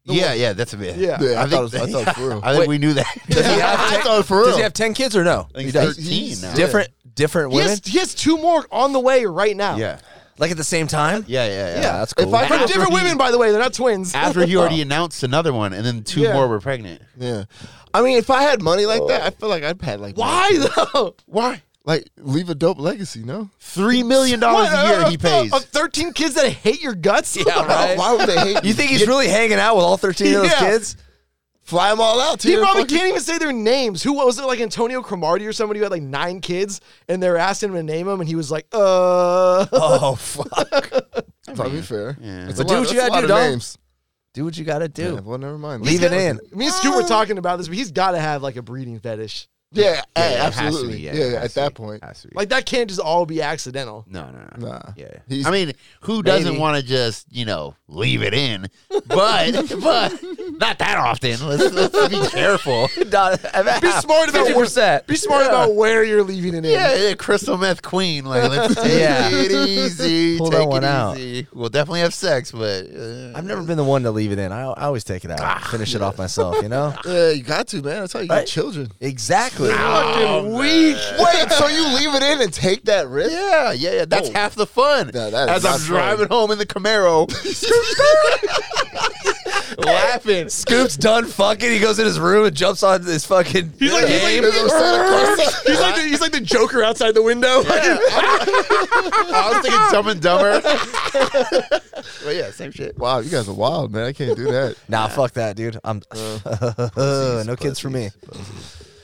[SPEAKER 1] Yeah, yeah, that's a bit.
[SPEAKER 3] Yeah.
[SPEAKER 2] Yeah, I,
[SPEAKER 1] I
[SPEAKER 2] thought it
[SPEAKER 1] think-
[SPEAKER 2] was, I thought it was for real.
[SPEAKER 1] I think we knew that.
[SPEAKER 2] I thought it was for real.
[SPEAKER 4] Does he have 10 kids or no?
[SPEAKER 1] He's
[SPEAKER 2] does.
[SPEAKER 1] 13 now.
[SPEAKER 2] Yeah.
[SPEAKER 4] Different different
[SPEAKER 3] he,
[SPEAKER 4] women?
[SPEAKER 3] has, he has two more on the way right now.
[SPEAKER 1] Yeah.
[SPEAKER 4] Like at the same time?
[SPEAKER 1] Yeah, yeah, yeah.
[SPEAKER 4] that's cool.
[SPEAKER 2] If I
[SPEAKER 3] From
[SPEAKER 2] could,
[SPEAKER 3] different women, by the way, they're not twins.
[SPEAKER 1] After he already announced another one, and then two
[SPEAKER 3] Yeah.
[SPEAKER 1] more were pregnant.
[SPEAKER 2] yeah. I mean, if I had money like that, I feel like I'd had like
[SPEAKER 3] Why though?
[SPEAKER 1] Why?
[SPEAKER 2] like leave a dope legacy. No,
[SPEAKER 1] Three million dollars a
[SPEAKER 3] What?
[SPEAKER 1] year
[SPEAKER 3] Uh,
[SPEAKER 1] he
[SPEAKER 3] uh,
[SPEAKER 1] pays.
[SPEAKER 3] uh, Thirteen kids that hate your guts.
[SPEAKER 4] Yeah, right.
[SPEAKER 2] why would they hate
[SPEAKER 4] You think he's really hanging out with all 13 of those
[SPEAKER 3] Yeah.
[SPEAKER 4] kids?
[SPEAKER 2] fly them all out? To
[SPEAKER 3] He
[SPEAKER 2] your
[SPEAKER 3] probably
[SPEAKER 2] fucking-
[SPEAKER 3] can't even say their names. Who was it? Like Antonio Cromartie or somebody who had like nine kids, and they were asking him to name them, and he was like, "Uh."
[SPEAKER 4] Oh, fuck.
[SPEAKER 2] Probably fair. Yeah.
[SPEAKER 4] But do what you gotta do, dog.
[SPEAKER 2] Names.
[SPEAKER 4] do what you got to do.
[SPEAKER 2] Yeah, well, never mind.
[SPEAKER 4] Leave it in.
[SPEAKER 2] Ah.
[SPEAKER 3] Me and Scoot were talking about this, but he's got to have like a breeding fetish.
[SPEAKER 2] Yeah,
[SPEAKER 1] Yeah,
[SPEAKER 2] a-
[SPEAKER 1] it has to be,
[SPEAKER 2] absolutely.
[SPEAKER 1] yeah,
[SPEAKER 2] Yeah,
[SPEAKER 1] it has
[SPEAKER 2] at
[SPEAKER 1] to
[SPEAKER 2] that
[SPEAKER 1] be.
[SPEAKER 2] point.
[SPEAKER 1] Has to be.
[SPEAKER 3] Like that can't just all be accidental.
[SPEAKER 1] no, no, no.
[SPEAKER 2] Nah.
[SPEAKER 1] Yeah, yeah.
[SPEAKER 2] He's-
[SPEAKER 1] I mean, who doesn't
[SPEAKER 4] Maybe.
[SPEAKER 1] want to just you know leave it in? But but not that often. Let's, let's be careful.
[SPEAKER 4] Be
[SPEAKER 3] smart about what-
[SPEAKER 4] 50%.
[SPEAKER 3] Be smart about where you're leaving it in.
[SPEAKER 1] Yeah, yeah, crystal meth queen. Like let's take
[SPEAKER 4] Yeah.
[SPEAKER 1] it easy.
[SPEAKER 4] Pull
[SPEAKER 1] take
[SPEAKER 4] that one
[SPEAKER 1] it
[SPEAKER 4] out.
[SPEAKER 1] easy. We'll definitely have sex, but uh,
[SPEAKER 4] I've never been the one to leave it in. I, I always take it out, finish it off myself. You know
[SPEAKER 2] Yeah, you got to, man. That's how you
[SPEAKER 4] Right?
[SPEAKER 2] get children.
[SPEAKER 4] exactly.
[SPEAKER 2] Oh,
[SPEAKER 1] fucking weak.
[SPEAKER 2] Wait, so you leave it in and take that risk?
[SPEAKER 1] Yeah, yeah, yeah. That's
[SPEAKER 2] Oh.
[SPEAKER 1] half the fun.
[SPEAKER 2] No, that
[SPEAKER 1] As
[SPEAKER 2] is
[SPEAKER 1] I'm
[SPEAKER 2] not fun.
[SPEAKER 1] driving home in the Camaro, laughing.
[SPEAKER 4] Scoop's done fucking. He goes in his room and jumps on this fucking.
[SPEAKER 3] He's like, he's
[SPEAKER 4] game.
[SPEAKER 3] like,
[SPEAKER 2] Because I'm Santa Claus.
[SPEAKER 3] he's like the, he's like the Joker outside the window.
[SPEAKER 1] I was thinking Dumb and Dumber. well, yeah, same shit.
[SPEAKER 2] Wow, you guys are wild, man. I can't do that.
[SPEAKER 4] nah, fuck that, dude. I'm no kids for me.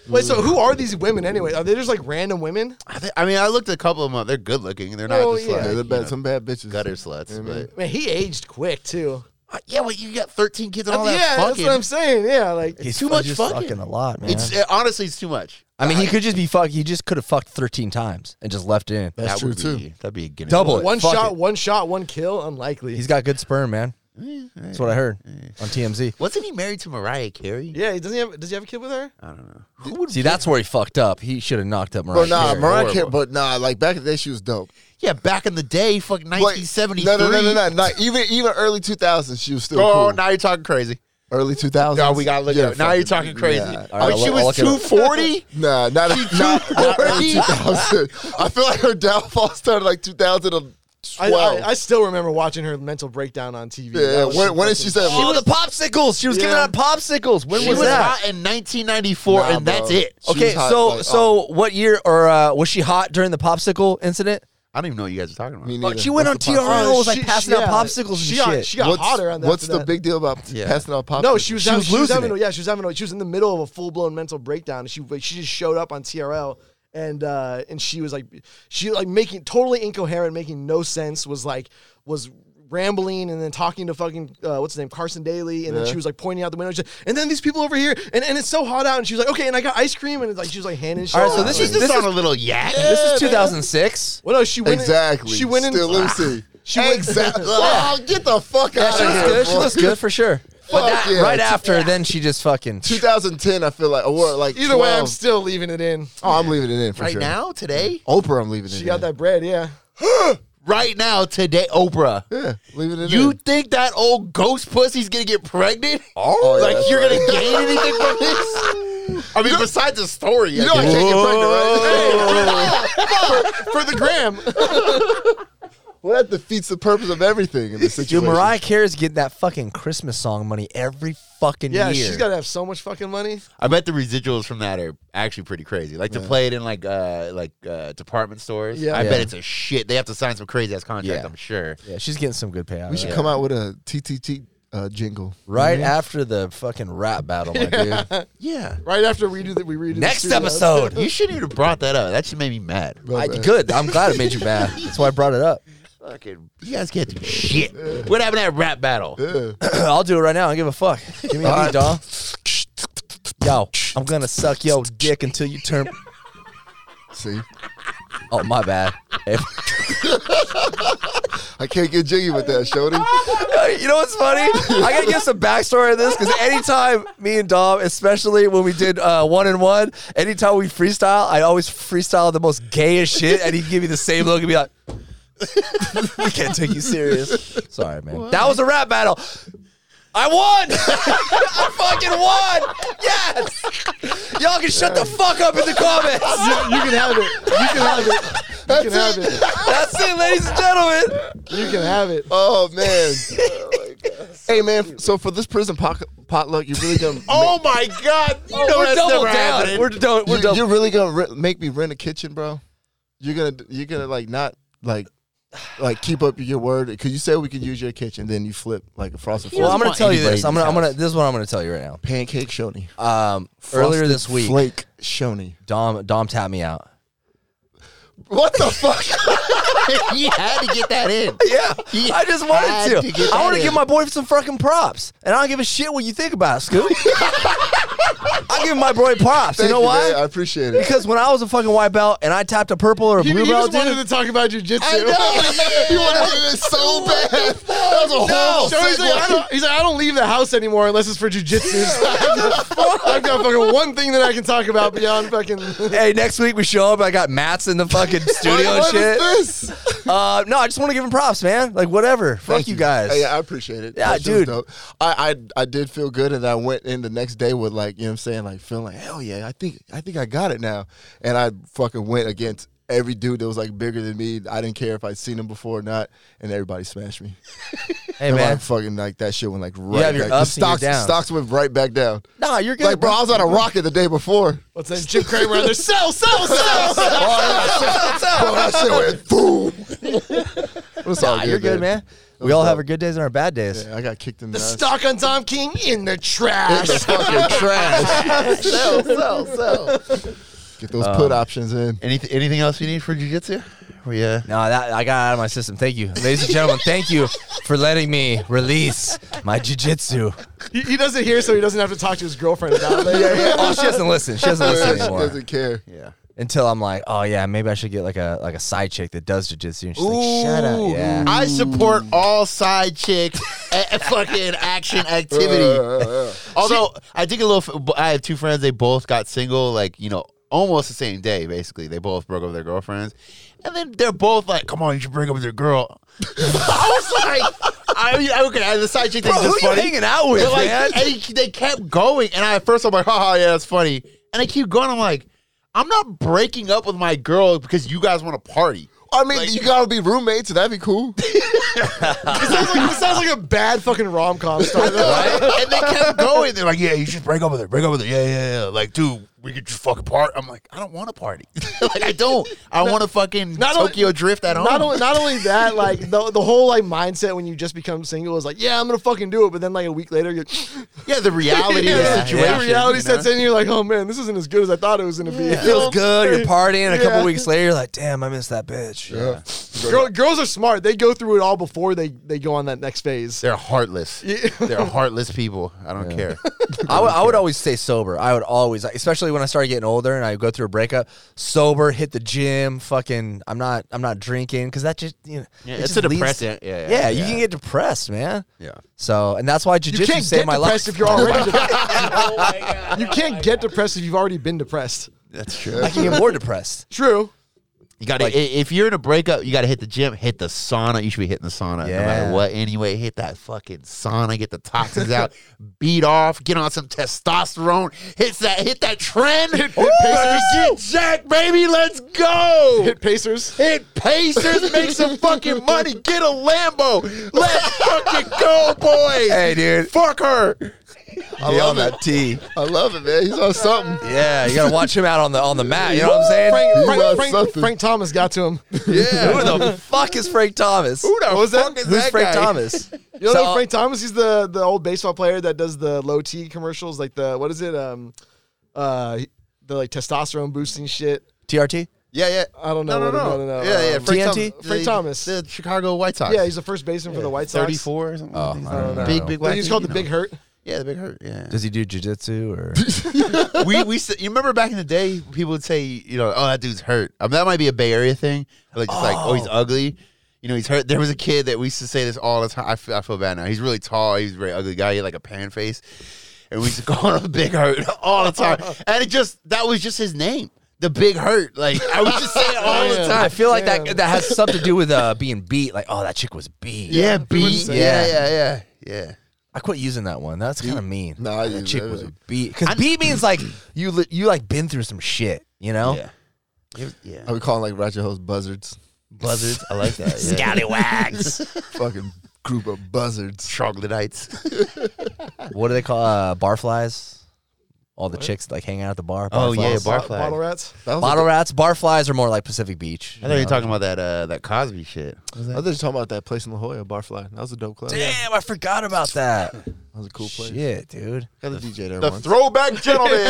[SPEAKER 3] Wait, so who are these women anyway? Are they just like random women?
[SPEAKER 1] I, thi- I mean, I looked at a couple of them. up. They're good looking. They're not
[SPEAKER 3] Oh,
[SPEAKER 1] just
[SPEAKER 3] yeah.
[SPEAKER 1] like
[SPEAKER 2] They're the
[SPEAKER 1] you
[SPEAKER 2] bad,
[SPEAKER 1] know,
[SPEAKER 2] some bad bitches.
[SPEAKER 1] gutter sluts.
[SPEAKER 2] Mhm.
[SPEAKER 1] But
[SPEAKER 3] Man, he aged quick too.
[SPEAKER 1] Uh, yeah, well, you got 13 kids
[SPEAKER 2] Uh,
[SPEAKER 1] and all
[SPEAKER 3] yeah,
[SPEAKER 1] that
[SPEAKER 3] that's
[SPEAKER 1] fucking.
[SPEAKER 3] what I'm saying. Yeah, like
[SPEAKER 4] He's
[SPEAKER 1] too much
[SPEAKER 4] just
[SPEAKER 1] fucking.
[SPEAKER 4] fucking a lot, man.
[SPEAKER 1] it's uh, honestly, it's too much.
[SPEAKER 4] I mean, he could just be fuck. He just could have fucked thirteen times and just left it in.
[SPEAKER 2] That's
[SPEAKER 1] that
[SPEAKER 2] true
[SPEAKER 1] would be,
[SPEAKER 2] too.
[SPEAKER 1] That'd be a Guinness
[SPEAKER 4] Double
[SPEAKER 1] Book.
[SPEAKER 4] it.
[SPEAKER 3] one
[SPEAKER 4] fuck
[SPEAKER 3] shot,
[SPEAKER 4] it.
[SPEAKER 3] one shot, one kill. Unlikely.
[SPEAKER 4] He's got good sperm, man. That's what I heard on TMZ.
[SPEAKER 1] Wasn't he married to Mariah Carey?
[SPEAKER 3] yeah, doesn't he have? Does he have a kid with her?
[SPEAKER 1] I don't know.
[SPEAKER 4] See, that's where he fucked up. He should have knocked up Mariah.
[SPEAKER 2] But nah,
[SPEAKER 4] Carey.
[SPEAKER 2] Mariah Carey.
[SPEAKER 1] Horrible.
[SPEAKER 2] But nah, like back in the day, she was dope.
[SPEAKER 1] Yeah, back in the day, fuck
[SPEAKER 2] Wait,
[SPEAKER 1] 1973.
[SPEAKER 2] No, no, no, no, no, no. Even even early 2000s, she was still
[SPEAKER 1] Oh,
[SPEAKER 2] cool.
[SPEAKER 1] now you're talking crazy.
[SPEAKER 2] Early 2000s.
[SPEAKER 1] No, we gotta look
[SPEAKER 2] Yeah,
[SPEAKER 1] it up. Now you're
[SPEAKER 2] fucking-
[SPEAKER 1] talking crazy.
[SPEAKER 2] Yeah.
[SPEAKER 1] Oh,
[SPEAKER 4] I'll-
[SPEAKER 1] she
[SPEAKER 4] I'll
[SPEAKER 1] was
[SPEAKER 4] look it up.
[SPEAKER 1] 240.
[SPEAKER 2] Nah, not, not, not
[SPEAKER 1] 240.
[SPEAKER 2] early 2000. I feel like her downfall started like 2012.
[SPEAKER 3] I, I, I still remember watching her mental breakdown on TV.
[SPEAKER 2] yeah,
[SPEAKER 3] That was
[SPEAKER 2] when, when did she
[SPEAKER 3] fucking-
[SPEAKER 2] say?
[SPEAKER 4] She was the popsicles. She was giving
[SPEAKER 3] Yeah.
[SPEAKER 4] out popsicles. When
[SPEAKER 1] She
[SPEAKER 4] was
[SPEAKER 1] was
[SPEAKER 4] that?
[SPEAKER 1] hot in 1994,
[SPEAKER 2] Nah,
[SPEAKER 1] and that's
[SPEAKER 2] bro.
[SPEAKER 1] it.
[SPEAKER 2] She
[SPEAKER 4] okay,
[SPEAKER 2] was hot,
[SPEAKER 4] so
[SPEAKER 2] like,
[SPEAKER 4] so what year or uh, was she hot during the popsicle incident?
[SPEAKER 1] I don't even know what you guys are talking about.
[SPEAKER 2] Me
[SPEAKER 4] Fuck,
[SPEAKER 2] neither.
[SPEAKER 4] she went
[SPEAKER 2] What's
[SPEAKER 4] on
[SPEAKER 2] the
[SPEAKER 4] TRL.
[SPEAKER 2] possibility?
[SPEAKER 4] Girl was, like, passing out popsicles
[SPEAKER 3] she
[SPEAKER 4] and
[SPEAKER 3] got,
[SPEAKER 4] shit.
[SPEAKER 3] She got
[SPEAKER 2] What's-
[SPEAKER 3] hotter on that.
[SPEAKER 2] What's
[SPEAKER 3] after
[SPEAKER 2] the
[SPEAKER 3] that.
[SPEAKER 2] big deal about
[SPEAKER 1] Yeah.
[SPEAKER 2] passing out popsicles?
[SPEAKER 3] No, she was,
[SPEAKER 4] She
[SPEAKER 3] having-
[SPEAKER 4] was
[SPEAKER 3] she was
[SPEAKER 4] losing
[SPEAKER 3] having,
[SPEAKER 4] it.
[SPEAKER 3] yeah, she was having, a- she was in the middle of a full blown mental breakdown. And she like, she just showed up on TRL and uh, and she was like, she like making totally incoherent, making no sense. Was like was rambling and then talking to fucking uh, what's his name Carson Daly, and then she was like pointing out the window. She's like, and then these people over here, and, and it's so hot out, and she was like, okay, and I got ice cream, and it's like she was like handing shit.
[SPEAKER 4] All right, so
[SPEAKER 3] out.
[SPEAKER 4] this
[SPEAKER 1] She's
[SPEAKER 4] is
[SPEAKER 1] just
[SPEAKER 4] this
[SPEAKER 1] on
[SPEAKER 4] is
[SPEAKER 1] a little yak.
[SPEAKER 4] this is 2006.
[SPEAKER 3] well, no, she went in-
[SPEAKER 2] Exactly.
[SPEAKER 3] she went in.
[SPEAKER 2] Still, let me see.
[SPEAKER 3] She went-
[SPEAKER 2] exactly. Oh, get the fuck out
[SPEAKER 4] She
[SPEAKER 2] of
[SPEAKER 4] looks
[SPEAKER 2] here.
[SPEAKER 4] good. She
[SPEAKER 2] boy.
[SPEAKER 4] looks good for sure.
[SPEAKER 2] Fuck
[SPEAKER 4] But that,
[SPEAKER 2] yeah.
[SPEAKER 4] right after, then she just fucking.
[SPEAKER 2] 2010, I feel like, or like
[SPEAKER 3] Either way, I'm
[SPEAKER 2] 12.
[SPEAKER 3] still leaving it in.
[SPEAKER 2] Oh, I'm leaving it in for
[SPEAKER 1] right
[SPEAKER 2] sure.
[SPEAKER 1] now, today,
[SPEAKER 2] Oprah, I'm leaving it in.
[SPEAKER 3] She got that bread, yeah.
[SPEAKER 1] right now, today, Oprah.
[SPEAKER 2] Yeah, leaving it
[SPEAKER 1] You
[SPEAKER 2] in.
[SPEAKER 1] think that old ghost pussy's gonna get pregnant?
[SPEAKER 2] Oh, yeah,
[SPEAKER 1] like
[SPEAKER 2] that's
[SPEAKER 1] you're
[SPEAKER 2] right.
[SPEAKER 1] gonna gain anything from this? I mean, besides the story,
[SPEAKER 2] You know I can't get pregnant, right?
[SPEAKER 3] For the gram.
[SPEAKER 2] well, that defeats the purpose of everything in this
[SPEAKER 4] Dude,
[SPEAKER 2] situation.
[SPEAKER 4] Mariah Carey's getting that fucking Christmas song money every fucking
[SPEAKER 3] Yeah,
[SPEAKER 4] year.
[SPEAKER 3] she's got to have so much fucking money.
[SPEAKER 1] I bet the residuals from that are actually pretty crazy. Like to play it in like uh like uh department stores.
[SPEAKER 3] Yeah.
[SPEAKER 1] I
[SPEAKER 4] Yeah.
[SPEAKER 1] bet it's a shit. They have to sign some crazy ass contract.
[SPEAKER 4] Yeah.
[SPEAKER 1] I'm sure.
[SPEAKER 4] yeah, she's getting some good payout.
[SPEAKER 2] We should
[SPEAKER 4] right?
[SPEAKER 2] come out with a TTT uh, jingle.
[SPEAKER 4] Right after the fucking rap battle, my dude.
[SPEAKER 1] Yeah.
[SPEAKER 3] Right after we do that, we redo the
[SPEAKER 4] Next
[SPEAKER 3] studio.
[SPEAKER 4] episode.
[SPEAKER 1] You shouldn't even have brought that up. That should make me mad.
[SPEAKER 4] I, good. I'm glad it made you mad. That's why I brought it up.
[SPEAKER 1] Fucking, you guys can't do shit. What happened to that rap battle?
[SPEAKER 4] I'll do it right now. I don't give a fuck. Give me a beat, dog. Yo, I'm gonna suck your dick until you turn.
[SPEAKER 2] See,
[SPEAKER 4] Oh, my bad. If-
[SPEAKER 2] I can't get jiggy with that, Shody.
[SPEAKER 4] you know what's funny? I gotta give some backstory to this because anytime me and Dom, especially when we did uh, one and one, anytime we freestyle, I always freestyle the most gayest shit, and he'd give me the same look and be like, "We can't take you serious." Sorry, man. That was a rap battle. I won! I fucking won! Yes! Y'all can shut the fuck up in the comments.
[SPEAKER 3] You can have it. You can have it. You can have it.
[SPEAKER 4] That's it, ladies and gentlemen.
[SPEAKER 3] You can have it.
[SPEAKER 2] Oh man. Hey man, so for this prison poc- potluck, you're really gonna
[SPEAKER 1] Oh my god! You know
[SPEAKER 4] Oh, we're
[SPEAKER 1] that's
[SPEAKER 4] double
[SPEAKER 1] never
[SPEAKER 4] down.
[SPEAKER 1] happening.
[SPEAKER 4] We're, do- we're
[SPEAKER 2] you,
[SPEAKER 4] double.
[SPEAKER 2] are really gonna re- make me rent a kitchen, bro. You're gonna you're gonna like not like like keep up your word because you said we could use your kitchen, then you flip like a frosted
[SPEAKER 4] Well,
[SPEAKER 2] flake.
[SPEAKER 4] I'm gonna
[SPEAKER 1] want
[SPEAKER 4] tell you
[SPEAKER 1] anybody
[SPEAKER 4] this.
[SPEAKER 1] in
[SPEAKER 4] I'm
[SPEAKER 1] this
[SPEAKER 4] gonna, I'm gonna.
[SPEAKER 1] house.
[SPEAKER 4] This is what I'm gonna tell you right now.
[SPEAKER 2] pancake shoni.
[SPEAKER 4] Um, earlier this week,
[SPEAKER 2] flake shoni.
[SPEAKER 4] Dom Dom tapped me out.
[SPEAKER 2] What the fuck?
[SPEAKER 1] you had to get that in.
[SPEAKER 4] Yeah,
[SPEAKER 1] He
[SPEAKER 4] I just
[SPEAKER 1] had to
[SPEAKER 4] wanted to.
[SPEAKER 1] get
[SPEAKER 4] I want
[SPEAKER 1] that
[SPEAKER 4] to
[SPEAKER 1] in.
[SPEAKER 4] give my boy some fucking props, and I don't give a shit what you think about it, Scoop. I give my boy props. You know
[SPEAKER 2] you,
[SPEAKER 4] why?
[SPEAKER 2] man. I appreciate it.
[SPEAKER 4] Because when I was a fucking white belt and I tapped a purple or a
[SPEAKER 2] He,
[SPEAKER 4] blue
[SPEAKER 2] he
[SPEAKER 4] belt,
[SPEAKER 2] just
[SPEAKER 4] dude,
[SPEAKER 2] wanted to talk about jujitsu.
[SPEAKER 1] I know.
[SPEAKER 2] he wanted to do this so bad. That was a
[SPEAKER 3] No,
[SPEAKER 2] whole
[SPEAKER 3] so he's like, I
[SPEAKER 2] segue.
[SPEAKER 3] don't, he's like, I don't leave the house anymore unless it's for jujitsu. I've got fucking one thing that I can talk about beyond fucking.
[SPEAKER 4] hey, next week we show up. I got Matt's in the fucking studio and
[SPEAKER 2] What
[SPEAKER 4] shit.
[SPEAKER 2] is this?
[SPEAKER 4] Uh, no, I just want to give him props, man. Like whatever. Fuck
[SPEAKER 2] Thank
[SPEAKER 4] you guys.
[SPEAKER 2] Hey, I appreciate it.
[SPEAKER 4] Yeah,
[SPEAKER 2] That shit was
[SPEAKER 4] dude.
[SPEAKER 2] dope. I, I I did feel good, and I went in the next day with like you know what I'm saying, like feeling like hell yeah, I think I think I got it now, and I fucking went against every dude that was like bigger than me. I didn't care if I'd seen him before or not, and everybody smashed me.
[SPEAKER 4] Hey,
[SPEAKER 2] And
[SPEAKER 4] man.
[SPEAKER 2] like, fucking like that shit went like right
[SPEAKER 4] have your
[SPEAKER 2] back. The
[SPEAKER 4] ups and your
[SPEAKER 2] stocks
[SPEAKER 4] downs.
[SPEAKER 2] stocks went right back down.
[SPEAKER 4] Nah, you're good,
[SPEAKER 2] Like bro, I was on a rocket the day before.
[SPEAKER 3] What's that? Jim Craig brother. Sell, sell, sell, sell.
[SPEAKER 2] Bro, that shit went boom. It's all
[SPEAKER 4] Nah, you're good, man. We all have our good days and our bad days.
[SPEAKER 2] Yeah, I got kicked in the,
[SPEAKER 3] The
[SPEAKER 2] nuts.
[SPEAKER 3] stock on Tom King in the trash.
[SPEAKER 2] It's fucking trash. sell, sell, sell. Get those put options in.
[SPEAKER 1] Anything, anything else you need for jujitsu? We uh,
[SPEAKER 4] No, that I got it out of my system. Thank you, ladies and gentlemen. thank you for letting me release my jujitsu.
[SPEAKER 3] He, he doesn't hear, so he doesn't have to talk to his girlfriend about it.
[SPEAKER 4] Oh, she doesn't listen. She doesn't
[SPEAKER 2] Yeah,
[SPEAKER 4] listen
[SPEAKER 2] she
[SPEAKER 4] anymore.
[SPEAKER 2] doesn't care.
[SPEAKER 1] yeah.
[SPEAKER 4] Until I'm like, oh yeah, maybe I should get like a like a side chick that does jujitsu. And she's like, shut up. Yeah.
[SPEAKER 1] I support all side chicks a- fucking action activity.
[SPEAKER 2] Uh,
[SPEAKER 1] Although I think a little, f- I have two friends. They both got single, like you know, almost the same day. Basically, they both broke up with their girlfriends, and then they're both like, "Come on, you should break up with your girl." I was like, I mean, okay, I- the side chick thing
[SPEAKER 4] Bro,
[SPEAKER 1] is
[SPEAKER 4] who
[SPEAKER 1] just
[SPEAKER 4] you
[SPEAKER 1] funny.
[SPEAKER 4] hanging out with,
[SPEAKER 1] But like,
[SPEAKER 4] man?
[SPEAKER 1] and he- they kept going, and I at first I'm like, haha, yeah, that's funny. And they keep going. I'm like, I'm not breaking up with my girl because you guys want to party.
[SPEAKER 2] I mean, you gotta be roommates, and that'd be cool.
[SPEAKER 3] It sounds like, this sounds like a bad fucking rom com story.
[SPEAKER 1] and they kept going. They're like, yeah, you should break up with her. Break up with her. Yeah, yeah, yeah. Like, dude, we could just fucking party. I'm like, I don't want to party. like, I don't. I want to fucking
[SPEAKER 3] not only-
[SPEAKER 1] Tokyo drift at home.
[SPEAKER 3] Not only, not only that, like the, the whole like mindset when you just become single is like, yeah, I'm gonna fucking do it. But then like a week later, you're,
[SPEAKER 1] yeah, the reality of
[SPEAKER 3] Yeah,
[SPEAKER 1] the situation.
[SPEAKER 3] the reality
[SPEAKER 1] you know?
[SPEAKER 3] sets in. You're like, oh man, this isn't as good as I thought it was gonna be.
[SPEAKER 4] It feels good. You're partying. A couple
[SPEAKER 3] Yeah.
[SPEAKER 4] weeks later, you're like, damn, I miss that bitch. Yeah.
[SPEAKER 3] Girl, girls are smart. They go through it all before they, they go on that next phase.
[SPEAKER 1] They're heartless. They're heartless people. I don't care.
[SPEAKER 4] I would- I would always stay sober. I would always, especially when I started getting older and I go through a breakup, sober, hit the gym, fucking. I'm not, I'm not drinking because that just, you know,
[SPEAKER 1] Yeah,
[SPEAKER 4] it
[SPEAKER 1] it's
[SPEAKER 4] just
[SPEAKER 1] a
[SPEAKER 4] leads-
[SPEAKER 1] depressant. Yeah, yeah,
[SPEAKER 4] you
[SPEAKER 1] yeah.
[SPEAKER 4] can get depressed, man.
[SPEAKER 1] Yeah.
[SPEAKER 4] So, and that's why jujitsu
[SPEAKER 3] You can't
[SPEAKER 4] saved
[SPEAKER 3] get
[SPEAKER 4] my
[SPEAKER 3] depressed
[SPEAKER 4] life.
[SPEAKER 3] if you're already. depressed. You can't get depressed if you've already been depressed.
[SPEAKER 1] That's true.
[SPEAKER 4] I can get more depressed.
[SPEAKER 3] True.
[SPEAKER 1] You got to if you're in a breakup, you got to hit the gym, hit the sauna. You should be hitting the sauna no
[SPEAKER 4] Yeah.
[SPEAKER 1] matter what. Anyway, hit that fucking sauna, get the toxins out, beat off, get on some testosterone, hit that, hit that trend, Woo! get jacked, baby. Let's go.
[SPEAKER 3] Hit Pacers.
[SPEAKER 1] Hit Pacers, make some fucking money, get a Lambo. Let's fucking go, boys.
[SPEAKER 4] Hey, dude.
[SPEAKER 1] Fuck her.
[SPEAKER 2] I
[SPEAKER 4] Be
[SPEAKER 2] love
[SPEAKER 4] on
[SPEAKER 2] it.
[SPEAKER 4] that tee.
[SPEAKER 2] I love it, man. He's on something.
[SPEAKER 4] Yeah, you gotta watch him out on the on the mat. You know what I'm saying?
[SPEAKER 3] Frank,
[SPEAKER 2] loves
[SPEAKER 3] Frank, Frank,
[SPEAKER 2] something.
[SPEAKER 3] Frank Thomas got to him.
[SPEAKER 4] Who the fuck is Frank Thomas? Who
[SPEAKER 1] the fuck is
[SPEAKER 4] Who's
[SPEAKER 1] that
[SPEAKER 4] Frank
[SPEAKER 1] guy?
[SPEAKER 4] Thomas?
[SPEAKER 3] You know
[SPEAKER 4] So-
[SPEAKER 3] Frank Thomas? He's the the old baseball player that does the low T commercials, like the what is it? Um, uh, the like testosterone boosting shit.
[SPEAKER 4] TRT.
[SPEAKER 1] Yeah, yeah.
[SPEAKER 3] I don't know. what it- no, no, no.
[SPEAKER 1] Yeah, yeah.
[SPEAKER 3] Um,
[SPEAKER 1] Frank
[SPEAKER 4] TNT?
[SPEAKER 1] Thom-
[SPEAKER 3] Frank
[SPEAKER 1] the-
[SPEAKER 3] Thomas.
[SPEAKER 1] the Chicago White Sox.
[SPEAKER 3] Yeah, he's the first baseman for the White Sox.
[SPEAKER 1] 34 or something.
[SPEAKER 4] Oh,
[SPEAKER 1] He's
[SPEAKER 4] I don't
[SPEAKER 1] a
[SPEAKER 4] know.
[SPEAKER 1] Big, big
[SPEAKER 3] Like,
[SPEAKER 1] white.
[SPEAKER 3] he's called
[SPEAKER 1] dude,
[SPEAKER 3] the
[SPEAKER 1] you
[SPEAKER 3] Big
[SPEAKER 1] know.
[SPEAKER 3] Hurt.
[SPEAKER 1] Yeah, the big hurt. Yeah.
[SPEAKER 4] Does he do jujitsu or?
[SPEAKER 1] we we s- you remember back in the day people would say you know oh that dude's hurt. I mean, that might be a Bay Area thing. Like just like oh he's ugly. You know he's hurt. There was a kid that we used to say this all the time. I feel, I feel bad now. He's really tall. He's a very ugly guy. He had like a pan face, and we used to call him Big Hurt all the time. And it just that was just his name, the Big Hurt. Like I would just say it all the
[SPEAKER 3] Damn.
[SPEAKER 1] time.
[SPEAKER 4] I feel like
[SPEAKER 3] Damn.
[SPEAKER 4] that that has something to do with uh, being beat. Like, oh, that chick was beat.
[SPEAKER 1] Yeah, B.
[SPEAKER 3] would
[SPEAKER 1] Yeah,
[SPEAKER 3] say
[SPEAKER 1] yeah,
[SPEAKER 4] that.
[SPEAKER 1] yeah, yeah, yeah.
[SPEAKER 4] I quit using that one. That's kind of mean.
[SPEAKER 2] Nah, I
[SPEAKER 4] that
[SPEAKER 2] use
[SPEAKER 4] chick
[SPEAKER 2] that.
[SPEAKER 4] was a beat. Because beat means like you li- you like been through some shit. You know.
[SPEAKER 1] Yeah. It- yeah.
[SPEAKER 2] I would call like Ratchet Hoes buzzards.
[SPEAKER 1] Buzzards. I like that. Yeah.
[SPEAKER 4] Scallywags.
[SPEAKER 2] Fucking group of buzzards.
[SPEAKER 1] Troglodytes.
[SPEAKER 4] what do they call uh, barflies? All the chicks like hanging out at the bar.
[SPEAKER 1] Oh, yeah,
[SPEAKER 4] barflies.
[SPEAKER 1] bar
[SPEAKER 3] Bo-
[SPEAKER 1] flag.
[SPEAKER 3] Bottle rats.
[SPEAKER 2] That was
[SPEAKER 4] Bottle rats, barflies are more like Pacific Beach.
[SPEAKER 1] I thought you were talking about that uh, that Cosby shit.
[SPEAKER 2] I was just talking about that place in La Jolla, Barfly. That was a dope club.
[SPEAKER 4] Damn, I forgot about that.
[SPEAKER 2] That was a cool place.
[SPEAKER 4] Shit, dude.
[SPEAKER 2] Got a DJ there
[SPEAKER 1] The
[SPEAKER 2] once.
[SPEAKER 1] throwback gentleman.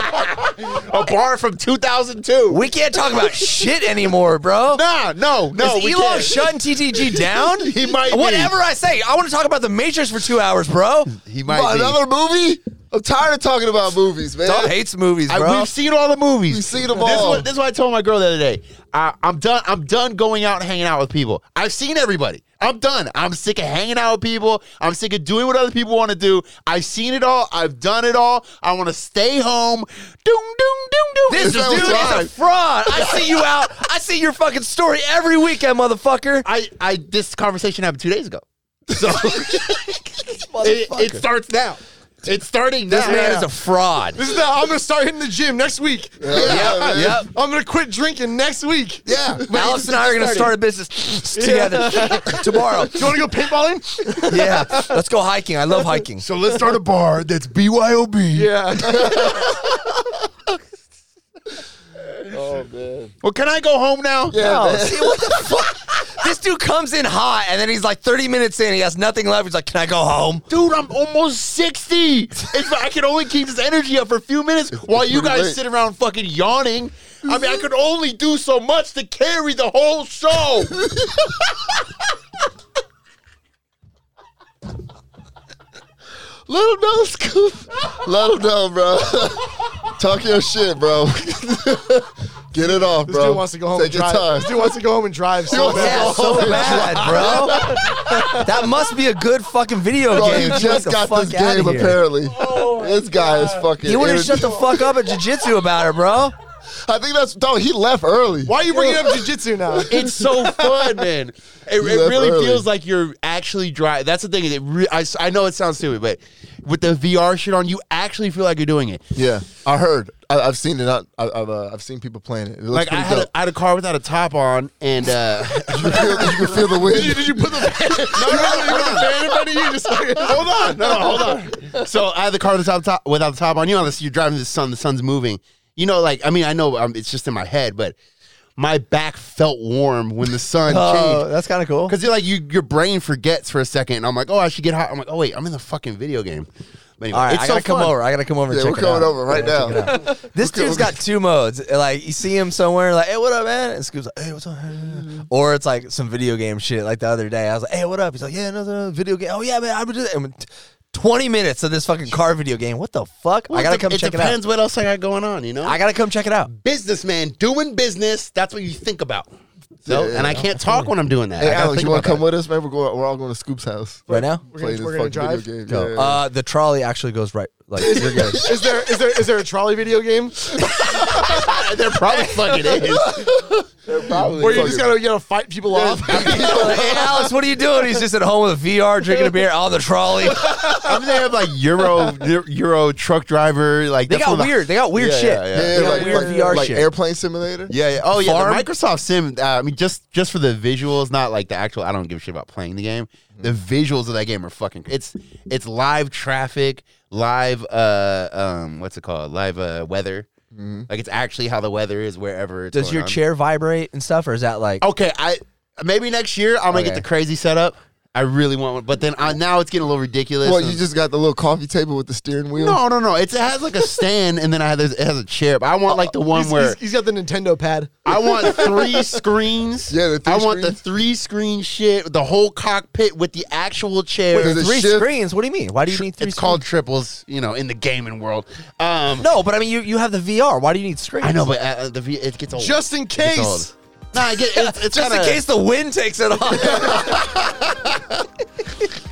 [SPEAKER 1] a bar from 2002.
[SPEAKER 4] We can't talk about shit anymore, bro.
[SPEAKER 1] nah, no, no.
[SPEAKER 4] Is
[SPEAKER 1] we
[SPEAKER 4] Elon
[SPEAKER 1] can't.
[SPEAKER 4] shutting TTG down?
[SPEAKER 1] He might be.
[SPEAKER 4] Whatever I say, I want to talk about the Matrix for two hours, bro.
[SPEAKER 1] He might be.
[SPEAKER 2] Another movie? I'm tired of talking about movies, man.
[SPEAKER 4] Dog hates movies,
[SPEAKER 1] I-
[SPEAKER 4] bro.
[SPEAKER 1] we've seen all the movies.
[SPEAKER 2] We've seen them
[SPEAKER 1] This is,
[SPEAKER 2] all.
[SPEAKER 1] what, this is what I told my girl the other day. I, I'm done. I'm done going out and hanging out with people. I've seen everybody. I'm done. I'm sick of hanging out with people. I'm sick of doing what other people want to do. I've seen it all. I've done it all. I want to stay home. Doom, doom, doom, doom.
[SPEAKER 4] this dude
[SPEAKER 2] that
[SPEAKER 4] is
[SPEAKER 2] was
[SPEAKER 4] a
[SPEAKER 2] live.
[SPEAKER 4] fraud. I see you out. I see your fucking story every weekend, motherfucker.
[SPEAKER 1] I, I this conversation happened two days ago. So it, it starts now. It's starting now.
[SPEAKER 4] This man is a fraud.
[SPEAKER 3] This is the, I'm gonna start hitting the gym next week.
[SPEAKER 2] Yeah, man.
[SPEAKER 4] Yep.
[SPEAKER 3] I'm gonna quit drinking next week.
[SPEAKER 2] Yeah.
[SPEAKER 4] Alex and I are going to start a business together tomorrow.
[SPEAKER 3] You want to go paintballing?
[SPEAKER 4] Yeah, let's go hiking. I love hiking.
[SPEAKER 1] so let's start a bar that's BYOB.
[SPEAKER 3] Yeah.
[SPEAKER 2] Oh man.
[SPEAKER 1] Well, can I go home now?
[SPEAKER 2] Yeah,
[SPEAKER 4] Oh,
[SPEAKER 2] man.
[SPEAKER 4] see, what the fuck? This dude comes in hot, and then he's like 30 minutes in. He has nothing left. He's like, "Can I go home?"
[SPEAKER 1] Dude, I'm almost 60. If I can only keep this energy up for a few minutes while you
[SPEAKER 2] pretty
[SPEAKER 1] guys
[SPEAKER 2] late.
[SPEAKER 1] sit around fucking yawning. I mean, I could only do so much to carry the whole show.
[SPEAKER 2] Let him know, Scoop. Let him know, bro. Talk your shit, bro. Get it off,
[SPEAKER 3] This
[SPEAKER 2] bro.
[SPEAKER 3] dude wants to go home
[SPEAKER 2] Take
[SPEAKER 3] and drive.
[SPEAKER 2] your time.
[SPEAKER 3] This dude wants to go home and drive. So
[SPEAKER 2] wants to
[SPEAKER 3] bad.
[SPEAKER 4] Yeah, so bad, bro. That must be a good fucking video
[SPEAKER 2] Bro,
[SPEAKER 4] game.
[SPEAKER 2] you
[SPEAKER 4] Get
[SPEAKER 2] just
[SPEAKER 4] the
[SPEAKER 2] got
[SPEAKER 4] fuck
[SPEAKER 2] this
[SPEAKER 4] outta
[SPEAKER 2] game
[SPEAKER 4] here.
[SPEAKER 2] apparently. this guy is fucking.
[SPEAKER 4] You wouldn't
[SPEAKER 2] irrit-
[SPEAKER 4] shut the fuck up at jujitsu about it, bro.
[SPEAKER 2] I think that's dog. He left early.
[SPEAKER 3] Why are you bringing up jujitsu now?
[SPEAKER 1] It's so fun, man. It, it
[SPEAKER 2] left
[SPEAKER 1] really
[SPEAKER 2] early.
[SPEAKER 1] feels like you're actually driving. That's the thing. It re- I, s- I know it sounds stupid, but with the VR shit on, you actually feel like you're doing it.
[SPEAKER 2] Yeah, I heard. I, I've seen it. I, I- I've uh, I've seen people playing it. It looks
[SPEAKER 1] Like I
[SPEAKER 2] pretty
[SPEAKER 1] had,
[SPEAKER 2] dope.
[SPEAKER 1] a, I had a car without a top on, and uh,
[SPEAKER 2] you, can feel, you can feel the wind.
[SPEAKER 1] did you put the no, no, no, you put the fan in front of you? Just like, hold on, no, no, hold on. So I had the car without the top, without the top on. You know, this, you're driving the sun. The sun's moving. You know, like I mean, I know um, it's just in my head, but my back felt warm when the sun
[SPEAKER 4] Oh,
[SPEAKER 1] changed.
[SPEAKER 4] that's kind of cool.
[SPEAKER 1] Because you're like you, your brain forgets for a second, and I'm like, oh, I should get hot. I'm like, oh wait, I'm in the fucking video game. But anyway,
[SPEAKER 4] All right,
[SPEAKER 1] it's
[SPEAKER 4] I
[SPEAKER 1] so
[SPEAKER 4] gotta come
[SPEAKER 1] fun.
[SPEAKER 4] over. I gotta come over. and
[SPEAKER 2] Yeah,
[SPEAKER 4] check
[SPEAKER 2] we're
[SPEAKER 4] it
[SPEAKER 2] going
[SPEAKER 4] out.
[SPEAKER 2] over right now.
[SPEAKER 4] This dude's got two modes. Like you see him somewhere, like, "Hey, what up, man?" And Scoop's like, "Hey, what's up?"
[SPEAKER 1] Mm-hmm.
[SPEAKER 4] Or it's like some video game shit. Like the other day, I was like, "Hey, what up?" He's like, "Yeah, another video game." Oh yeah, man, I'm just and t- twenty minutes of this fucking car video game. What the fuck?
[SPEAKER 1] Well,
[SPEAKER 4] I gotta
[SPEAKER 1] it de-
[SPEAKER 4] come
[SPEAKER 1] it
[SPEAKER 4] check it out.
[SPEAKER 1] depends what else I got going on. You know,
[SPEAKER 4] I gotta come check it out.
[SPEAKER 1] businessman doing business. That's what you think about. So,
[SPEAKER 2] Yeah.
[SPEAKER 1] and I can't talk when I'm doing that. I
[SPEAKER 2] Hey,
[SPEAKER 1] gotta
[SPEAKER 2] Alex,
[SPEAKER 1] think
[SPEAKER 2] you want
[SPEAKER 1] about
[SPEAKER 2] to
[SPEAKER 1] that.
[SPEAKER 2] come with us, man? We're going. We're all going to Scoop's house.
[SPEAKER 4] Right now,
[SPEAKER 3] We're gonna, we're gonna drive.
[SPEAKER 2] video game.
[SPEAKER 4] go.
[SPEAKER 2] Yeah.
[SPEAKER 4] Uh, the trolley actually goes right. Like you're good.
[SPEAKER 3] Is there is there is there a trolley video game
[SPEAKER 1] There probably fucking is.
[SPEAKER 2] Probably.
[SPEAKER 3] where you just gotta you know fight people off?
[SPEAKER 4] hey, Alex, what are you doing? He's just at home with a VR, drinking a beer on the trolley.
[SPEAKER 1] I'm they have like Euro Euro truck driver like
[SPEAKER 4] They
[SPEAKER 1] that's
[SPEAKER 4] got
[SPEAKER 1] one of the-
[SPEAKER 4] weird. They got weird
[SPEAKER 1] Yeah,
[SPEAKER 4] shit.
[SPEAKER 1] yeah, yeah.
[SPEAKER 2] yeah,
[SPEAKER 4] They got
[SPEAKER 2] like,
[SPEAKER 4] weird
[SPEAKER 2] like,
[SPEAKER 4] VR
[SPEAKER 2] like
[SPEAKER 4] shit.
[SPEAKER 2] airplane simulator.
[SPEAKER 1] yeah, yeah. Oh yeah,
[SPEAKER 4] Farm?
[SPEAKER 1] the Microsoft Sim. Uh, I mean, just just for the visuals, not like the actual. I don't give a shit about playing the game. The visuals of that game are fucking. It's it's live traffic, live uh um what's it called? Live uh weather. Like it's actually how the weather is wherever. It's
[SPEAKER 4] Does
[SPEAKER 1] going
[SPEAKER 4] your
[SPEAKER 1] on. Oh,
[SPEAKER 4] chair vibrate and stuff, or is that like?
[SPEAKER 1] Okay, I maybe next year I'm gonna get
[SPEAKER 4] Okay.
[SPEAKER 1] the crazy setup. I really want one, but then I, now it's getting a little ridiculous.
[SPEAKER 2] Well,
[SPEAKER 1] and-
[SPEAKER 2] you just got the little coffee table with the steering wheel.
[SPEAKER 1] No, no, no. It's, it has like a stand, and then I have this, it has a chair. But I want like the one
[SPEAKER 3] He's-
[SPEAKER 1] where
[SPEAKER 3] he's- he's got the Nintendo pad.
[SPEAKER 1] I want three screens.
[SPEAKER 2] Yeah, the three
[SPEAKER 1] I want the
[SPEAKER 2] screens.
[SPEAKER 1] three screen shit, the whole cockpit with the actual chair.
[SPEAKER 2] Wait, does it
[SPEAKER 4] Three
[SPEAKER 2] shift?
[SPEAKER 4] screens. What do you mean? Why do you need three?
[SPEAKER 1] it's called triples, you know, in the gaming world. Um,
[SPEAKER 4] screens? no, but I mean, you, you have the VR. Why do you need screens?
[SPEAKER 1] I know, but uh, the V- it gets old.
[SPEAKER 3] Just in
[SPEAKER 1] It gets
[SPEAKER 3] case.
[SPEAKER 1] old. Nah, I get it's, it's
[SPEAKER 4] just in
[SPEAKER 1] kinda-
[SPEAKER 4] case the wind takes it off.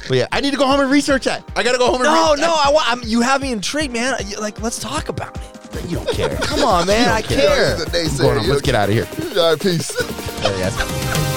[SPEAKER 1] But yeah, I need to go home and research that. I gotta go home and
[SPEAKER 4] no,
[SPEAKER 1] re-
[SPEAKER 4] no, I want. I'm, you have me intrigued, man. You- Like, let's talk about it.
[SPEAKER 1] You don't care.
[SPEAKER 4] Come on, man. I
[SPEAKER 2] Yeah,
[SPEAKER 4] care.
[SPEAKER 2] he's a naysayer.
[SPEAKER 1] What's going on? Let's
[SPEAKER 2] Yeah.
[SPEAKER 1] get out of here.
[SPEAKER 2] All right, peace.
[SPEAKER 4] Yeah, yeah.